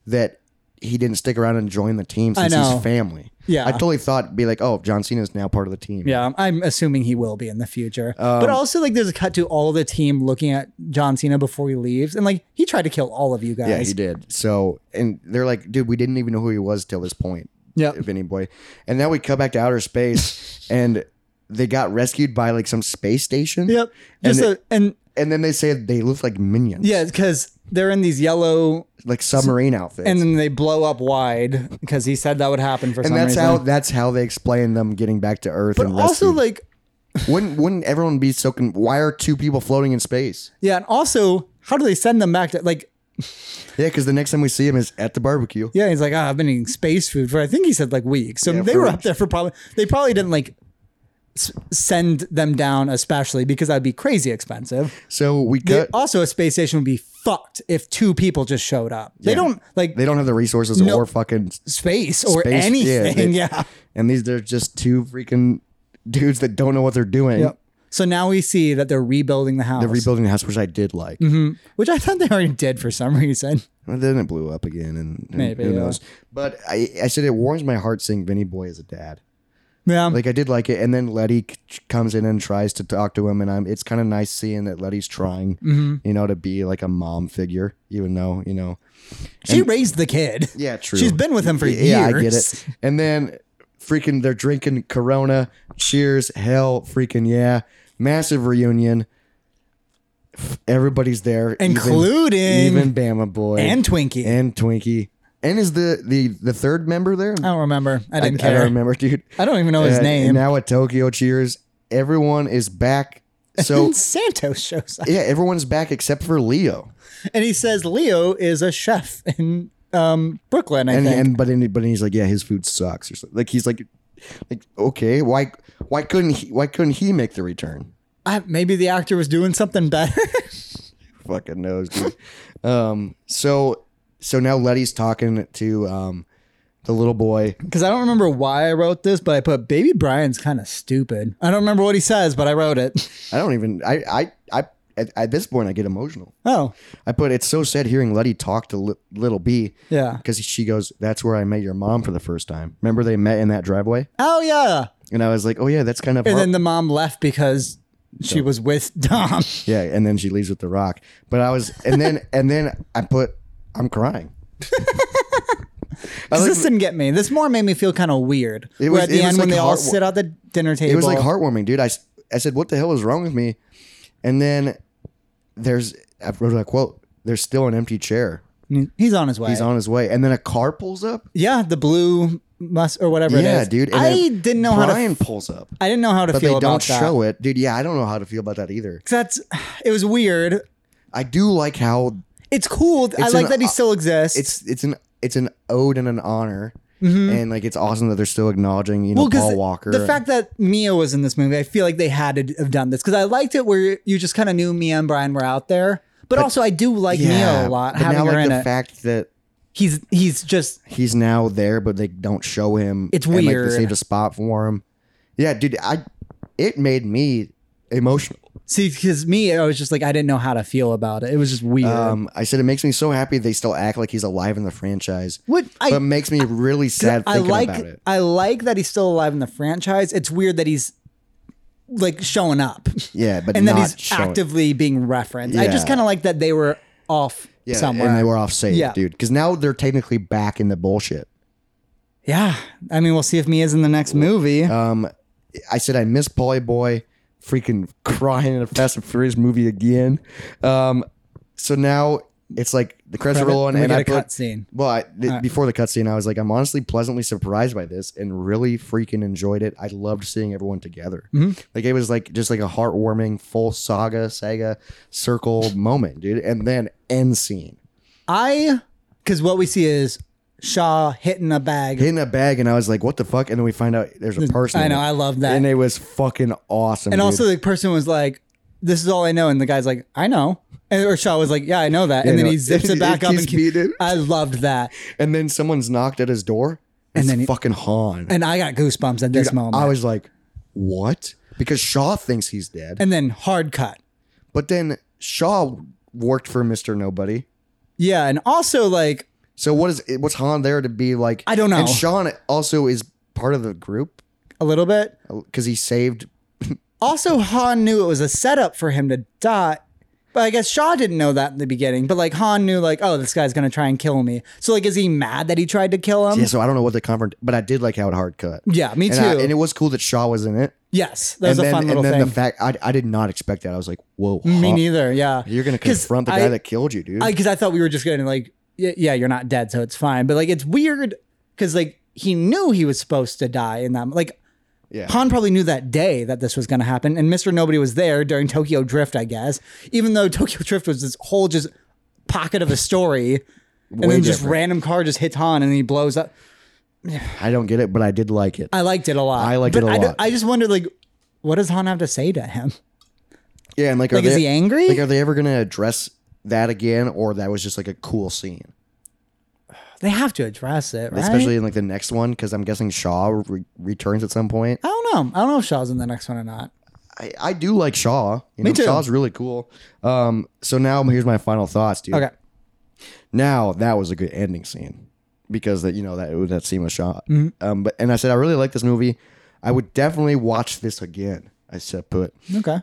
that he didn't stick around and join the team I since he's know. family. Yeah. I totally thought it'd be like, oh, John Cena's now part of the team. Yeah, I'm- I'm assuming he will be in the future. Um, but also, like, there's a cut to all the team looking at John Cena before he leaves, and like, he tried to kill all of you guys. Yeah, he did. So, and they're like, dude, we didn't even know who he was till this point. Yep. If any boy. And now we come back to outer space and they got rescued by like some space station. Yep. And, Just they- and, a, and and then they say they look like minions. yeah, because they're in these yellow, Like submarine outfits. and then they blow up wide because he said that would happen for and some that's reason. how that's how they explain them getting back to Earth. but and also, rescued. like, wouldn't wouldn't everyone be so? Con- why are two people floating in space? yeah, and also, how do they send them back to like? Yeah, because the next time we see him is at the barbecue. Yeah, he's like, ah, I've been eating space food for I think he said like weeks. So Yeah, they for were weeks. up there for probably they probably didn't like s- send them down especially because that'd be crazy expensive. So we They- cut. also, a space station would be fucked if two people just showed up. They Yeah. don't like They don't have the resources No. or fucking space or space. anything. they- Yeah, And these they're just two freaking dudes that don't know what they're doing. Yep. So now we see that they're rebuilding the house, They're rebuilding the house, which I did like. Mm-hmm. which I thought they already did for some reason. And then it blew up again, and, and Maybe, who yeah. knows? But I, I said it warms my heart seeing Vinny Boy as a dad. Yeah. Like I did like it, and then Letty c- comes in and tries to talk to him, and I'm. It's kind of nice seeing that Letty's trying, Mm-hmm. you know, to be like a mom figure, even though you know. she raised the kid. Yeah, true. She's been with him for years. yeah, I get it. And then freaking they're drinking Corona, cheers, hell, freaking yeah. Massive reunion. F- Everybody's there. even- Including- even, Bama Boy. And Twinkie. And Twinkie. And is the the, the third member there? I don't remember. I didn't I care. don't remember, dude. I don't even know his Uh, name. And now at Tokyo Cheers, everyone is back. So and Santos shows up, yeah, everyone's back except for Leo. and he says Leo is a chef in um, Brooklyn. I and think. and but and, but he's like, yeah, his food sucks or something. Like he's like, like okay, why why couldn't he why couldn't he make the return? I, maybe the actor was doing something better. Fucking knows, dude. um, so so now Letty's talking to um the little boy. Because I don't remember why I wrote this, but I put Baby Brian's kind of stupid. I don't remember what he says, but I wrote it. I don't even I I I at, at this point I get emotional. Oh, I put it's so sad hearing Letty talk to li- little B. yeah. Because she goes, that's where I met your mom for the first time. Remember they met in that driveway, Oh, yeah. and I was like, oh yeah, that's kind of. And har- then the mom left because she was with Dom. Yeah, and then she leaves with the rock. But I was, and then and then I put, I'm crying. I 'Cause like- this didn't get me. This more made me feel kind of weird. It Where was- at it the was end when like they all heart- sit at the dinner table. it was like heartwarming, dude. I s- I said, what the hell is wrong with me? And then there's I wrote a quote. There's still an empty chair. He's on his way. He's on his way, and then a car pulls up. yeah, the blue mus or whatever it is. yeah, dude. And I then didn't know how to. Brian f- pulls up, I didn't know how to but feel they about don't that. show it, dude. Yeah, I don't know how to feel about that either. 'Cause That's it was weird. I do like how It's cool. I It's like an- that he still exists. it's it's an it's an ode and an honor, and like it's awesome that they're still acknowledging you know Mm-hmm. Well, 'cause Paul the- Walker. The and- fact that Mia was in this movie, I feel like they had to have done this because I liked it where you just kind of knew Mia and Brian were out there. But, also, I do like Mia a lot. But Having now, her like in the it, fact that he's he's just he's now there, but they don't show him. It's and, like, weird. they saved a spot for him. Yeah, dude, I it made me emotional. see because me, I was just like I didn't know how to feel about it. It was just weird. Um, I said it makes me so happy they still act like he's alive in the franchise. what I but makes me really sad I thinking like about it. I like that he's still alive in the franchise. It's weird that he's like showing up Yeah, but and that not he's showing- actively being referenced. I Yeah. just kind of like that they were off Yeah, somewhere. and they were off safe, Yeah. dude. Because now they're technically back in the bullshit. yeah, I mean, we'll see if Mia's in the next movie. I said I miss Polly Boy, freaking crying in a Fast and Furious movie again. Um, so now it's like the credits are Credit- rolling, we and get I a put. cutscene. Well, I, th- Uh, before the cutscene, I was like, I'm honestly pleasantly surprised by this, and really freaking enjoyed it. I loved seeing everyone together. Mm-hmm. Like it was like just like a heartwarming full saga, saga circle moment, dude. And then end scene. I because what we see is Shaw hitting a bag. Hit in a bag, and I was like, "What the fuck?" And then we find out there's a person. I in know, it. I love that. and it was fucking awesome. and dude. also the person was like, "This is all I know," and the guy's like, "I know." And or Shaw was like, "Yeah, I know that," and Yeah, then no, he zips it it back up keeps and beating. I loved that, and then someone's knocked at his door, and then then he- fucking Han. and I got goosebumps at this moment. I was like, "What?" Because Shaw thinks he's dead, and then hard cut. but then Shaw worked for Mister Nobody, Yeah, and also like So what is what's Han there to be like? I don't know. And Sean also is part of the group a little bit. because he saved. Also, Han knew it was a setup for him to die. But I guess Shaw didn't know that in the beginning. But like Han knew, like, oh, this guy's gonna try and kill me. So like, is he mad that he tried to kill him? Yeah, so I don't know what the confront, but I did like how it hard cut. Yeah, me and I- too. and it was cool that Shaw was in it. yes, that was and a then, fun little and then thing. the fact I, I did not expect that. I was like, whoa, me Han- neither. Yeah, You're gonna 'Cause confront the I- guy that killed you, dude. I because I thought we were just gonna like, y- yeah, you're not dead, so it's fine. But like, it's weird because like he knew he was supposed to die in that. Like, Yeah. Han probably knew that day that this was gonna happen, and Mister Nobody was there during Tokyo Drift, I guess. Even though Tokyo Drift was this whole just pocket of a story, and Way then just different. random car just hits Han and he blows up. I don't get it, but I did like it. I liked it a lot. I liked But it a I d- lot. I just wondered like, what does Han have to say to him? yeah, and like, are Like, they, is he angry? Like, are they ever gonna address that again, or that was just like a cool scene, They have to address it, right? especially in like the next one? Because I'm guessing Shaw re- returns at some point. I don't know. I don't know if Shaw's in the next one or not. I, I do like Shaw. You Me know, too. Shaw's really cool. Um, so now here's my final thoughts, dude. Okay. Now that was a good ending scene because that you know that that scene was shot. Mm-hmm. Um, but and I said I really like this movie. I would definitely watch this again. I said put. Okay.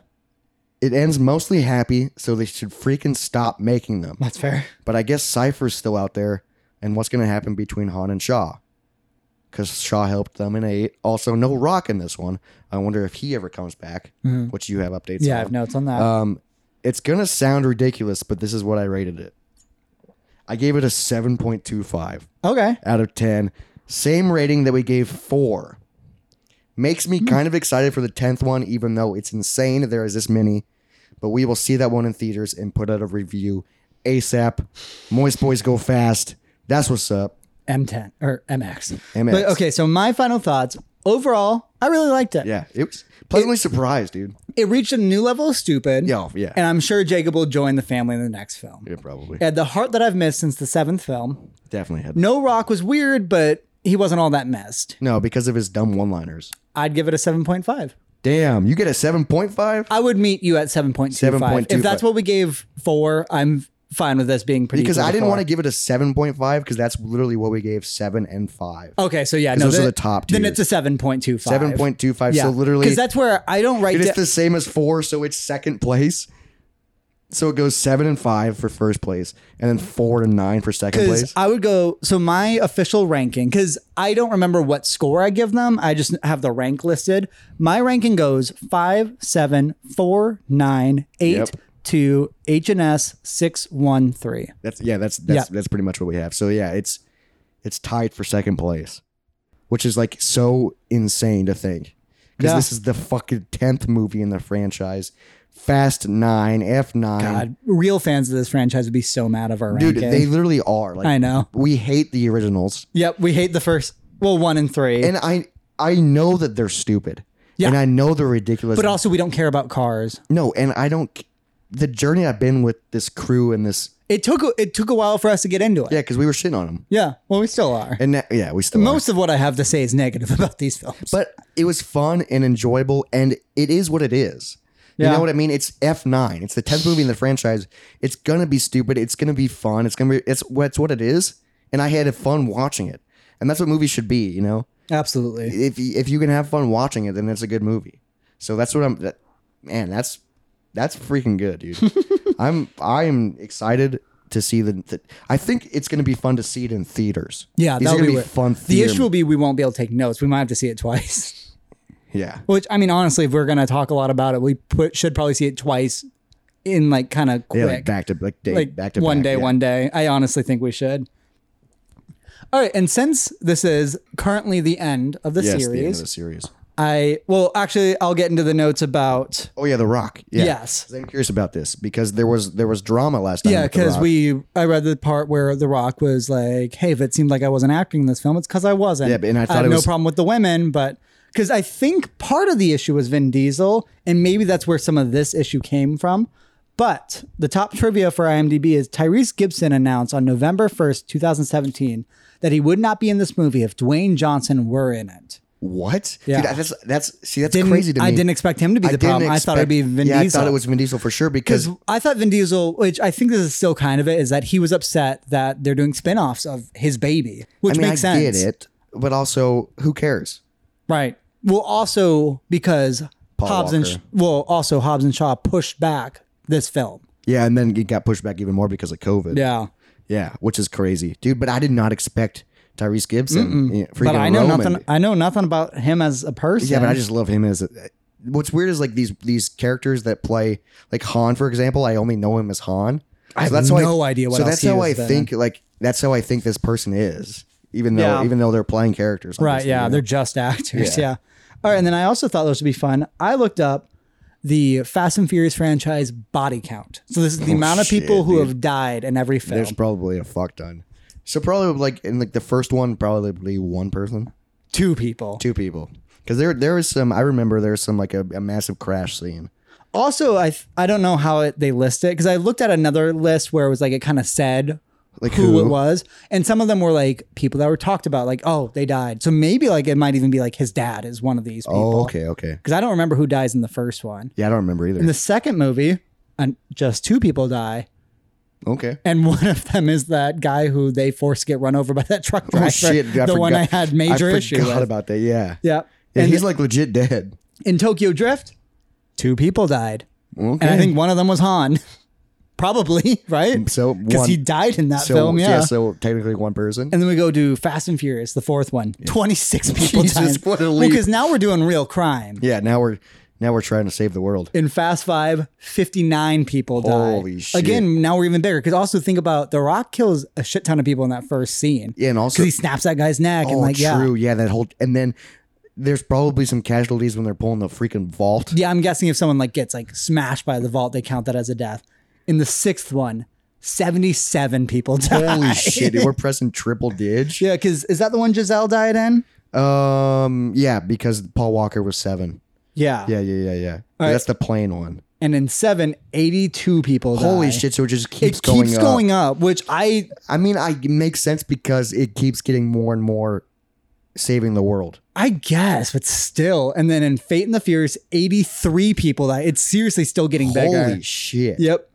It ends mostly happy, so they should freaking stop making them. That's fair. But I guess Cypher's still out there, and what's going to happen between Han and Shaw? Because Shaw helped them in eight. Also, no Rock in this one. I wonder if he ever comes back, which you have updates Mm-hmm. Yeah, I on. have notes on that. Um, it's gonna sound ridiculous, but this is what I rated it. I gave it a seven point two five okay. out of ten. Same rating that we gave four. Makes me kind of excited for the tenth one, even though it's insane there is this many. But we will see that one in theaters and put out a review ASAP. Moist boys go fast. That's what's up. M10 or MX. MX. But okay, so my final thoughts. Overall, I really liked it. Yeah, it was pleasantly surprised, dude. It reached a new level of stupid. Yeah, oh, yeah. And I'm sure Jacob will join the family in the next film. Yeah, probably. It had the heart that I've missed since the seventh film. Definitely had No Rock was weird, but he wasn't all that messed. no because of his dumb one-liners. I'd give it a 7.5. Damn, you get a seven point five. I would meet you at 7.25. 7.25. If that's what we gave four, I'm fine with this being pretty because equal I didn't four. want to give it a 7.5 because that's literally what we gave 7 and 5. Okay, so yeah, no, those are then- the top Then tiers. it's a 7.25. 7.25. Yeah. So literally, Because that's where I don't write it is da- the same as 4, so it's second place. So it goes 7 and 5 for first place and then 4 and 9 for second place. Because I would go, so my official ranking, because I don't remember what score I give them. I just have the rank listed. My ranking goes five, seven, four, nine, eight, Yep. two, H and S, six, one, three. that's yeah, that's that's Yeah. that's pretty much what we have. So yeah, it's it's tied for second place, which is like so insane to think. Because Yeah. this is the fucking 10th movie in the franchise. Fast 9, F9. God, real fans of this franchise would be so mad of our Mm. Dude, ranking. they literally are. Like, I know. We hate the originals. Yep, we hate the first, well, one and three. and I I know that they're stupid. Yeah. And I know they're ridiculous. but also, we don't care about cars. no, and I don't the journey I've been with this crew and this It took it took a while for us to get into it. yeah, because we were shitting on them. Yeah, well, we still are. And that, yeah, we still are. Most of what I have to say is negative about these films. But it was fun and enjoyable and it is what it is. You Yeah. know what I mean? It's F9. It's the 10th movie in the franchise. It's going to be stupid. It's going to be fun. It's going to be it's what's what it is and I had fun watching it. And that's what movies should be, you know? Absolutely. if you, if you can have fun watching it, then it's a good movie. So that's what I'm. That, man, that's that's freaking good, dude. I'm I am excited to see the. the I think it's going to be fun to see it in theaters. Yeah, these are that'll gonna be be weird. fun. The Theater. issue will be we won't be able to take notes. We might have to see it twice. yeah, Which I mean, honestly, if we're gonna talk a lot about it, we put, should probably see it twice in like kind of quick, yeah, like back to like day, Like, back to one back, day, yeah. one day. I honestly think we should. All right, and since this is currently the end of the Yes, the end of series, the series. I well actually I'll get into the notes about Oh yeah, The Rock. Yeah. yes, 'Cause I'm curious about this because there was there was drama last time. yeah, with The because Rock. we I read the part where The Rock was like, "Hey, if it seemed like I wasn't acting in this film, it's because I wasn't." Yeah, but- and I thought had it no was- problem with the women, but because I think part of the issue was Vin Diesel, and maybe that's where some of this issue came from. But the top trivia for IMDb is Tyrese Gibson announced on November first, two thousand seventeen, that he would not be in this movie if Dwayne Johnson were in it. What? Yeah. Dude, that's that's see that's Didn't- crazy to me. I didn't expect him to be the didn't problem. I thought it'd be Vin yeah, I Diesel. thought it was Vin Diesel for sure because Because I thought Vin Diesel, which I think this is still kind of it, is that he was upset that they're doing spin-offs of his baby, which I mean makes I sense. get it, but also who cares? Right. Well, also because Paul Hobbs and Walker. well, also Hobbs and Shaw pushed back this film. Yeah, and then it got pushed back even more because of COVID. Yeah. Yeah, which is crazy, dude. But I did not expect Tyrese Gibson. Yeah, freaking But I know Roman. nothing. I know nothing about him as a person. Yeah, but I just love him as. A, what's weird is like these these characters that play like Han, for example. I only know him as Han. I have no idea what So else that's he how I has been think. Like that's how I think this person is. Even though Yeah. even though they're playing characters, right. obviously, Yeah, you know? they're just actors. Yeah. All right, and then I also thought this would be fun. I looked up the Fast and Furious franchise body count. So this is the amount Oh, of shit, people who dude. have died in every film. there's probably a fuck ton. So probably like in like the first one, probably one person, two people. two people, because there there was some. I remember there was some like a, a massive crash scene. Also, I th- I don't know how it, they list it because I looked at another list where it was like it kind of said Like who, who? it was, and some of them were like people that were talked about, like oh they died. So maybe like it might even be like his dad is one of these people. Oh, okay, okay. Because I don't remember who dies in the first one. Yeah, I don't remember either. In the second movie, and just two people die, okay. and one of them is that guy who they force to get run over by that truck driver. Oh shit! dude, I the one I forgot- had major I issue forgot with. about that. Yeah. yeah. Yeah, and he's like legit dead. in Tokyo Drift, two people died. Okay. And I think one of them was Han. Probably, right? So because one- he died in that so, film, yeah. So technically one person. and then we go to Fast and Furious, the fourth one. Twenty six people Jesus, died. what a leap. because now we're doing real crime. yeah. Now we're now we're trying to save the world. In Fast Five, 59 people died. Holy shit. Again, now we're even bigger. Because also think about The Rock kills a shit ton of people in that first scene. Yeah, and also- because he snaps that guy's neck and oh, like yeah, true. Yeah. That whole and then there's probably some casualties when they're pulling the freaking vault. yeah. I'm guessing if someone like gets like smashed by the vault, they count that as a death. In the sixth one, 77 people died. Holy shit! dude, We're pressing triple dig. Yeah, because is that the one Giselle died in? Um. Yeah, because Paul Walker was seven. Yeah. Yeah. Yeah. Yeah. Yeah. That's the plain one. And in seven, 82 people Holy die. shit! So it just It keeps keeps going. up. going up, which I I mean, I it makes sense because it keeps getting more and more saving the world. I guess, but still. And then in Fate and the Furious, 83 people die. It's seriously still getting bigger. Holy shit! Yep.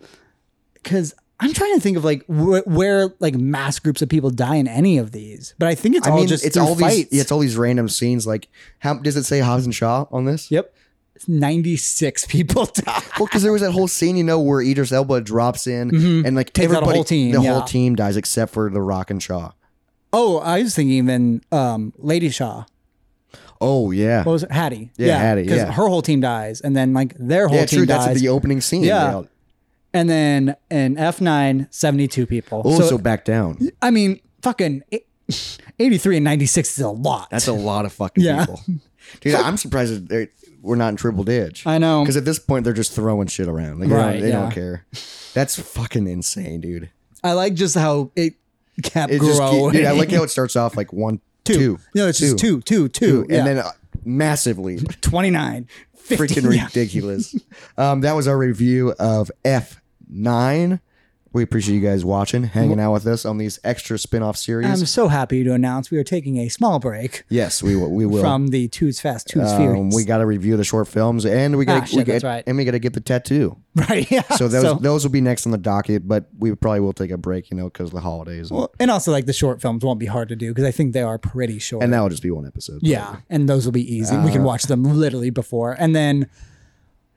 Because I'm trying to think of like wh- where like mass groups of people die in any of these, but I think it's I all mean, just it's through all fights. these. yeah, It's all these random scenes. Like, how does it say Hobbs and Shaw on this? yep. 96 people die. Well, because there was that whole scene, you know, where Idris Elba drops in and like Mm-hmm. Takes out a everybody, whole team, the yeah. whole team dies except for the Rock and Shaw. Oh, I was thinking even um, Lady Shaw. Oh yeah, What was it? Hattie. Yeah, Hattie, yeah. her whole team dies, and then like their whole yeah, team true. dies. That's the opening scene. Yeah. and then in F9, 72 people. Also so, back down. I mean, fucking eight- 83 and 96 is a lot. That's a lot of fucking Yeah. people. Dude, I'm surprised that they're- we're not in triple dig. I know. Because at this point, they're just throwing shit around. Like, they, Right, don't, they don't yeah. care. That's fucking insane, dude. I like just how it kept It just growing. keep, dude, I like how it starts off like one, two, two. No, it's just two, two, two, two, yeah. and then uh, massively 29. 15, freaking yeah. ridiculous. um, that was our review of F9. We appreciate you guys watching, hanging out with us on these extra spin off I'm series. so happy to announce we are taking a small break yes, we will. We will. from the Two's Fast, Two's Um, Furious. we got to review the short films, and we got Ah, shit, we that's get- right. and we got to get the tattoo. right. Yeah. So those those will be next on the docket, but we probably will take a break, you know, because the holidays, and, and also, like the short films won't be hard to do because I think they are pretty short. and that Uh. will just be one episode. Yeah, and those will be easy. we can watch them literally before, and then,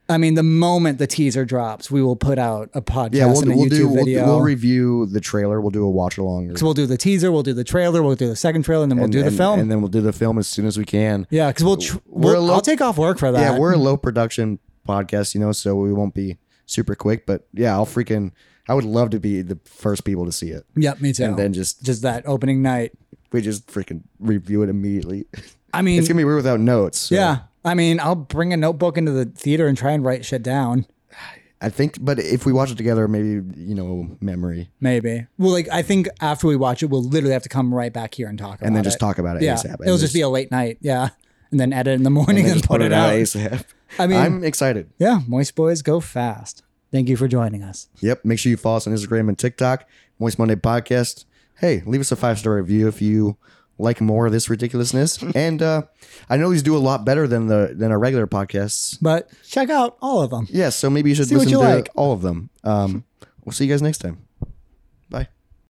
I mean, the moment the teaser drops, we will put out a podcast yeah, we'll, and a we'll YouTube do we'll, video. we'll review the trailer. We'll do a watch along. so we'll do the teaser, we'll do the trailer, we'll do the second trailer, and then we'll do the film. and then we'll do the film as soon as we can. yeah, because we'll, tr- we're we'll a lo- I'll take off work for that. Yeah, we're a low production podcast, you know, so we won't be super quick. But yeah, I'll freaking. I would love to be the first people to see it. yep, me too. And then just, just that opening night. we just freaking review it immediately. I mean, It's gonna be weird without notes. so yeah, I mean, I'll bring a notebook into the theater and try and write shit down. I think. But if we watch it together, maybe you know memory, Maybe. Well, like I think after we watch it, we'll literally have to come right back here and talk. and about then just it. talk about it Yeah, ASAP. and it'll just be a late night. Yeah, and then edit in the morning and, and just put, it out. ASAP. I mean- I'm excited. Yeah, Moist Boys go fast. Thank you for joining us. Yep. Make sure you follow us on Instagram and TikTok, Moist Monday Podcast. Hey, leave us a five star review if you like more of this ridiculousness. and uh, I know these do a lot better than the than our regular podcasts. But check out all of them. Yeah, so maybe you should See what listen you to like. all of them. Um, we'll see you guys next time.